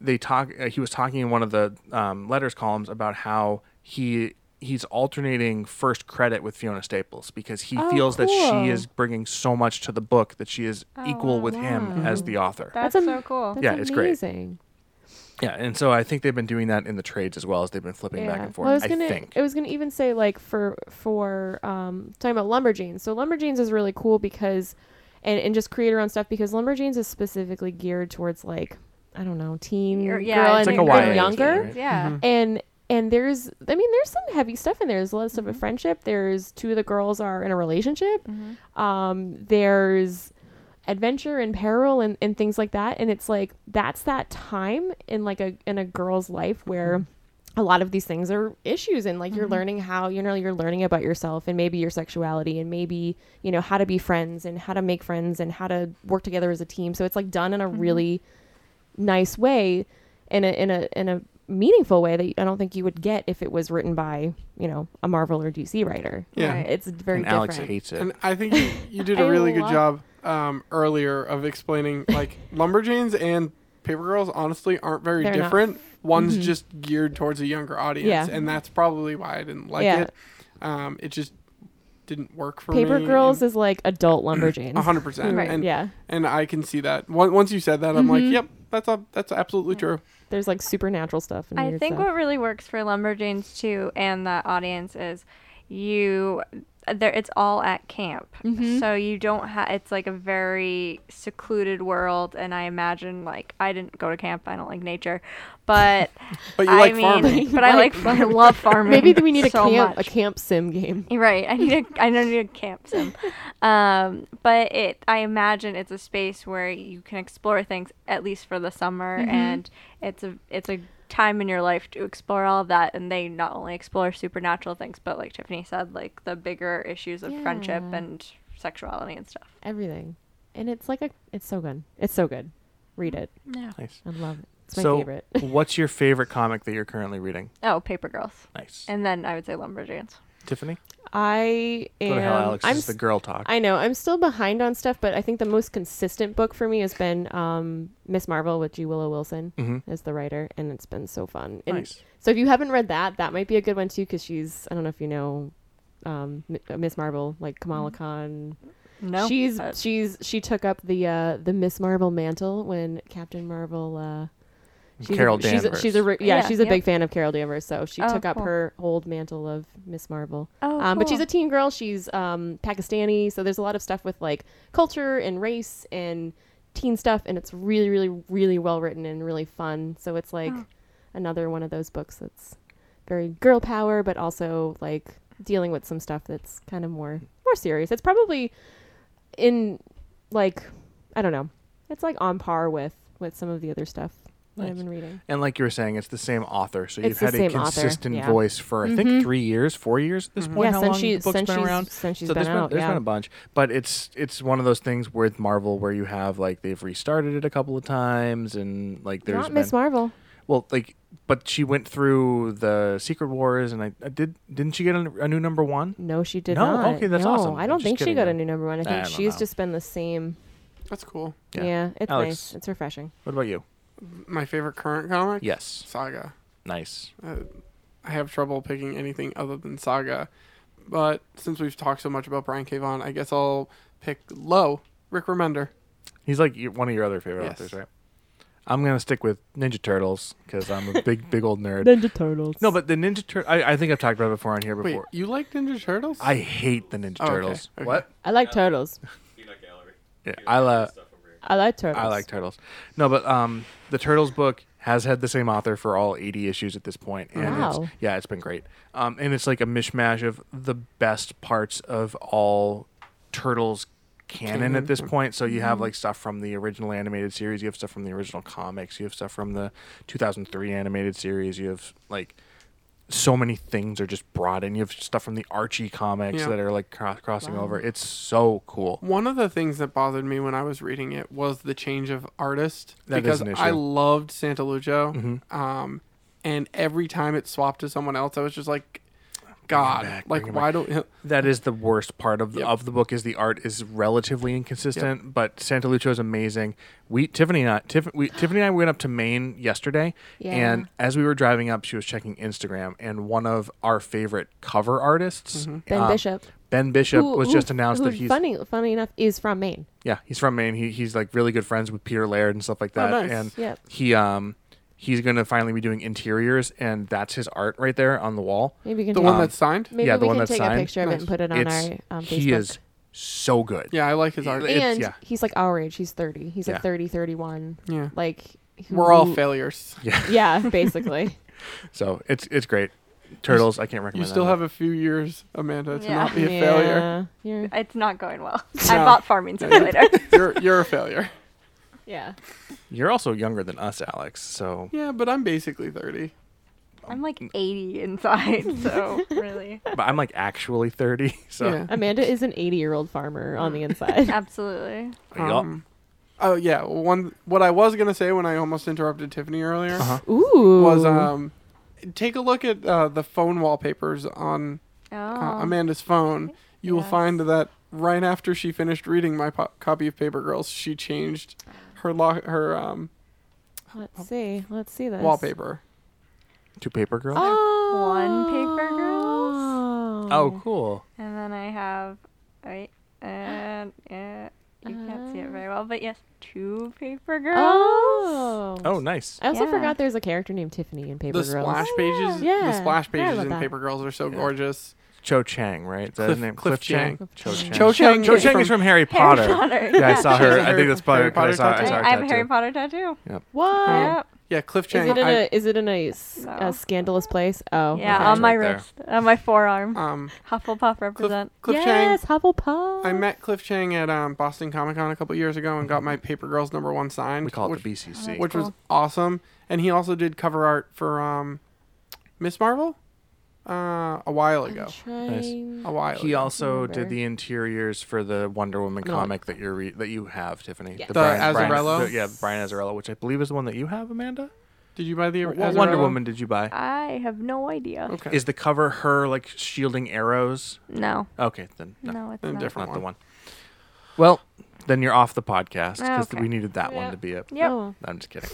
S2: they talk. Uh, he was talking in one of the um, letters columns about how he he's alternating first credit with Fiona Staples because he
S4: Oh,
S2: feels that
S4: cool.
S2: she is bringing so much to the book that she is
S1: Oh,
S2: equal
S1: wow.
S2: with him as the author.
S1: that's,
S4: am-
S1: so cool.
S4: That's
S2: Yeah, it's great.
S4: amazing.
S2: yeah, and so I think they've been doing that in the trades as well as they've been flipping back and forth.
S4: Well, I was
S2: I
S4: gonna,
S2: think.
S4: it was gonna even say like for for um talking about lumberjeans. So lumberjeans is really cool because, and and just creator own stuff because lumberjeans is specifically geared towards like I don't know teen
S1: Or- yeah,
S4: girl
S1: it's
S4: and,
S1: like a YA
S4: and
S1: thing,
S4: younger.
S2: right?
S1: Yeah.
S3: Mm-hmm.
S4: And and there's I mean there's some heavy stuff in there. There's a lot of stuff
S1: Mm-hmm.
S4: of friendship. There's two of the girls are in a relationship. Um, there's adventure and peril and, and things like that. And it's like that's that time in like a in a girl's life where a lot of these things are issues and like you're learning how you know you're learning about yourself and maybe your sexuality and maybe you know how to be friends and how to make friends and how to work together as a team so it's like done in a really nice way in a in a in a meaningful way that I don't think you would get if it was written by you know a Marvel or DC writer
S3: Yeah.
S1: Right.
S4: it's very
S2: and
S4: different
S2: Alex hates it.
S3: And I think you, you did a
S4: (laughs) I
S3: really good
S4: love-
S3: job um, earlier of explaining like lumberjanes and paper girls honestly aren't very
S4: They're not. Mm-hmm.
S3: different. One's just geared towards a younger audience,
S4: Yeah.
S3: and that's probably why I didn't like
S4: Yeah.
S3: it. Um, it just didn't work for me.
S4: Paper Girls
S3: and-
S4: is like
S2: (clears throat)
S4: adult lumberjanes
S3: a hundred percent,
S1: Right.
S3: and
S4: yeah Mm-hmm.
S3: and I can see that. Once once you said that, I'm like, yep, that's a, that's absolutely true.
S4: there's like supernatural stuff and
S1: I
S4: weird
S1: think
S4: stuff.
S1: what really works for lumberjanes too and that audience is you there it's all at camp. So you don't have it's like a very secluded world and I imagine like I didn't go to camp. I don't like nature. But
S3: (laughs) But you
S1: I
S3: like
S1: mean
S3: farming.
S4: (laughs)
S1: but I like (laughs) I love farming.
S4: maybe we need a
S1: so
S4: camp
S1: much.
S4: a camp sim game
S1: (laughs) You're Right. I need a I don't need a camp sim. Um, but it I imagine it's a space where you can explore things at least for the summer and it's a it's a time in your life to explore all of that and they not only explore supernatural things but like Tiffany said like the bigger issues of friendship
S4: Yeah.
S1: and sexuality and stuff.
S4: everything and it's like a it's so good it's so good read it
S1: Yeah.
S2: nice.
S4: I love it it's my
S2: so,
S4: favorite
S2: what's your favorite comic that you're currently reading?
S1: Oh, Paper Girls.
S2: Nice,
S1: And then I would say Lumberjanes.
S2: Tiffany.
S4: (laughs) I am
S2: Go to hell, Alex.
S4: I'm
S2: this is the girl talk.
S4: I know. I'm still behind on stuff, but I think the most consistent book for me has been um, Miss Marvel with G. Willow Wilson
S2: Mhm.
S4: as the writer, and it's been so fun. And
S2: Nice.
S4: So if you haven't read that, that might be a good one too, because she's I don't know if you know um, M- Miss Marvel, like Kamala Khan.
S1: Mm. No. uh,
S4: she's
S1: but-
S4: she's she took up the uh, the Miss Marvel mantle when Captain Marvel. Uh, she's
S2: Carol
S4: a, she's a,
S2: Danvers.
S4: she's a re- yeah,
S1: Yeah,
S4: she's a
S1: yeah.
S4: big fan of Carol Danvers, so she
S1: Oh,
S4: took up
S1: cool.
S4: her old mantle of Miss Marvel.
S1: Oh,
S4: Um, But she's
S1: cool.
S4: a teen girl. She's um, Pakistani, so there's a lot of stuff with like culture and race and teen stuff, and it's really, really, really well written and really fun. So it's like
S1: Oh.
S4: another one of those books that's very girl power, but also like dealing with some stuff that's kind of more more serious. It's probably in like I don't know. It's like on par with with some of the other stuff that I've
S2: Nice.
S4: been reading.
S2: and like you were saying, it's the same author. So
S4: It's
S2: you've had
S4: the
S2: a
S4: same author,
S2: consistent
S4: yeah.
S2: voice for I think three years, four years at this point.
S4: Mm-hmm. Yeah,
S2: how
S4: since
S2: long
S4: she-
S2: the book's
S4: since
S2: been
S4: she's-
S2: around?
S4: since she's
S2: so there's
S4: been out,
S2: There's
S4: yeah.
S2: been a bunch, but it's it's one of those things with Marvel where you have like they've restarted it a couple of times, and like there's
S4: Not
S2: been,
S4: Miss Marvel.
S2: well, like but she went through the Secret Wars, and I, I did didn't she get a, a new number one?
S4: No, she did
S2: No?
S4: not.
S2: Okay, that's
S4: no,
S2: awesome.
S4: I
S2: I'm
S4: don't
S2: just
S4: think she
S2: kidding
S4: got a
S2: then.
S4: new number one. I
S2: I
S4: think
S2: don't
S4: she's
S2: know.
S4: just been the same.
S3: That's cool.
S2: Yeah.
S4: Yeah, it's
S2: Alex.
S4: nice. It's refreshing.
S2: What about you?
S3: My favorite current comic,
S2: Yes,
S3: Saga.
S2: nice.
S3: I have trouble picking anything other than Saga. But since we've talked so much about Brian K. Vaughan, I guess I'll pick Low, Rick Remender.
S2: He's like your- one of your other favorite
S3: Yes.
S2: authors, right? I'm gonna stick with Ninja Turtles because I'm a big, big old
S4: (laughs)
S2: nerd.
S4: Ninja Turtles.
S2: No, but the Ninja Turtle. I, I think I've talked about it before on here before.
S3: Wait, you like Ninja Turtles?
S2: I hate the Ninja
S3: Oh, okay,
S2: Turtles.
S3: okay.
S2: What?
S4: I like turtles.
S6: You like gallery.
S2: Yeah,
S6: You
S2: I
S6: gallery
S2: like
S6: stuff over here.
S4: I like turtles.
S2: I like turtles. No, but um, the Turtles book has had the same author for all 80 issues at this point, and
S4: Wow.
S2: it's, yeah, it's been great. Um, and it's like a mishmash of the best parts of all Turtles canon,
S3: Canon,
S2: at this
S3: yeah.
S2: point. So you
S4: Mm-hmm.
S2: have like stuff from the original animated series, you have stuff from the original comics, you have stuff from the 2003 animated series, you have like so many things are just brought in. You have stuff from the Archie comics
S3: Yeah.
S2: that are like cro- crossing
S4: Wow.
S2: over. It's so cool.
S3: One of the things that bothered me when I was reading it was the change of artist
S2: That is
S3: because
S2: an issue.
S3: I loved Santa Lujo,
S2: Mhm.
S3: um, and every time it swapped to someone else, I was just like, God,
S2: back, bring
S3: like
S2: it
S3: why don't
S2: That is the worst part of the,
S3: Yep.
S2: of the book is the art is relatively inconsistent, but Santa Lucia is amazing. We Tiffany and I, Tiff,
S3: (sighs)
S2: we, Tiffany and I went up to Maine yesterday,
S4: Yeah.
S2: and as we were driving up, she was checking Instagram, and one of our favorite cover artists,
S3: Mm-hmm.
S4: Ben
S2: uh,
S4: Bishop,
S2: Ben Bishop,
S4: who-
S2: was
S4: who-
S2: just announced
S4: who
S2: that he's
S4: funny. Funny enough, is from Maine.
S2: yeah he's from Maine. He, he's like really good friends with Peter Laird and stuff like that,
S3: Oh, nice.
S2: and
S4: Yep.
S2: he um he's gonna finally be doing interiors, and that's his art right there on the wall.
S4: Maybe you can
S3: the
S4: take,
S3: one
S2: Um,
S3: that's signed?
S4: maybe
S2: yeah, the
S4: we
S2: one
S4: can
S2: that's
S4: take
S2: signed.
S4: a picture of it and put it on
S2: It's-
S4: our um, Facebook.
S2: he is so good.
S3: Yeah, I like his art.
S2: It- it's-
S4: and
S2: yeah.
S4: he's like our age. He's 30. He's
S2: Yeah.
S4: like 30, 31.
S3: Yeah,
S4: Like
S3: we're all
S4: who-
S3: failures.
S4: Yeah,
S2: (laughs)
S4: basically.
S2: So it's it's great. Turtles, I can't recommend.
S3: You
S2: that
S3: still have
S2: enough.
S3: a few years, Amanda,
S1: (laughs)
S3: to
S1: Yeah.
S3: not be a failure.
S4: yeah. You're-
S1: It's not going well.
S3: No.
S1: I bought (laughs) Farming
S3: No, you-
S1: Simulator.
S3: You're you're a failure.
S4: yeah.
S2: You're also younger than us, Alex. So
S3: Yeah, but I'm basically thirty.
S1: I'm like 80 (laughs) inside, so really,
S2: but I'm like actually 30. (laughs) So
S3: Yeah.
S4: Amanda is an 80 year old farmer on
S2: (laughs)
S4: the inside.
S1: absolutely.
S2: Yup.
S3: Um, oh yeah, one. What I was gonna say when I almost interrupted Tiffany earlier
S2: Uh-huh.
S4: Ooh.
S3: was um, take a look at uh, the phone wallpapers on
S1: Oh,
S3: uh, Amanda's phone. You will
S1: Yes.
S3: find that right after she finished reading my po- copy of Paper Girls, she changed her lo- her um,
S4: Let's see. Let's see this.
S3: wallpaper.
S2: two paper girls.
S4: Oh.
S1: One paper girls?
S2: Oh, cool.
S1: and then I have wait, and uh, you can't see it very well, but yes, two paper girls.
S4: Oh.
S2: Oh, nice.
S4: I also
S1: Yeah.
S4: forgot there's a character named Tiffany in Paper
S3: the
S4: Girls.
S3: splash pages,
S4: Yeah.
S3: the splash
S4: Forgot
S3: pages
S4: about
S3: in
S4: that.
S3: Paper Girls are so
S2: Yeah.
S3: gorgeous.
S2: Cho Chang, right? Is that his
S3: Cliff-
S2: name?
S3: Cliff
S2: Cho Chang.
S3: Cho Chang,
S2: Cho Chang is from Harry
S1: Harry
S2: Potter.
S1: Potter.
S2: (laughs) Yeah, I saw
S3: She has
S2: her.
S3: a
S2: I
S3: Harry-
S2: think that's probably
S3: Harry
S2: because
S1: (laughs)
S3: Potter
S2: I saw. I
S3: tattoo.
S2: saw her
S1: I, I have a
S2: tattoo.
S1: Harry Potter tattoo.
S4: What?
S1: Yep.
S3: Yeah, Cliff
S4: Is
S3: Chang.
S4: it in
S3: I-
S4: a is it in a, s-
S1: No.
S4: a scandalous place? Oh.
S1: Yeah,
S2: Okay.
S1: on my
S2: Right there. Uh,
S1: wrist, on my forearm.
S3: um,
S1: Hufflepuff
S3: Cliff,
S1: represent.
S3: Cliff Chang.
S4: yes, Hufflepuff.
S3: I met Cliff Chang at um, Boston Comic Con a couple years ago and got my Paper Girls number one signed,
S2: Mm-hmm. We call it
S3: which,
S2: the BCC.
S3: which was
S1: Cool.
S3: awesome. And he also did cover art for um, Miss Marvel uh, a while
S4: I'm
S3: ago.
S4: trying-
S3: A while.
S2: He
S3: ago.
S2: also did
S4: remember.
S2: the interiors for the Wonder Woman
S4: No.
S2: comic that you're re- that you have, Tiffany.
S4: Yeah.
S2: The,
S3: The Azzarello?
S2: the- yeah, Brian Azzarello, which I believe is the one that you have, Amanda.
S3: Did you buy the
S2: What
S3: Azarello?
S2: Wonder Woman did you buy?
S1: I have no idea.
S3: Okay.
S2: Is the cover her like shielding arrows?
S1: No,
S2: Okay, then no,
S1: no, it's
S3: And
S1: not.
S3: different.
S2: not the one. Well, then you're off the podcast because
S1: Okay.
S2: we needed that one
S4: Yeah.
S2: to be it.
S1: Yep.
S4: Oh.
S2: I'm just kidding.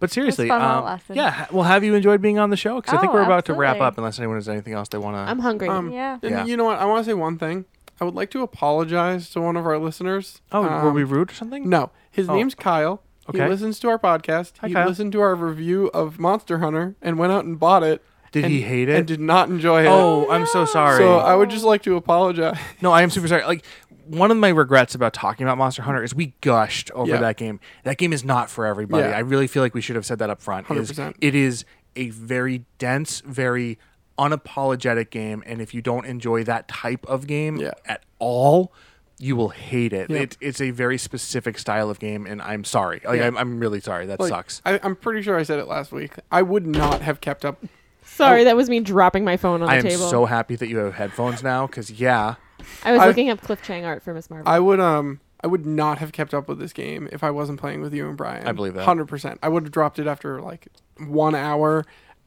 S2: But seriously,
S1: fun while it
S2: um,
S1: lasted.
S2: yeah. ha- Well, have you enjoyed being on the show? Because I think
S1: Oh,
S2: we're about to wrap
S1: absolutely.
S2: up, unless anyone has anything else they want
S4: I'm
S2: to.
S4: hungry.
S3: Um,
S1: Yeah.
S3: And
S2: Yeah.
S3: you know what? I want to say one thing. I would like to apologize to one of our listeners.
S2: Oh, were
S3: Um,
S2: we rude or something?
S3: No, his
S2: Oh.
S3: name's Kyle.
S2: Okay.
S3: He listens to our podcast.
S2: Hi,
S3: he
S2: Kyle.
S3: listened to our review of Monster Hunter and went out and bought it.
S2: Did
S3: and-
S2: he hate
S3: And
S2: it?
S3: did not enjoy it.
S2: oh, I'm so sorry.
S3: So I would just like to apologize.
S2: No, I am super sorry. Like one of my regrets about talking about Monster Hunter is we gushed over
S3: Yeah.
S2: that game. That game is not for everybody.
S3: Yeah.
S2: I really feel like we should have said that up front. It is-
S3: 100%.
S2: It is a very dense, very unapologetic game, and if you don't enjoy that type of game
S3: Yeah.
S2: at all, you will hate it.
S3: Yeah.
S2: it. It's a very specific style of game, and I'm sorry. Like
S3: Yeah.
S2: I'm, I'm really sorry. That
S3: Like,
S2: sucks.
S3: I, I'm pretty sure I said it last week. I would not have kept up.
S4: (laughs) Sorry, that was me dropping my phone on the
S2: I am
S4: table.
S2: so happy that you have headphones now, because yeah,
S4: I was
S3: I-
S4: looking up Cliff Chang art for Miss Marvel.
S3: I would um. I would not have kept up with this game if I wasn't playing with you and Brian.
S2: I believe that.
S3: Hundred percent. I would have dropped it after like one hour.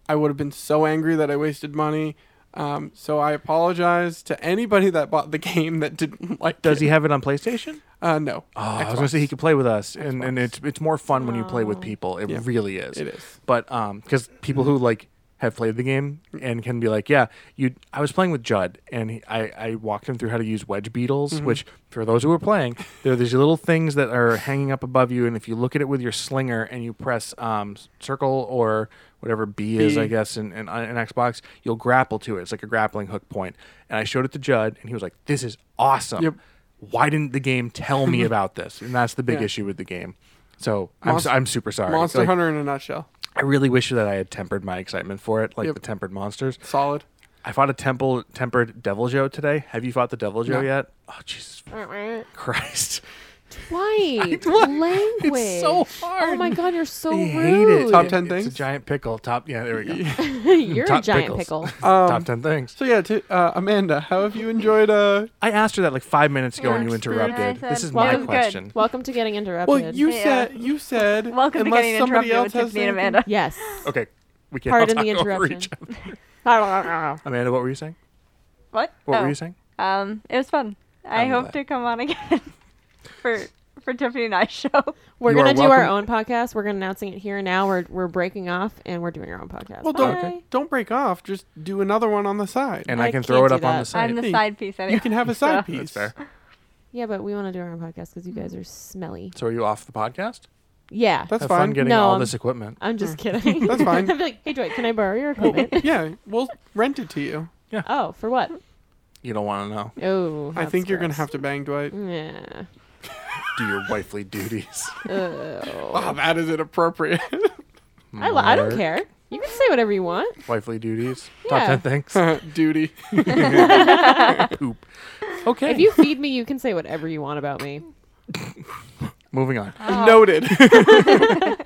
S3: I would have been so angry that I wasted money. Um, so I apologize to anybody that bought the (laughs) game that didn't (laughs) like.
S2: does
S3: it.
S2: he have it on PlayStation?
S3: Uh, no.
S2: Oh, I was gonna say he could play with us, and, and
S3: Xbox.
S2: it's it's more fun when you play with
S4: Oh.
S2: people. It
S3: Yeah.
S2: really is.
S3: It is. Mm-hmm.
S2: But um, because people who like have played the game and can be like, yeah, you. I was playing with Judd, and he, I I walked him through how to use wedge beetles,
S3: Mm-hmm.
S2: which for those who are playing, there are these little things that are hanging up above you, and if you look at it with your slinger and you press um circle or whatever B, is,
S3: B.
S2: I guess, in, in, in uh, Xbox, you'll grapple to it. It's like a grappling hook point. And I showed it to Judd, and he was like, "This is awesome."
S3: Yep.
S2: Why didn't the game
S3: (laughs)
S2: tell me about this? And that's the big
S3: Yeah.
S2: issue with the game. So I'm,
S3: Monst-
S2: so, I'm super sorry.
S3: Monster
S2: Like,
S3: Hunter in a nutshell.
S2: I really wish that I had tempered my excitement for it, like
S3: Yep.
S2: the tempered monsters.
S3: Solid.
S2: I fought a temple tempered devil joe today. Have you fought the devil
S3: No.
S2: joe yet? Oh Jesus
S3: (laughs)
S2: (laughs)
S4: Wah, wah.
S2: Christ!
S4: Why?
S2: What?
S4: Language.
S2: It's so hard.
S4: Oh my god, you're so
S2: I
S4: rude.
S2: hate it.
S3: Top 10
S2: It's
S3: things?
S2: a giant pickle. Top.
S3: (laughs)
S2: Yeah, there we go.
S4: you're a
S2: Top
S4: giant
S2: pickles.
S4: pickle.
S3: Um,
S2: (laughs) Top 10 things.
S3: So yeah, to, uh, Amanda, how have you enjoyed? Uh,
S2: I asked her that like five minutes ago
S4: Yeah,
S2: and you
S4: experience.
S2: interrupted.
S1: Yeah, I
S2: This
S1: said-
S2: is
S4: Well,
S2: my
S4: it was
S1: good.
S2: question.
S4: Welcome to getting interrupted.
S3: well, you
S1: Yeah.
S3: said
S1: (laughs)
S3: you said
S1: Welcome to
S3: unless
S1: getting interrupted
S3: somebody else
S1: with
S3: has
S1: Tiffany and
S3: something-
S1: Amanda.
S2: (laughs)
S4: Yes.
S2: Okay. We can't
S4: Pardon
S2: all
S4: the
S2: talk over each
S4: interruption.
S2: other. Amanda, what were you saying?
S1: What?
S2: What
S1: Oh.
S2: were you saying?
S1: Um, it was fun. I
S2: I'm
S1: hope
S2: glad.
S1: to come on again (laughs) for for Tiffany and I show.
S4: We're
S2: You are
S4: gonna do our own
S2: welcome-
S4: podcast. We're gonna announcing it here and now. We're we're breaking off and we're doing our own podcast.
S3: Well,
S4: Bye.
S3: don't don't break off. Just do another one on the side.
S2: And
S4: I
S2: I, can
S4: can't
S2: throw it
S4: do
S2: up on
S4: that.
S2: the
S1: I'm
S2: side.
S1: the
S3: Hey,
S1: side piece anyway.
S3: you can have a
S1: so-
S3: side piece.
S2: That's fair.
S4: Yeah, but we want to do our own podcast because you guys are smelly.
S2: So are you off the podcast?
S4: Yeah,
S3: That's
S2: Have
S3: fine.
S2: fun getting
S4: No,
S2: all
S4: I'm-
S2: this equipment.
S4: I'm just kidding. (laughs)
S3: That's fine.
S4: I'd be like, hey, Dwight, can I borrow your
S3: (laughs)
S4: equipment?
S3: yeah, we'll rent it to you.
S4: oh, for what?
S2: You don't want to know.
S4: Oh,
S3: I
S4: that's
S3: think you're gonna
S4: gross.
S3: have to bang Dwight.
S4: Yeah.
S3: (laughs)
S2: Do your wifely duties.
S4: Oh.
S3: Wow, that is inappropriate.
S4: (laughs)
S3: (laughs)
S4: I, li- I don't
S2: Mark.
S4: care. You can say whatever you want.
S2: Wifely duties.
S4: Yeah.
S2: Top 10
S4: (laughs)
S2: things.
S3: Duty.
S2: Poop. Okay.
S4: If you feed me, you can say whatever you want about me.
S2: Moving on.
S1: Oh.
S3: Noted.
S4: That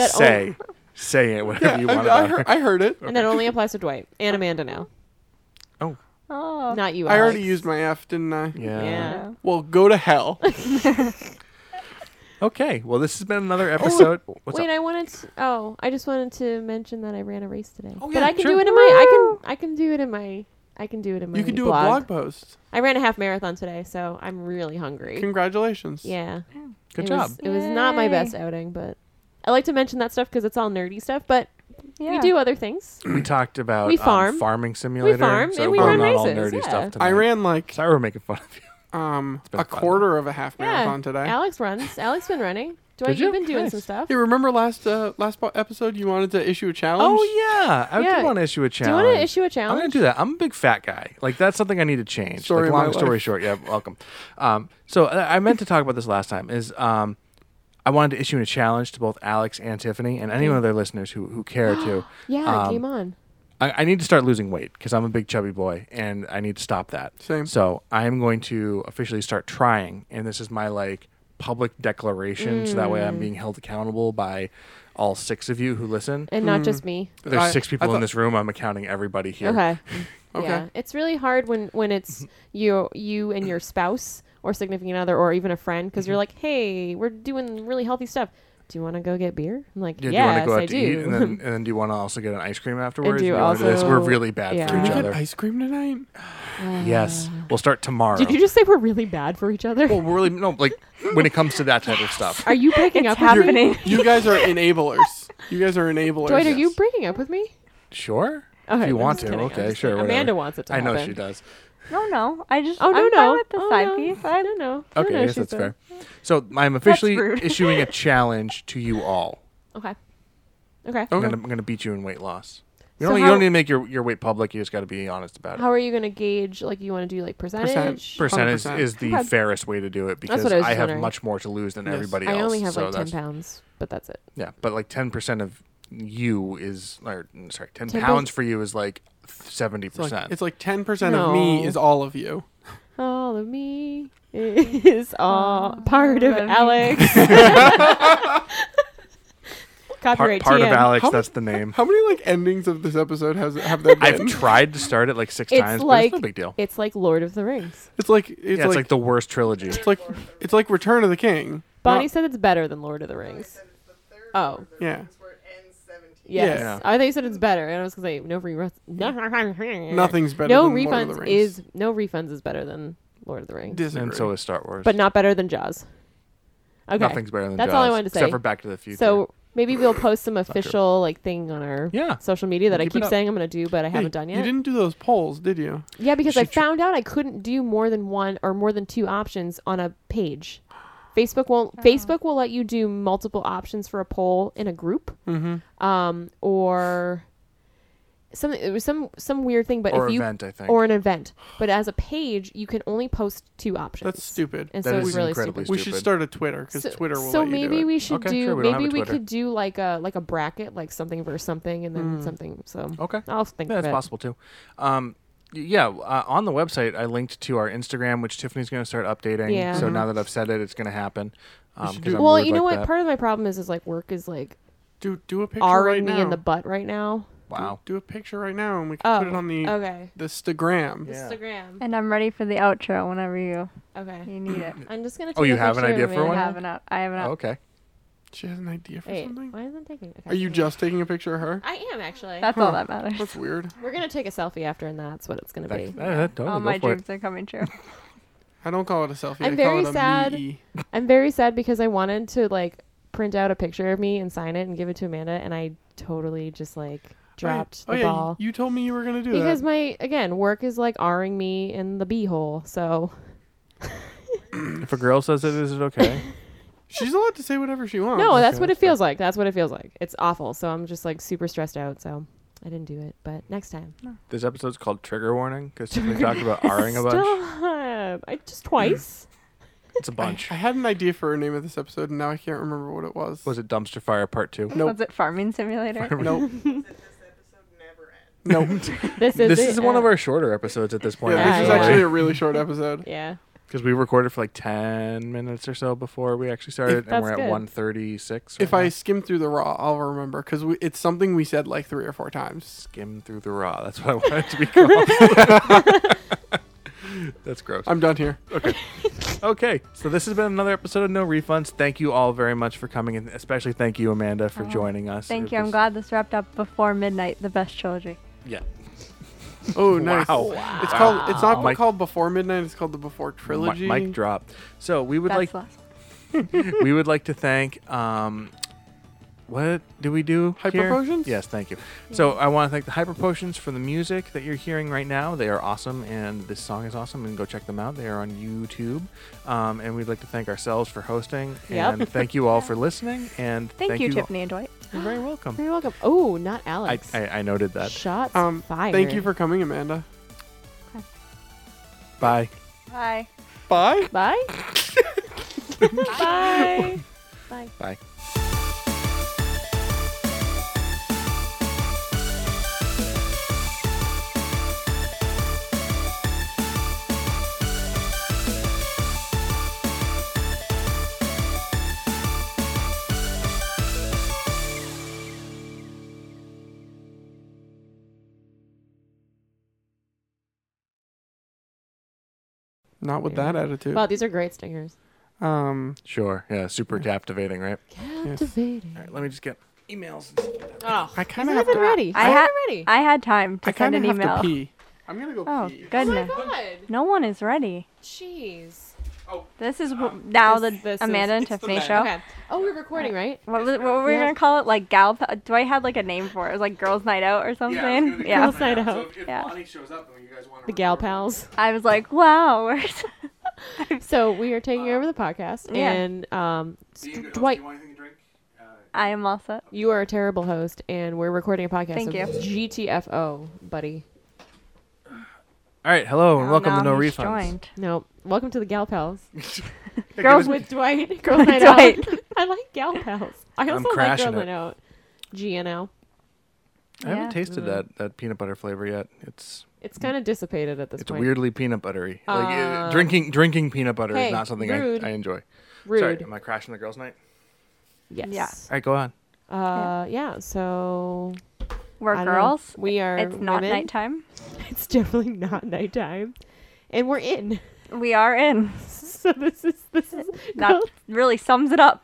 S4: on-
S2: say. Say it, whatever
S3: Yeah,
S2: (laughs) you
S3: I,
S2: want
S3: I
S2: about
S3: heard,
S2: her.
S3: I
S1: (laughs)
S3: heard it.
S4: and that only applies to Dwight and Amanda now,
S1: Oh.
S4: not you.
S3: I already
S4: Alex.
S3: used my F, didn't I?
S2: (laughs) Yeah.
S4: Yeah.
S1: Yeah.
S3: Well, go
S1: (laughs)
S3: to hell.
S2: Okay. Well, this has been another episode. What's
S4: Oh, Wait,
S2: up?
S4: I wanted to. Oh, I just wanted to mention that I ran a race today.
S2: Oh,
S4: but
S2: yeah,
S4: I can
S2: sure.
S4: do it in my. I can. I can do it in my. I can do it in my.
S3: you can do
S4: blog.
S3: a blog post.
S4: I ran a half marathon today, so I'm really hungry.
S3: Congratulations.
S4: yeah.
S2: Good
S4: it
S2: job.
S4: Was, it was not my
S1: Yay.
S4: best outing, but I like to mention that stuff because it's all nerdy stuff. But we
S1: Yeah.
S4: do other things.
S2: we talked about
S4: We
S2: um,
S4: farm.
S2: farming simulator.
S4: farm,
S2: so
S4: and we
S2: we're
S4: run
S2: not all
S4: races,
S2: nerdy
S4: yeah.
S2: stuff tonight.
S3: I ran like
S2: Sorry, we're making fun of you.
S3: um
S2: been
S3: a
S2: fun.
S3: quarter of a half marathon
S4: yeah.
S3: today.
S4: Alex runs. Alex been running. Dwight,
S2: Did you?
S4: you've been doing
S2: Nice.
S4: some stuff.
S3: Hey, remember last uh, last po- episode you wanted to issue a
S2: (laughs)
S3: challenge?
S2: Oh yeah, I
S4: Yeah.
S2: do want to issue a
S4: Do you
S2: challenge.
S4: want to issue a
S2: I'm gonna
S4: challenge?
S2: do that. I'm a big fat guy. Like that's something I need to change.
S3: Story
S2: like
S3: of my
S2: long story
S3: life.
S2: short, yeah, welcome. Um, so I I meant to talk about this last time. Is um, I wanted to issue a challenge to both Alex and Tiffany and anyone of their listeners who who care to.
S4: yeah,
S2: Um,
S4: game on.
S2: I, I need to start losing weight because I'm a big chubby boy and I need to stop that.
S3: Same.
S2: So I am going to officially start trying, and this is my like public declaration, so that way I'm being held accountable by all six of you who listen.
S4: And not just me.
S2: There's
S3: I-
S2: six
S3: I
S2: people
S3: thought-
S2: in this room. I'm accounting everybody here. (laughs)
S4: Okay.
S3: Okay.
S4: Yeah. It's really hard when when it's you you and your spouse or significant other or even a friend because
S2: Mm-hmm.
S4: you're like, hey, we're doing really healthy stuff. Do you want to go get beer? I'm like,
S2: Yeah, do you
S4: yes,
S2: want to go out
S4: I
S2: to
S4: do.
S2: eat,
S4: (laughs)
S2: and then, and then do you want to also get an ice cream afterwards?
S4: do
S2: you wanna do this?
S4: also-
S2: We're really bad
S4: yeah.
S2: for
S3: Can we
S2: each
S3: get
S2: other.
S3: ice cream tonight?
S2: yes, we'll start tomorrow.
S4: uh, Did you just say we're really bad for each other?
S2: well, we're really no like when it comes to that type of stuff.
S4: (laughs) are you breaking
S1: It's
S4: up with me? (laughs)
S1: happening.
S3: You guys are enablers. You guys are enablers.
S4: Dwight, are you
S3: Yes.
S4: breaking up with me?
S2: (laughs) Sure,
S4: Okay,
S2: if you
S4: I'm
S2: want to.
S4: just kidding, I'm
S2: okay,
S4: just
S2: sure.
S4: kidding.
S2: whatever.
S4: Amanda wants it to
S2: I know
S4: happen.
S2: she does.
S1: (laughs) No, no. I just.
S4: Oh no
S1: I'm
S4: no!
S1: Fine with the
S4: oh,
S1: side
S4: no.
S1: piece.
S4: I
S1: I,
S4: don't know. I
S2: Okay,
S4: don't know
S2: yes,
S4: she's
S2: that's
S4: been-
S2: fair. So I'm officially
S4: (laughs)
S1: rude.
S2: issuing a challenge to you all.
S4: Okay. Okay.
S2: I'm, gonna, I'm gonna beat you in weight loss. You,
S4: So
S2: don't, you
S4: how-
S2: don't need to make your, your weight public. You just got to be honest about it.
S4: How are you gonna gauge? Like, you want to do like percentage?
S2: Percentage
S3: 100%.
S2: is the
S4: Okay.
S2: fairest way to do it because
S4: what I was
S2: I,
S4: just
S2: have
S4: wondering.
S2: much more to lose than
S3: Yes.
S2: everybody
S4: I
S2: else.
S4: only have
S2: so
S4: like ten
S2: that's-
S4: pounds, but that's it.
S2: Yeah, but like ten percent of you is, or mm, sorry, ten
S4: 10%.
S2: pounds for you is like seventy
S3: It's like,
S2: percent.
S3: it's like 10% of me
S4: No.
S3: is all of you.
S4: All of me
S2: (laughs)
S4: is all part of
S1: All of me.
S4: Alex. (laughs)
S2: Part,
S4: Copyright
S2: part of
S4: TM.
S2: Alex,
S3: How-
S2: that's the
S4: (laughs)
S2: name.
S3: How many like endings of this episode has have there been?
S2: I've tried to start it like six
S4: It's
S2: times,
S4: like
S2: but it's no big deal.
S4: It's like Lord of the Rings.
S3: it's like it's,
S2: yeah, it's
S3: like,
S2: like the worst trilogy.
S3: it's like it's like Return of the King.
S4: Bonnie
S3: Not-
S4: said it's better than Lord of the
S5: I
S4: Rings.
S5: said it's the third
S4: Oh.
S5: one of the
S3: Yeah.
S5: rings Where it ends 17.
S4: Yes.
S2: Yeah.
S4: I thought you said it's better, and I was gonna say (laughs) no refunds. Nothing.
S3: nothing's better
S4: No
S3: than Lord of the
S4: refunds
S3: Rings.
S4: is no refunds is better than Lord of the Rings,
S3: Disagree.
S2: And so is Star Wars.
S4: but not better than Jaws. Okay.
S2: Nothing's better than
S4: That's all I
S2: Jaws,
S4: wanted to
S2: Except
S4: say.
S2: for Back to the Future.
S4: So
S2: (coughs)
S4: maybe we'll post some
S2: true.
S4: official like thing on our
S2: Yeah.
S4: social media that I
S2: Keep it
S4: keep
S2: up.
S4: saying I'm gonna do, but I
S3: Hey,
S4: haven't done yet.
S3: You didn't do those polls, did you?
S4: Yeah, because
S2: She
S4: I
S2: tr-
S4: found out I couldn't do more than one or more than two options on a page. Facebook won't. Facebook will let you do multiple options for a poll in a group,
S2: Mm-hmm.
S3: Mhm.
S4: um, or something. It was some some weird thing, but
S2: or
S4: if you
S2: event, I think.
S4: or an event, but as a page, you can only post two options.
S3: That's stupid.
S4: And
S2: That
S4: so
S2: is
S4: it's really
S2: incredibly
S4: stupid.
S3: We should
S2: Stupid.
S3: start a Twitter because
S4: So,
S3: Twitter will
S4: so
S3: let you
S4: maybe
S3: do it.
S4: we should
S2: Okay,
S4: do
S2: sure, we don't have
S4: maybe
S2: a
S4: we
S2: Twitter.
S4: could do like a like a bracket like something versus something and then something so
S2: okay.
S4: I'll think
S2: Hmm. Yeah,
S4: of
S2: that's
S4: it.
S2: possible too. Um, yeah, uh, on the website, I linked to our Instagram, which Tiffany's going to start updating.
S4: Yeah. Mm-hmm.
S2: So now that I've said it, it's going to happen. Um,
S3: should
S2: 'cause
S3: do-
S2: I'm
S4: well,
S2: rude
S4: you know
S2: like
S4: what?
S2: that.
S4: Part of my problem is is like work is like
S3: Do do a picture right
S4: r-ing me
S3: now.
S4: in the butt right now.
S2: wow.
S3: Do, do a picture right now, and we can
S4: Oh,
S3: put it on the
S4: okay.
S3: the Instagram.
S2: Yeah.
S4: Instagram.
S1: And I'm ready for the outro whenever you
S4: Okay.
S1: you need it.
S4: I'm just gonna. Take
S2: Oh, you
S4: a
S2: have an
S4: picture of
S2: idea for
S1: I
S2: one?
S1: have
S4: Amanda.
S1: an out. I have an out.
S2: Oh, okay.
S3: She has an idea for
S4: Wait,
S3: something.
S4: why isn't it taking? Okay.
S3: Are you just taking a picture of her?
S4: I am actually.
S1: That's all that matters.
S3: That's weird.
S4: We're gonna take a selfie after, and that's what it's gonna
S2: That,
S4: be.
S2: that- that- totally
S1: (laughs) all
S2: go
S1: my
S2: for
S1: dreams are coming true.
S3: I don't call it a selfie.
S4: I'm
S3: I
S4: very
S3: call it a
S4: sad.
S3: me.
S4: I'm very sad because I wanted to like print out a picture of me and sign it and give it to Amanda, and I totally just like dropped
S3: oh,
S4: the
S3: yeah, you-
S4: ball.
S3: You, told me you were gonna do
S4: because
S3: that.
S4: my again work is like r-ing me in the beehole. So
S2: it. If a girl says it, is it okay?
S3: She's allowed to say whatever she wants.
S4: (laughs) no, that's
S2: okay,
S4: what it
S2: that's fair.
S4: feels like. That's what it feels like. It's awful. So I'm just like super stressed out. So I didn't do it, but next time.
S2: this episode's called Trigger Warning because Tiffany talked about (laughs) R-ing a bunch.
S4: Stop. I
S3: (laughs)
S4: just twice.
S2: It's a bunch.
S3: I, I had an idea for a name of this episode, and now I can't remember what it was. (laughs)
S2: Was it Dumpster Fire Part 2?
S3: Nope.
S1: Was it Farming Simulator?
S3: Nope.
S5: That this episode never ends.
S2: (laughs)
S3: nope.
S4: this is
S2: This
S4: it.
S2: is one of
S4: Uh,
S2: our shorter episodes at this point.
S3: yeah,
S4: Yeah,
S3: this is
S4: yeah.
S3: actually a really short episode.
S4: yeah.
S2: Because we recorded for like 10 minutes or so before we actually started, and
S4: That's
S2: we're at
S4: good.
S2: 136.
S3: If
S2: right
S3: I
S2: now.
S3: skim through the raw, I'll remember because it's something we said like three or four times.
S2: skim through the raw, that's what I wanted to be called. that's gross.
S3: I'm done
S2: (laughs)
S3: here.
S2: Okay, so this has been another episode of No Refunds. Thank you all very much for coming, and especially thank you, Amanda, for
S1: Oh,
S2: joining
S1: (laughs)
S2: us.
S1: Thank
S2: It
S1: you. I'm
S2: was-
S1: glad this wrapped up before midnight. The best trilogy.
S2: Yeah.
S3: Oh, nice.
S2: Wow.
S3: It's called. It's not
S2: Wow. Mic-
S3: called Before Midnight. It's called the Before Trilogy.
S2: Mi- mic drop. So we would
S1: That's
S2: like
S1: the last one.
S2: we would like to thank um what do we do here?
S3: Hyperpotions?
S2: yes thank you so i want to thank the hyper potions for the music that you're hearing right now they are awesome and this song is awesome and go check them out they are on youtube um, and we'd like to thank ourselves for hosting
S4: Yep.
S2: and thank you
S1: (laughs)
S2: all for listening and
S1: Thank, you,
S2: all-
S1: Tiffany and Dwight.
S2: you're very
S1: (gasps)
S2: welcome
S4: You're welcome. Oh, not
S2: I,
S4: Alex.
S2: I, I noted that
S4: Shots
S3: Um,
S4: fired.
S3: Thank you for coming, Amanda.
S2: bye
S1: Bye.
S3: Bye. (laughs)
S4: Bye. (laughs) Bye. Bye.
S2: bye
S3: Not with
S4: Yeah.
S3: that attitude.
S4: Wow, these are great stingers.
S3: um.
S2: sure yeah super captivating right
S4: Captivating.
S2: all right let me just get emails
S4: Oh,
S3: I kind
S4: I
S3: of have
S4: haven't
S3: to.
S4: ready.
S1: I
S4: I
S1: ha-
S4: haven't ready.
S1: I had time to
S3: I kind
S1: send
S3: of
S1: an
S3: have
S1: email.
S3: to pee. I'm gonna go
S1: Oh
S3: pee.
S1: goodness!
S4: god.
S1: no one is ready.
S4: Jeez.
S1: This is wh- now
S4: This-
S1: the
S4: this
S1: Amanda and
S4: is- it's the
S1: Tiffany
S3: men.
S1: show.
S4: Okay. Oh, we're recording, right?
S1: What, was, what were we
S4: Yeah.
S1: gonna call it? Like gal? Pa- Do I had like a name for it? It was like girls' night out or something. Yeah.
S4: Girls' Night Out.
S2: if
S1: Yeah.
S2: Bonnie shows up and you guys want
S4: The gal pals.
S1: I was like, wow. where's-
S4: So we are taking over the podcast,
S1: Yeah.
S4: and um, Dwight,
S2: want anything to drink?
S1: (laughs) I am all set.
S4: you are a terrible host, and we're recording a podcast.
S1: Thank
S4: so GTFO, buddy.
S2: All right, hello Oh,
S4: Oh,
S2: and welcome
S1: now
S2: to No
S1: I'm
S2: Refunds.
S1: disjoined.
S4: No, welcome to the gal pals.
S2: (laughs)
S1: Girls (laughs)
S4: with Dwight. Girl Night
S1: Dwight.
S4: Out. (laughs) I like gal pals. I
S2: I'm
S4: also like
S2: crashing
S4: Girl
S2: it.
S4: Night Out. GNO.
S2: I haven't
S1: Yeah.
S2: tasted that that peanut butter flavor yet. It's
S4: It's kind of dissipated at this
S2: it's
S4: point.
S2: weirdly peanut buttery. like uh,
S4: Uh,
S2: drinking drinking peanut butter
S4: hey,
S2: is not something
S4: rude.
S2: I, I enjoy.
S4: Rude.
S2: Sorry, am I crashing the girls' night?
S4: Yes.
S1: Yeah.
S2: All right, go on.
S4: Uh, yeah. So
S1: We're
S4: I don't know.
S1: girls.
S4: We are.
S1: It's not
S4: women.
S1: nighttime.
S4: (laughs) It's definitely not nighttime, and we're in. (laughs)
S1: We are in.
S4: So this is this is (laughs)
S1: That really sums it up.